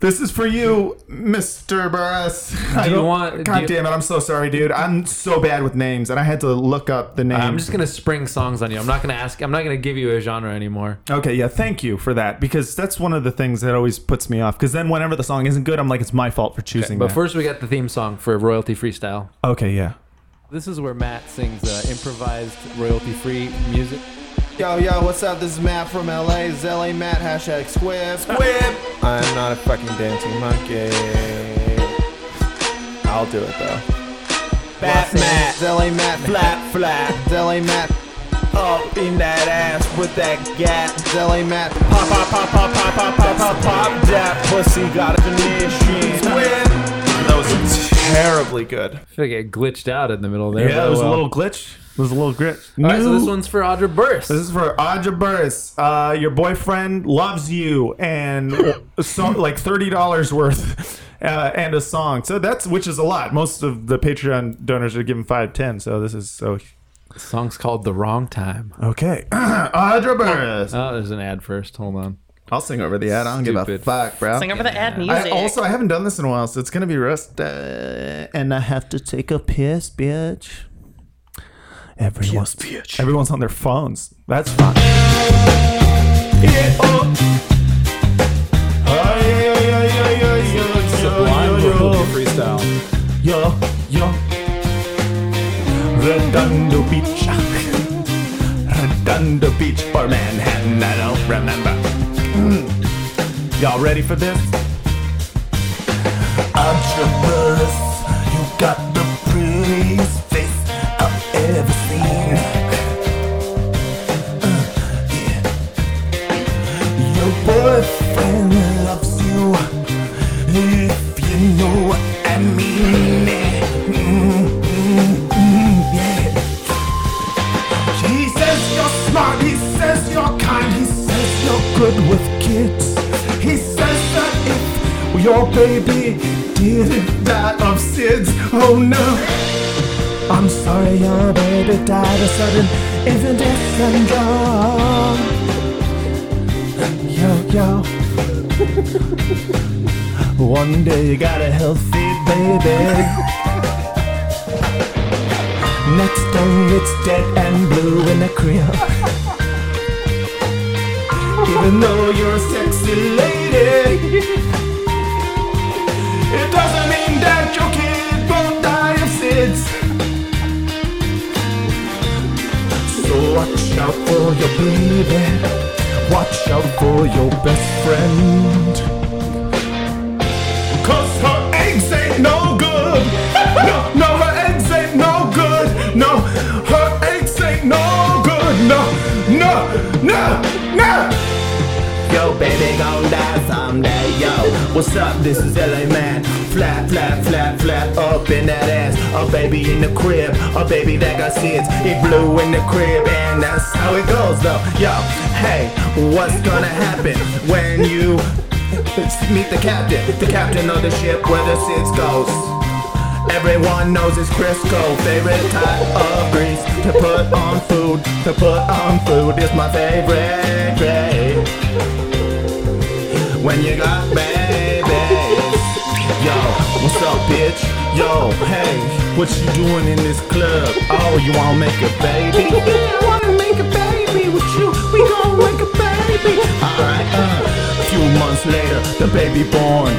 S2: this is for you, Mister Burris. I
S1: you
S2: don't-
S1: want-
S2: God
S1: do you-
S2: damn it! I'm so sorry, dude. I'm so bad with names, and I had to look up the name.
S1: I'm just gonna spring songs on you. I'm not gonna ask. I'm not gonna give you a genre anymore.
S2: Okay, yeah, thank you for that because that's one of the things that always puts me off. Because then, whenever the song isn't good, I'm like, it's my fault for choosing.
S1: But
S2: that.
S1: first, we got the theme song for royalty freestyle.
S2: okay, yeah.
S1: This is where Matt sings uh, improvised royalty-free music.
S12: Yo, yo, what's up? This is Matt from LA. This is LA Matt, hashtag squib. Squib! I'm not a fucking dancing monkey. I'll do it though. Fat Matt. LA Matt. Flat, flat. LA Matt. Up in that ass with that gap. LA Matt. Pop, pop, pop, pop, pop, pop, pop, pop, pop. That pussy got a definition. Squib!
S2: That was terribly good.
S1: I feel like it glitched out in the middle there.
S2: Yeah,
S1: but oh
S2: it was
S1: well.
S2: a little glitch. It was a little glitch.
S1: All right, so this one's for Audra Burris.
S2: This is for Audra Burris. Uh, your boyfriend loves you, and so like thirty dollars worth, uh, and a song. So that's which is a lot. Most of the Patreon donors are giving five, ten. So this is so
S1: The song's called "The Wrong Time."
S2: okay. *clears throat* Audra Burris.
S1: Oh, there's an ad first. Hold on.
S2: I'll sing over the ad. I don't give a
S1: Stupid.
S2: fuck, bro.
S3: Sing over the ad music.
S2: I, also, I haven't done this in a while, so it's gonna be rust. Uh, and I have to take a piss, bitch. Everyone's bitch. Everyone's on their phones. That's fine.
S4: *laughs* Sublime Royalty freestyle.
S2: Yo, yo. Redondo Beach. Redondo Beach or Manhattan, I don't remember. Mm. Y'all ready for this?
S11: Entrepreneurs, you got the prettiest face I've ever seen. Uh, yeah. Your boyfriend loves you, if you know what I mean. Mm, mm, mm, yeah. He says you're smart, he says you're kind, he says you're good with kids. He says that if your baby didn't die of SIDS. Oh no. I'm sorry, your baby died of sudden infant death syndrome. Yo, yo. One day you got a healthy baby. Next day it's dead and blue in a crib. Even though you're a sexy lady, it doesn't mean that your kid won't die of SIDS. So watch out for your baby. Watch out for your best friend.
S2: Cause her eggs ain't no good. No, no, her eggs ain't no good. No, her eggs ain't no good. No, no, no, no.
S10: Yo, baby, gon' die someday, yo. What's up? This is LA Man. Flap, flap, flap, flap, up in that ass. A baby in the crib, a baby that got kids. It blew in the crib, and that's how it goes, though. Yo, hey, what's gonna happen when you meet the captain? The captain of the ship where the seeds goes. Everyone knows it's Crisco, favorite type of grease to put on food. To put on food is my favorite grade. When you got babies, yo, what's up, bitch? Yo, hey, what you doing in this club? Oh, you wanna make a baby? Yeah, I wanna make a baby with you. We gonna make a baby. Alright, uh, a few months later, the baby born.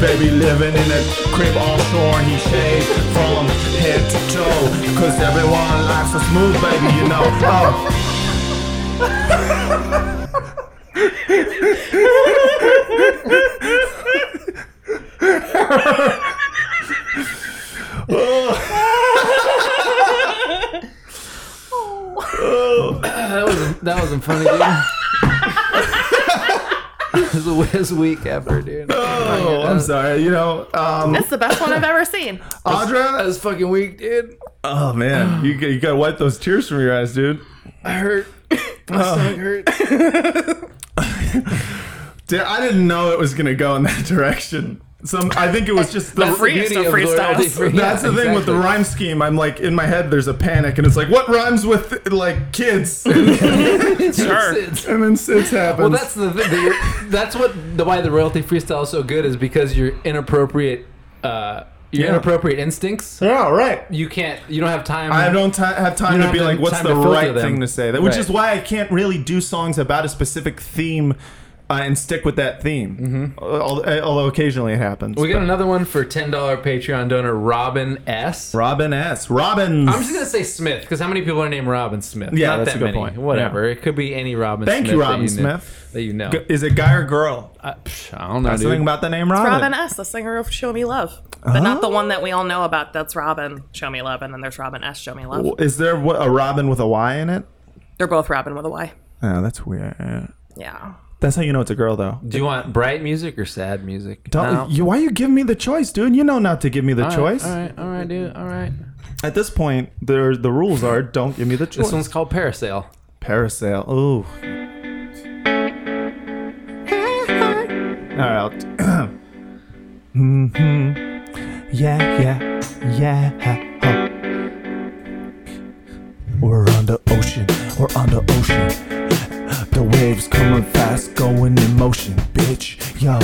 S10: Baby living in a crib all torn. He shaved from head to toe. Cause everyone likes a smooth baby, you
S1: *laughs*
S10: know. Oh.
S1: that was that wasn't funny, *laughs* dude. it, was a, it was a weak effort, dude.
S2: Oh, I'm sorry. You know, um,
S3: That's the best one I've ever
S2: *laughs*
S3: seen.
S2: Audra,
S1: that was fucking weak, dude.
S2: oh man, you g- you gotta wipe those tears from your eyes, dude.
S1: I
S2: *laughs*
S1: hurt. My stomach hurt.
S2: Oh. *laughs* Dude, I didn't know it was gonna go in that direction. Some, I think it was just the
S3: That's the freest of
S1: beauty of Laura
S3: freestyles.
S1: Lee Free- Yeah,
S2: That's the thing with the
S1: exactly.
S2: rhyme scheme. I'm like in my head, there's a panic, and it's like, what rhymes with like kids? *laughs* And
S3: Sure.
S2: then sits happens.
S1: Well, that's the thing. that you're- That's what the why the royalty freestyle is so good is because your inappropriate, uh, your
S2: Yeah.
S1: inappropriate instincts.
S2: yeah, right.
S1: You can't. You don't have time.
S2: I don't ti have
S1: You
S2: time
S1: don't
S2: to be
S1: have
S2: like, what's
S1: time
S2: the
S1: to filter
S2: right
S1: them.
S2: thing to say? That, which
S1: Right.
S2: is why I can't really do songs about a specific theme uh, and stick with that theme. Al- al- Although occasionally it happens.
S1: Mm-hmm. We
S2: But-
S1: got another one for ten dollar Patreon donor Robin S.
S2: Robin S. Robbins.
S1: I'm just gonna say Smith because how many people are named Robin Smith?
S2: Yeah,
S1: Not
S2: that's
S1: that
S2: a good
S1: many.
S2: point.
S1: Whatever. It could be any Robin.
S2: Thank
S1: Smith
S2: you,
S1: that
S2: Robin
S1: know-
S2: Smith.
S1: That you know.
S2: G- is it guy or girl?
S1: I, psh, I don't know.
S2: That's the thing
S1: dude.
S2: about the name Robin.
S3: Robin S., the singer of Show Me Love. But not the one that we all know about. That's Robin, Show Me Love, and then there's Robin S., Show Me Love.
S2: W- Is there what, a Robin with a Y in it?
S3: They're both Robin with a Y.
S2: Oh, that's weird.
S3: Yeah.
S2: That's how you know it's a girl, though.
S1: Do you want bright music or sad music?
S2: Don't,
S1: No.
S2: you, why you giving me the choice, dude? You know not to give me the
S1: All right,
S2: choice.
S1: All right, all right, dude. All right.
S2: At this point, there the rules are don't give me the choice.
S1: This one's called Parasail.
S2: Parasail. Ooh. All right. *clears throat* mm-hmm. Yeah, yeah, yeah.
S10: We're on the ocean, we're on the ocean. The waves coming fast, going in motion, bitch. Yo,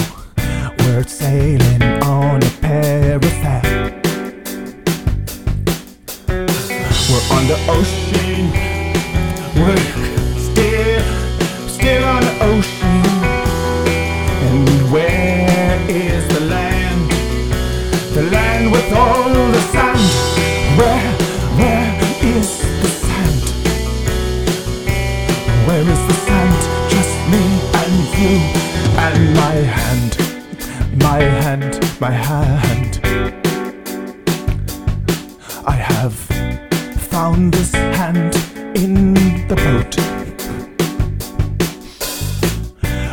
S10: we're sailing on a parasail. We're on the ocean. We're still, still on the ocean. And where is the land? The land with all the sand. Where, where is the sand? Where is the sand? Just me and you and my hand. My hand, my hand. I have found this hand in the boat.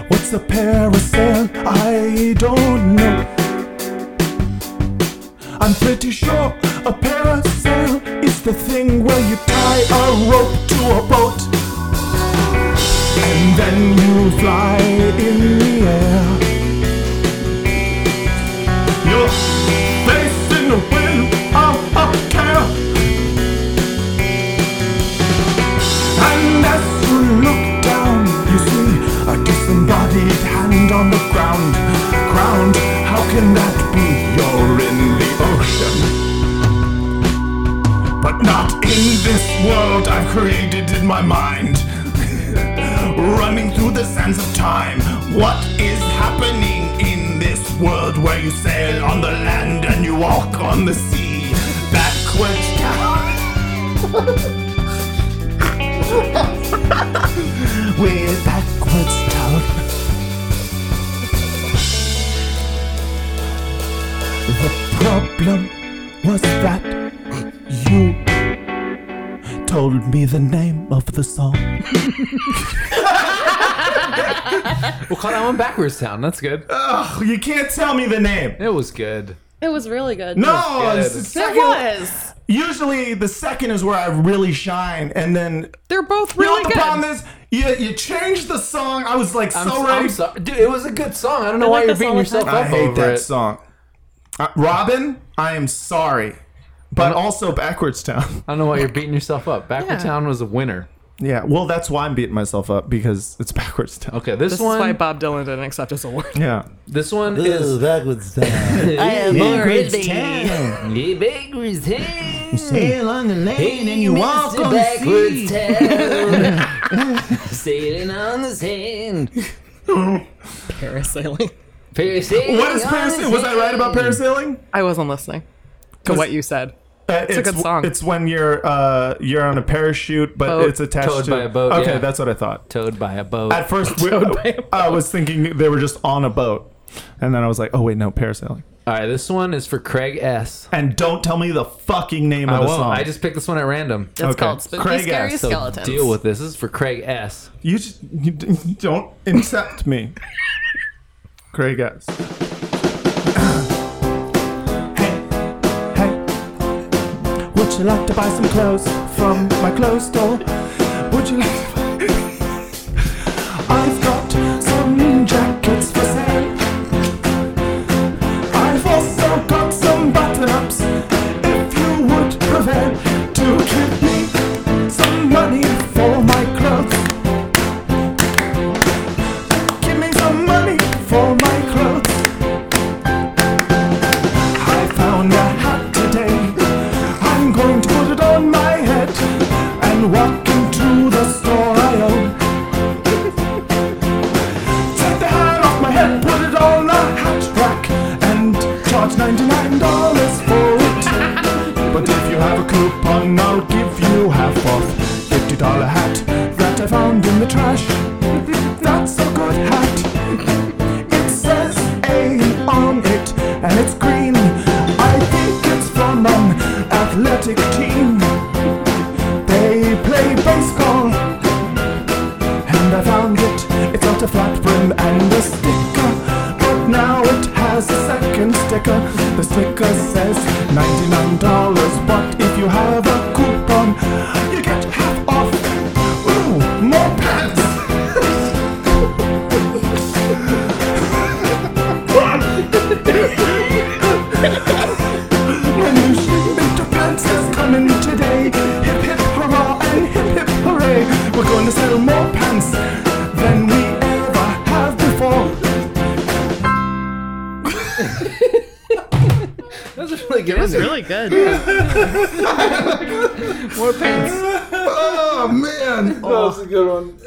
S10: What's a parasail? I don't know. I'm pretty sure a parasail is the thing where you tie a rope to a boat and then you fly in the air.
S2: Your face in the wind of a care.
S10: And as you look down, you see a disembodied hand on the ground. Ground, how can that be? You're in the ocean. But not in this world I've created in my mind. Running through the sands of time. What is happening in this world where you sail on the land and you walk on the sea? Backwards down. We're backwards down.
S2: told me the name of the song.
S1: We'll call that one backwards sound. That's good.
S2: Ugh, *laughs* you can't tell me the name.
S1: It was good.
S13: It was really good.
S2: No, it's the
S13: it
S2: second-
S13: was.
S2: Usually, the second is where I really shine, and then
S13: they're both
S2: You know
S13: really
S2: what the
S13: good.
S2: problem is? You you changed the song. I was like so
S1: I'm-
S2: ready.
S1: I'm sorry. Dude, it was a good song. I don't know I why like you're this beating all the yourself time. up
S2: I hate
S1: over
S2: that
S1: it.
S2: song. Uh, Robin, I am sorry, but also backwards
S1: *laughs*
S2: town.
S1: I don't know why you're beating yourself up. Backward
S2: Yeah.
S1: Town was a winner.
S2: Yeah, well, that's why I'm beating myself up because it's backwards town.
S1: Okay, this,
S3: This
S1: one.
S3: is why Bob Dylan didn't accept his award. *laughs*
S2: Yeah.
S1: This one is
S7: backwards town.
S1: I
S10: *laughs*
S7: am
S1: backwards
S7: already-
S1: town. Yeah, backwards town.
S7: Sail on the lane and you walk
S1: Mr.
S7: on
S1: Backwards
S7: the
S2: *laughs*
S1: Sailing on the sand.
S3: Parasailing.
S1: Parasailing.
S2: What is parasailing? Was I right about parasailing?
S3: I wasn't listening to
S2: Was-
S3: what you said.
S2: Uh,
S3: it's, a good song.
S2: It's when you're uh, you're on a parachute, but
S1: Boat.
S2: it's attached
S1: Towed
S2: to
S1: by a boat,
S2: Okay,
S1: yeah.
S2: that's what I thought.
S1: Towed by a boat.
S2: At first, we, *laughs* I was thinking they were just on a boat, and then I was like, oh wait, no, parasailing.
S1: All right, this one is for Craig S.
S2: And don't tell me the fucking name
S1: I
S2: of the
S1: won't.
S2: song.
S1: I just picked this one at random.
S2: It's Okay. called Spooky Craig Scary S.
S1: So
S2: Skeletons.
S1: deal with this. This is for Craig S.
S2: You just you, d- you don't incept me. Craig S. Would you like to buy some clothes from my clothes store? Would you like to buy... *laughs* I've got some jackets for sale. I've also got some button-ups. If you would prevail to give me some money for my clothes. Give me some money for my clothes. I found a hat today. I'm going to put it on my head and walk into the store I own. Take the hat off my head, put it on a hat rack, and charge $99 for it. but if you have a coupon, I'll give you half off. $50 hat that I found in the trash. That's a good hat. It says A on it, and it's green. I think it's from an athletic team. They play baseball, and I found it. It's got a flat brim and a sticker, but now it has a second sticker. The sticker says $99, but if you have a coupon, you get half off. Ooh, more pants! *laughs* My new shipment of pants is coming today. Hip hip hurrah and hip hip hooray. We're going to sell more pants than we ever have before.
S1: That was really good.
S13: It was really good. *laughs* More pants.
S14: Oh man,
S1: that was a good one.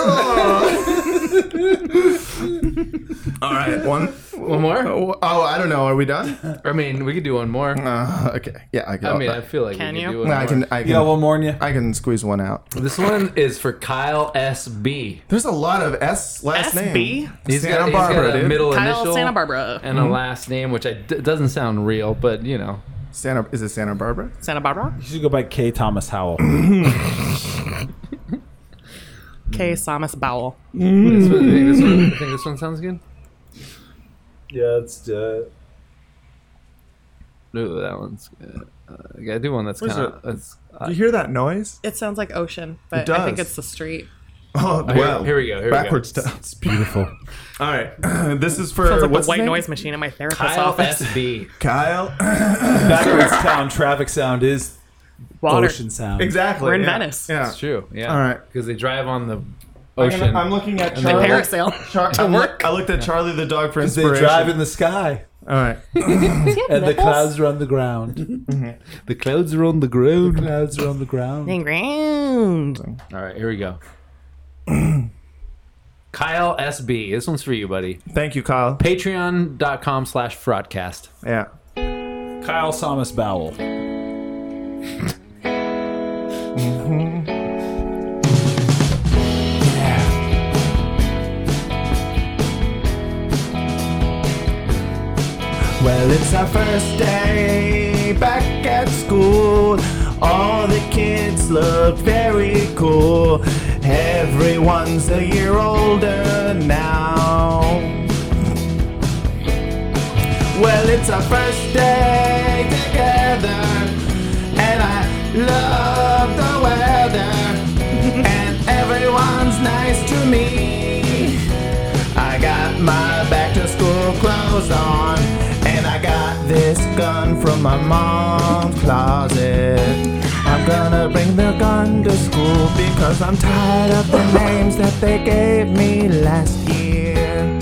S2: All right, one
S1: one more.
S2: Oh, I don't know. Are we done?
S1: I mean, we could do one more.
S2: Uh, okay. Yeah, I got
S1: I mean,
S2: that.
S1: I feel like
S2: Can
S1: we
S2: you?
S1: could do one
S2: I
S1: more.
S2: can. I can. one more in you. I can squeeze one out.
S1: This one is for Kyle SB.
S2: There's a lot of S last
S3: SB?
S2: name.
S1: He's
S2: Santa
S1: got, he's got
S2: Barbara,
S1: a
S2: dude.
S1: middle
S3: Kyle
S1: initial
S3: Santa Barbara.
S1: and a last name, which I d- doesn't sound real, but you know.
S2: Santa is it Santa Barbara?
S3: Santa Barbara?
S4: You should go by K. Thomas Howell.
S3: K. Samus Bowel.
S1: This one, *laughs* I, think this one, I think this one sounds good.
S4: yeah, uh, it's dead.
S1: Ooh, that one's good. Uh, I gotta do one that's
S2: What is
S1: kind of.
S2: Do you hear that noise?
S3: It sounds like ocean,
S2: It
S3: but
S2: does.
S3: I think it's the street.
S2: Oh,
S1: *laughs* Oh, here-
S2: wow.
S1: here we go, here we go.
S2: Backwards go.
S1: *laughs*
S2: It's beautiful. *laughs* All right. *clears throat* this is for
S3: sounds like
S2: Uh, what's
S3: the white
S2: his name?
S3: noise machine in my therapist's
S1: Kyle
S3: office.
S1: SB.
S2: Kyle. *laughs*
S4: Backwards town traffic sound is
S3: Water.
S4: ocean sound.
S2: Exactly.
S3: We're in
S2: yeah.
S3: Venice.
S2: Yeah.
S1: It's true. Yeah.
S2: All right.
S1: Because they drive on the
S2: I'm
S1: ocean.
S2: gonna- I'm looking at
S1: and they-
S2: Charlie.
S3: Parasail.
S2: Char-
S3: To
S2: I'm-
S3: work.
S2: I looked at Charlie the dog for
S4: They
S2: inspiration.
S4: drive in the sky,
S2: All right.
S4: and the clouds are on the *laughs* ground.
S1: The clouds are on the ground.
S4: Clouds are on the ground.
S3: Dang, ground.
S1: All right, here we go. Kyle SB. This one's for you, buddy.
S2: Thank you, Kyle.
S1: Patreon.com slash fraudcast.
S2: Yeah.
S4: Kyle Thomas Bowell.
S2: Well, it's our first day back at school.
S12: All the kids look very cool. Everyone's a year older now. Well, it's our first day together, and I love the weather, and everyone's nice to me. I got my back to school clothes on, and I got this gun from my mom's closet. I'm gonna bring the gun to school because I'm tired of
S6: *laughs*
S12: the names that they gave me last year.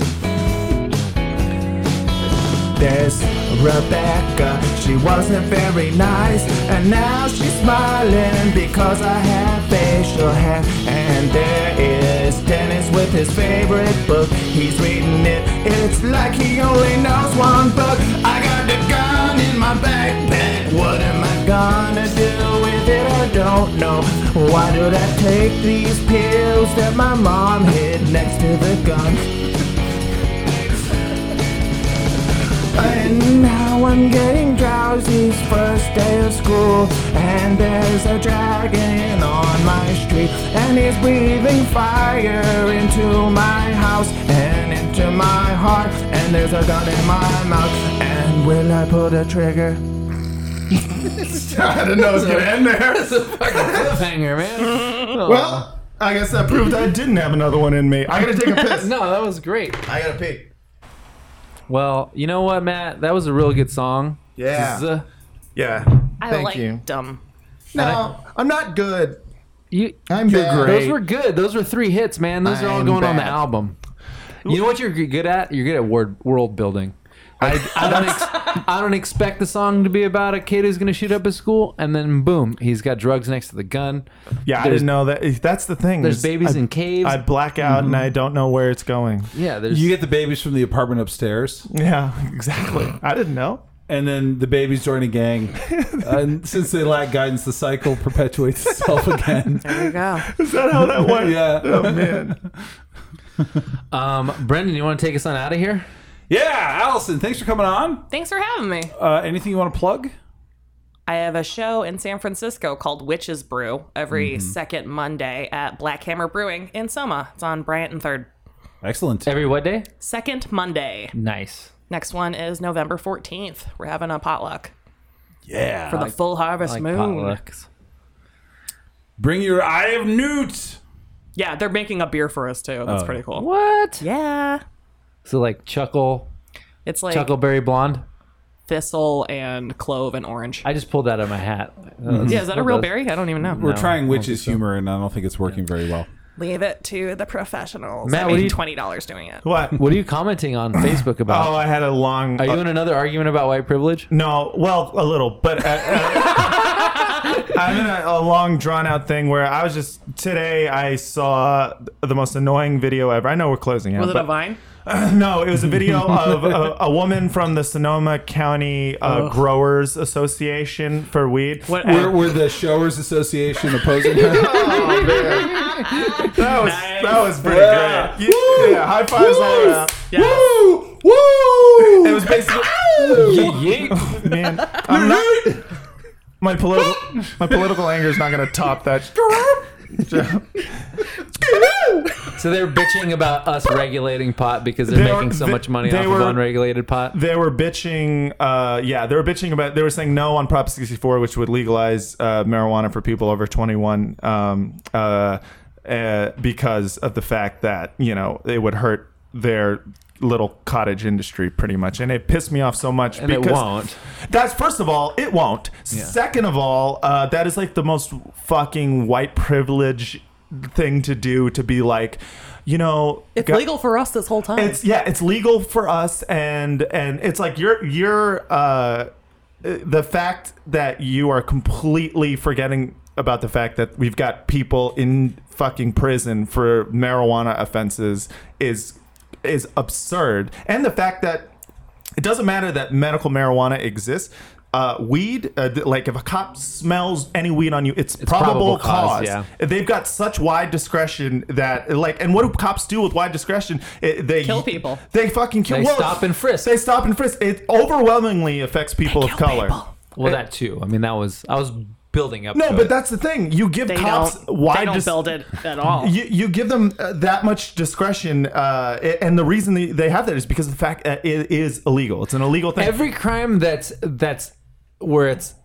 S12: There's Rebecca, she wasn't very nice, and now she's smiling because I have facial hair. And there is Dennis with his favorite book, he's reading it, it's like he only knows one book. I got the gun in my backpack, what am I gonna do with it? I don't know. Why did I take these pills that my mom hid next to the gun? And now I'm getting drowsy. It's First day of school, and there's a dragon on my street, and he's breathing fire into my house and into my heart. And there's a gun in my mouth, and will I pull the trigger?
S6: *laughs* I didn't know it was gonna end there.
S1: That's
S12: *laughs*
S1: a fucking cliffhanger, man.
S6: Well, I guess that proved I didn't have another one in me. I gotta take a *laughs* piss.
S1: no, that was great.
S6: I gotta pee.
S1: Well, you know what, Matt? That was a real good song.
S6: Yeah.
S1: Z-
S2: Yeah.
S3: I
S6: Thank
S3: like
S6: you.
S3: dumb.
S6: No, I'm not good.
S1: You,
S6: I'm
S1: You're
S6: bad.
S1: Those were good. Those were three hits, man. Those are all
S6: I'm
S1: going on the
S6: bad.
S1: album. You know what you're g- good at? You're good at word, world building. I, I, don't ex- I don't expect the song to be about a kid who's going to shoot up his school, and then boom, he's got drugs next to the gun.
S2: Yeah, I
S1: There's-
S2: didn't know that. That's the thing.
S1: there's
S2: is
S1: babies
S2: I-
S1: in caves. Mm-hmm.
S2: I black out and I don't know where it's going.
S1: Yeah, there's
S4: You get the babies from the apartment upstairs.
S2: Yeah, *laughs* exactly. I didn't know.
S4: And then the babies join a gang. *laughs* and since they lack guidance, the cycle *laughs* perpetuates itself again.
S3: There you go.
S2: Is that how that went?
S4: Yeah.
S2: Oh man.
S1: Um, Brendan, you want to take us on out of here?
S4: Yeah, Allison, thanks for coming on.
S3: Thanks for having me.
S4: Uh, anything you want to plug?
S3: I have a show in San Francisco called Witches Brew
S2: Mm-hmm.
S3: every second Monday at Black Hammer Brewing in Soma. It's on Bryant and Third.
S4: Excellent.
S1: Every what day?
S3: Second Monday.
S1: Nice.
S3: Next one is November 14th. We're having a potluck
S4: Yeah.
S3: for the full harvest moon.
S4: Bring your Eye of Newt.
S3: Yeah, they're making a beer for us too. That's
S1: Oh.
S3: pretty cool.
S1: What?
S3: Yeah.
S1: So like chuckle,
S3: It's like
S1: chuckleberry blonde.
S3: thistle and clove and orange.
S1: I just pulled that out of my hat.
S3: Yeah, is that a real berry? I don't even know.
S4: We're
S1: No, I
S4: trying
S1: don't
S4: witches humor, and I don't think it's working very well.
S3: Leave it to the professionals.
S1: Matt,
S3: I
S1: what do
S3: made
S1: you-
S3: twenty dollars doing it.
S2: What?
S1: What are you commenting on Facebook about?
S2: Oh, I had a long.
S1: Are you in another argument about white privilege?
S2: No, well, a little, but uh, *laughs* uh, I'm in a, a long, drawn out thing where I was just today. I saw the most annoying video ever. I know we're closing out.
S3: Was it
S2: but,
S3: a vine?
S2: *laughs* no, it was a
S1: *laughs*
S2: video of a, a woman from the Sonoma County uh,
S4: Ugh.
S2: Growers Association for weed.
S3: What-
S4: Where were the Showers Association opposing
S2: *laughs*
S4: her?
S2: That was that was pretty
S4: Yeah.
S2: great. Yeah, yeah, high fives all around.
S4: Woo! Woo!
S2: It was basically *laughs* man. I'm not. My political *laughs* my political anger is not going to top that.
S1: So they're bitching about us regulating pot because they're
S2: They were-
S1: making so
S2: they-
S1: much money
S2: they
S1: off
S2: were-
S1: of unregulated pot.
S2: They were bitching. Uh, yeah, they were bitching about. They were saying no on Prop 64, which would legalize uh, marijuana for people over 21, um, uh, uh, because of the fact that you know it would hurt their little cottage industry pretty much, and it pissed me off so much.
S1: And it
S2: because
S1: won't.
S2: That's first of all, it won't. Second of all, uh, that is like the most fucking white privilege thing to do to be like, you know,
S3: It's
S2: go-
S3: legal for us this whole time.
S2: it's yeah, it's legal for us, and and it's like you're you're uh, the fact that you are completely forgetting about the fact that we've got people in fucking prison for marijuana offenses is is absurd, and the fact that it doesn't matter that medical marijuana exists. Uh, weed, uh, th- like if a cop smells any weed on you, it's,
S1: probable
S2: probable, cause.
S1: cause, yeah.
S2: They've got such wide discretion that, like, and what do cops do with wide discretion? It, they
S3: Kill people.
S2: They fucking kill.
S1: They
S2: well,
S1: stop and frisk.
S2: They stop and frisk. It overwhelmingly affects people of color.
S1: Well, that too. I mean, that was I was building up.
S2: No,
S1: to
S2: but
S1: it.
S2: that's the thing. You give
S3: They
S2: cops
S3: don't-
S2: why
S3: they don't
S2: dis-
S3: build it at all.
S2: *laughs* You, you give them uh, that much discretion, uh, a- and the reason they, they have that is because of the fact that it is illegal. It's an illegal thing.
S1: every crime that's that's where it's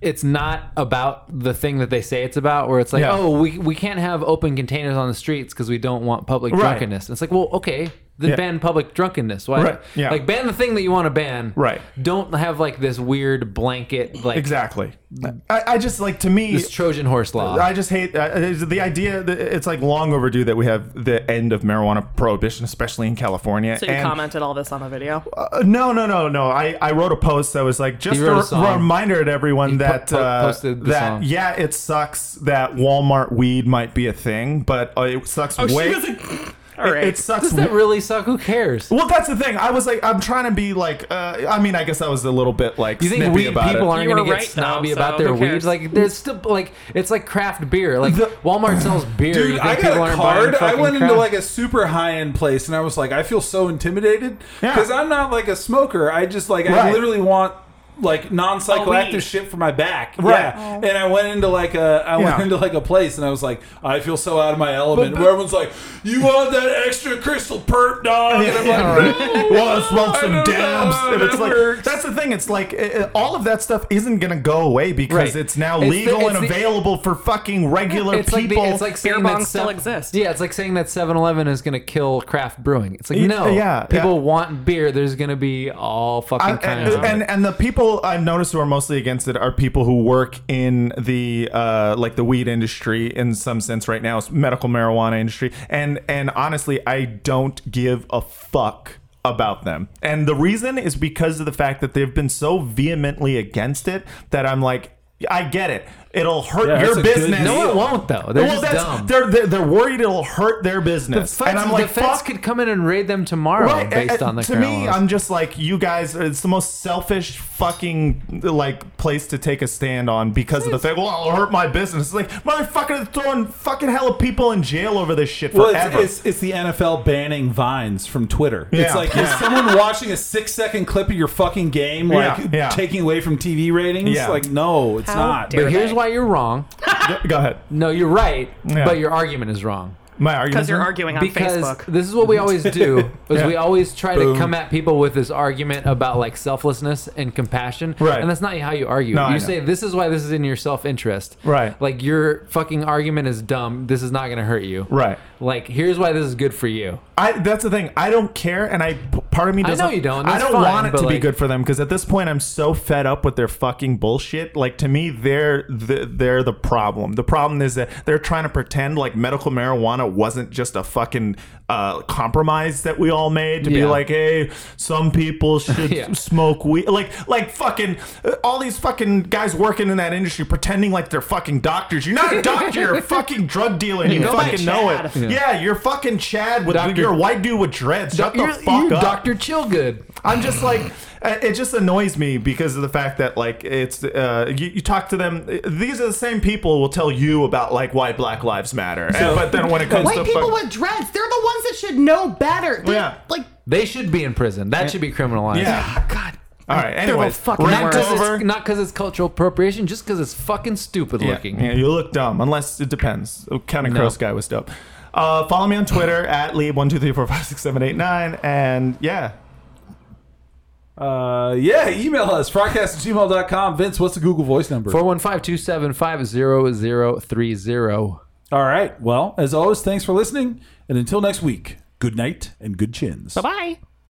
S1: it's not about the thing that they say it's about where it's like
S2: Yeah.
S1: oh we, we can't have open containers on the streets because we don't want public
S2: Right.
S1: drunkenness it's like well okay then
S2: Yeah.
S1: ban public drunkenness why
S2: Right, yeah.
S1: like ban the thing that you want to ban
S2: right
S1: don't have like this weird blanket like
S2: exactly I, I just like to me
S1: this trojan horse law
S2: I just hate uh, is the idea that it's like long overdue that we have the end of marijuana prohibition, especially in California.
S3: So you
S2: and-
S3: commented all this on the video.
S2: Uh, no, no, no, no. I, I wrote a post that was like just
S1: You wrote a
S2: a,
S1: song.
S2: reminder to everyone that
S1: po-
S2: uh,
S1: posted the
S2: that
S1: song.
S2: yeah, it sucks that Walmart weed might be a thing, but uh, it sucks
S1: Oh, she
S2: way.
S1: was
S2: *laughs* It-
S1: right.
S2: It, sucks.
S1: Does that really suck? Who cares?
S2: Well, that's the thing. I was like, I'm trying to be like. Uh, I mean, I guess I was a little bit like.
S1: you think
S2: snippy
S1: weed people
S2: about it.
S1: aren't going to get snobby about their weed? Like, there's still like it's like craft beer. Like Walmart
S2: *sighs*
S1: sells beer. You
S4: Dude,
S1: think
S4: I
S1: people
S4: got a
S1: aren't buying
S4: card. I
S1: fucking
S4: went into
S1: craft-
S4: like a super high end place, and I was like, I feel so intimidated because I'm not like a smoker. I just like I
S2: Right.
S4: literally want like
S2: Oh,
S4: non
S2: weed.
S4: psychoactive shit for my back.
S2: Right.
S4: Yeah. And I went into like a I went
S2: Yeah.
S4: into like a place, and I was like, I feel so out of my element.
S5: But- but-
S4: where everyone's like, You want that extra crystal perp, dog? And I'm
S2: Yeah,
S4: like,
S2: right. Well, I smoked some dabs,
S4: how
S2: and it's
S4: that
S2: like that's the thing. It's like uh, uh, all of that stuff isn't gonna go away because
S1: Right.
S2: it's now
S1: It's the-
S2: legal
S1: it's
S2: and
S1: the-
S2: available for fucking regular
S1: it's
S2: people.
S1: Like the, it's like saying that sev- Yeah, it's like saying that 7-Eleven is going to kill craft brewing. It's like
S2: Y-
S1: no,
S2: yeah,
S1: people want beer. There's going to be all fucking
S2: and,
S1: kinds. of
S2: and
S1: it.
S2: and the people I've noticed who are mostly against it are people who work in the uh, like the weed industry in some sense right now, it's medical marijuana industry, and and honestly, I don't give a fuck about them. And the reason is because of the fact that they've been so vehemently against it that I'm like, I get it. It'll hurt
S1: Yeah, that's
S2: your
S1: a good
S2: business.
S1: deal. No, it won't, though. They're just
S2: that's-
S1: dumb.
S2: They're, they're they're worried it'll hurt their business.
S1: the feds,
S2: and I'm like,
S1: the feds
S2: fuck
S1: could come in and raid them tomorrow
S2: Right,
S1: based
S2: uh,
S1: on the
S2: to me,
S1: current laws.
S2: I'm just like you guys. It's the most selfish fucking like place to take a stand on because of the thing. Well, I'll hurt my business. It's like motherfucker throwing fucking hell of people in jail over this shit
S4: Well,
S2: forever.
S4: it's, it's, it's the NFL banning vines from Twitter. It's
S2: Yeah.
S4: like
S2: Yeah.
S4: is someone watching a six second clip of your fucking game, like
S2: Yeah. Yeah.
S4: taking away from TV ratings.
S2: Yeah.
S4: Like, no, it's not.
S1: But here's why you're wrong.
S2: Go ahead.
S1: No, you're right,
S4: Yeah.
S1: but your argument is wrong.
S2: My argument
S3: 'Cause is you're wrong? arguing on
S1: because
S3: Facebook.
S1: This is what we always
S2: *laughs*
S1: do: is
S2: Yeah.
S1: we always try
S2: Boom.
S1: to come at people with this argument about like selflessness and compassion,
S2: Right.
S1: And that's not how you argue.
S2: No, I
S1: you
S2: know.
S1: say this is why this is in your self-interest,
S2: Right.
S1: Like your fucking argument is dumb. This is not going to hurt you,
S2: Right.
S1: Like here's why this is good for you.
S2: I that's the thing. I don't care, and I p- part of me
S1: I
S2: doesn't.
S1: know you don't.
S2: I
S1: That's
S2: don't
S1: fine,
S2: want it
S1: but,
S2: to be
S1: like-
S2: good for them because at this point, I'm so fed up with their fucking bullshit. Like to me, they're the, they're the problem. The problem is that they're trying to pretend like medical marijuana wasn't just a fucking uh, compromise that we all made to be
S8: Yeah.
S2: like, hey,
S1: *laughs*
S2: some people should
S8: Yeah.
S2: smoke weed. Like like fucking uh, all these fucking guys working in that industry pretending like they're fucking doctors. You're not a doctor. you're a fucking drug dealer. And you
S1: Yeah. Go by
S2: fucking know it.
S1: Chad. Yeah.
S2: Yeah, you're fucking Chad with
S1: Dr.
S2: you're a white dude with dreads. Shut
S1: You're-
S2: the fuck
S1: you're
S2: up,
S1: Dr. Chillgood.
S2: I'm just like, uh, it just annoys me because of the fact that like it's uh, you, you talk to them. uh, These are the same people who will tell you about like why Black Lives Matter, And- but then when it comes
S7: white
S2: to
S7: people
S2: fuck-
S7: with dreads, they're the ones that should know better. They-
S2: Yeah.
S7: like
S1: They should be in prison. That should be criminalized.
S2: yeah, God. All right. Anyways,
S1: not
S2: rant
S1: because
S2: over.
S1: it's, not 'cause it's cultural appropriation, just because it's fucking stupid
S2: Yeah,
S1: looking.
S2: Yeah, you look dumb. Unless it depends. Oh, Counting
S1: No.
S2: Crows guy was dope. Uh, follow me on Twitter at lead one two three four five six seven eight nine and yeah.
S4: Uh, yeah, email us, broadcast at gmail.com. Vince, what's the Google voice number?
S1: 415-275-0030.
S4: All right. Well, as always, thanks for listening. And until next week, good night and good chins. Bye
S3: bye.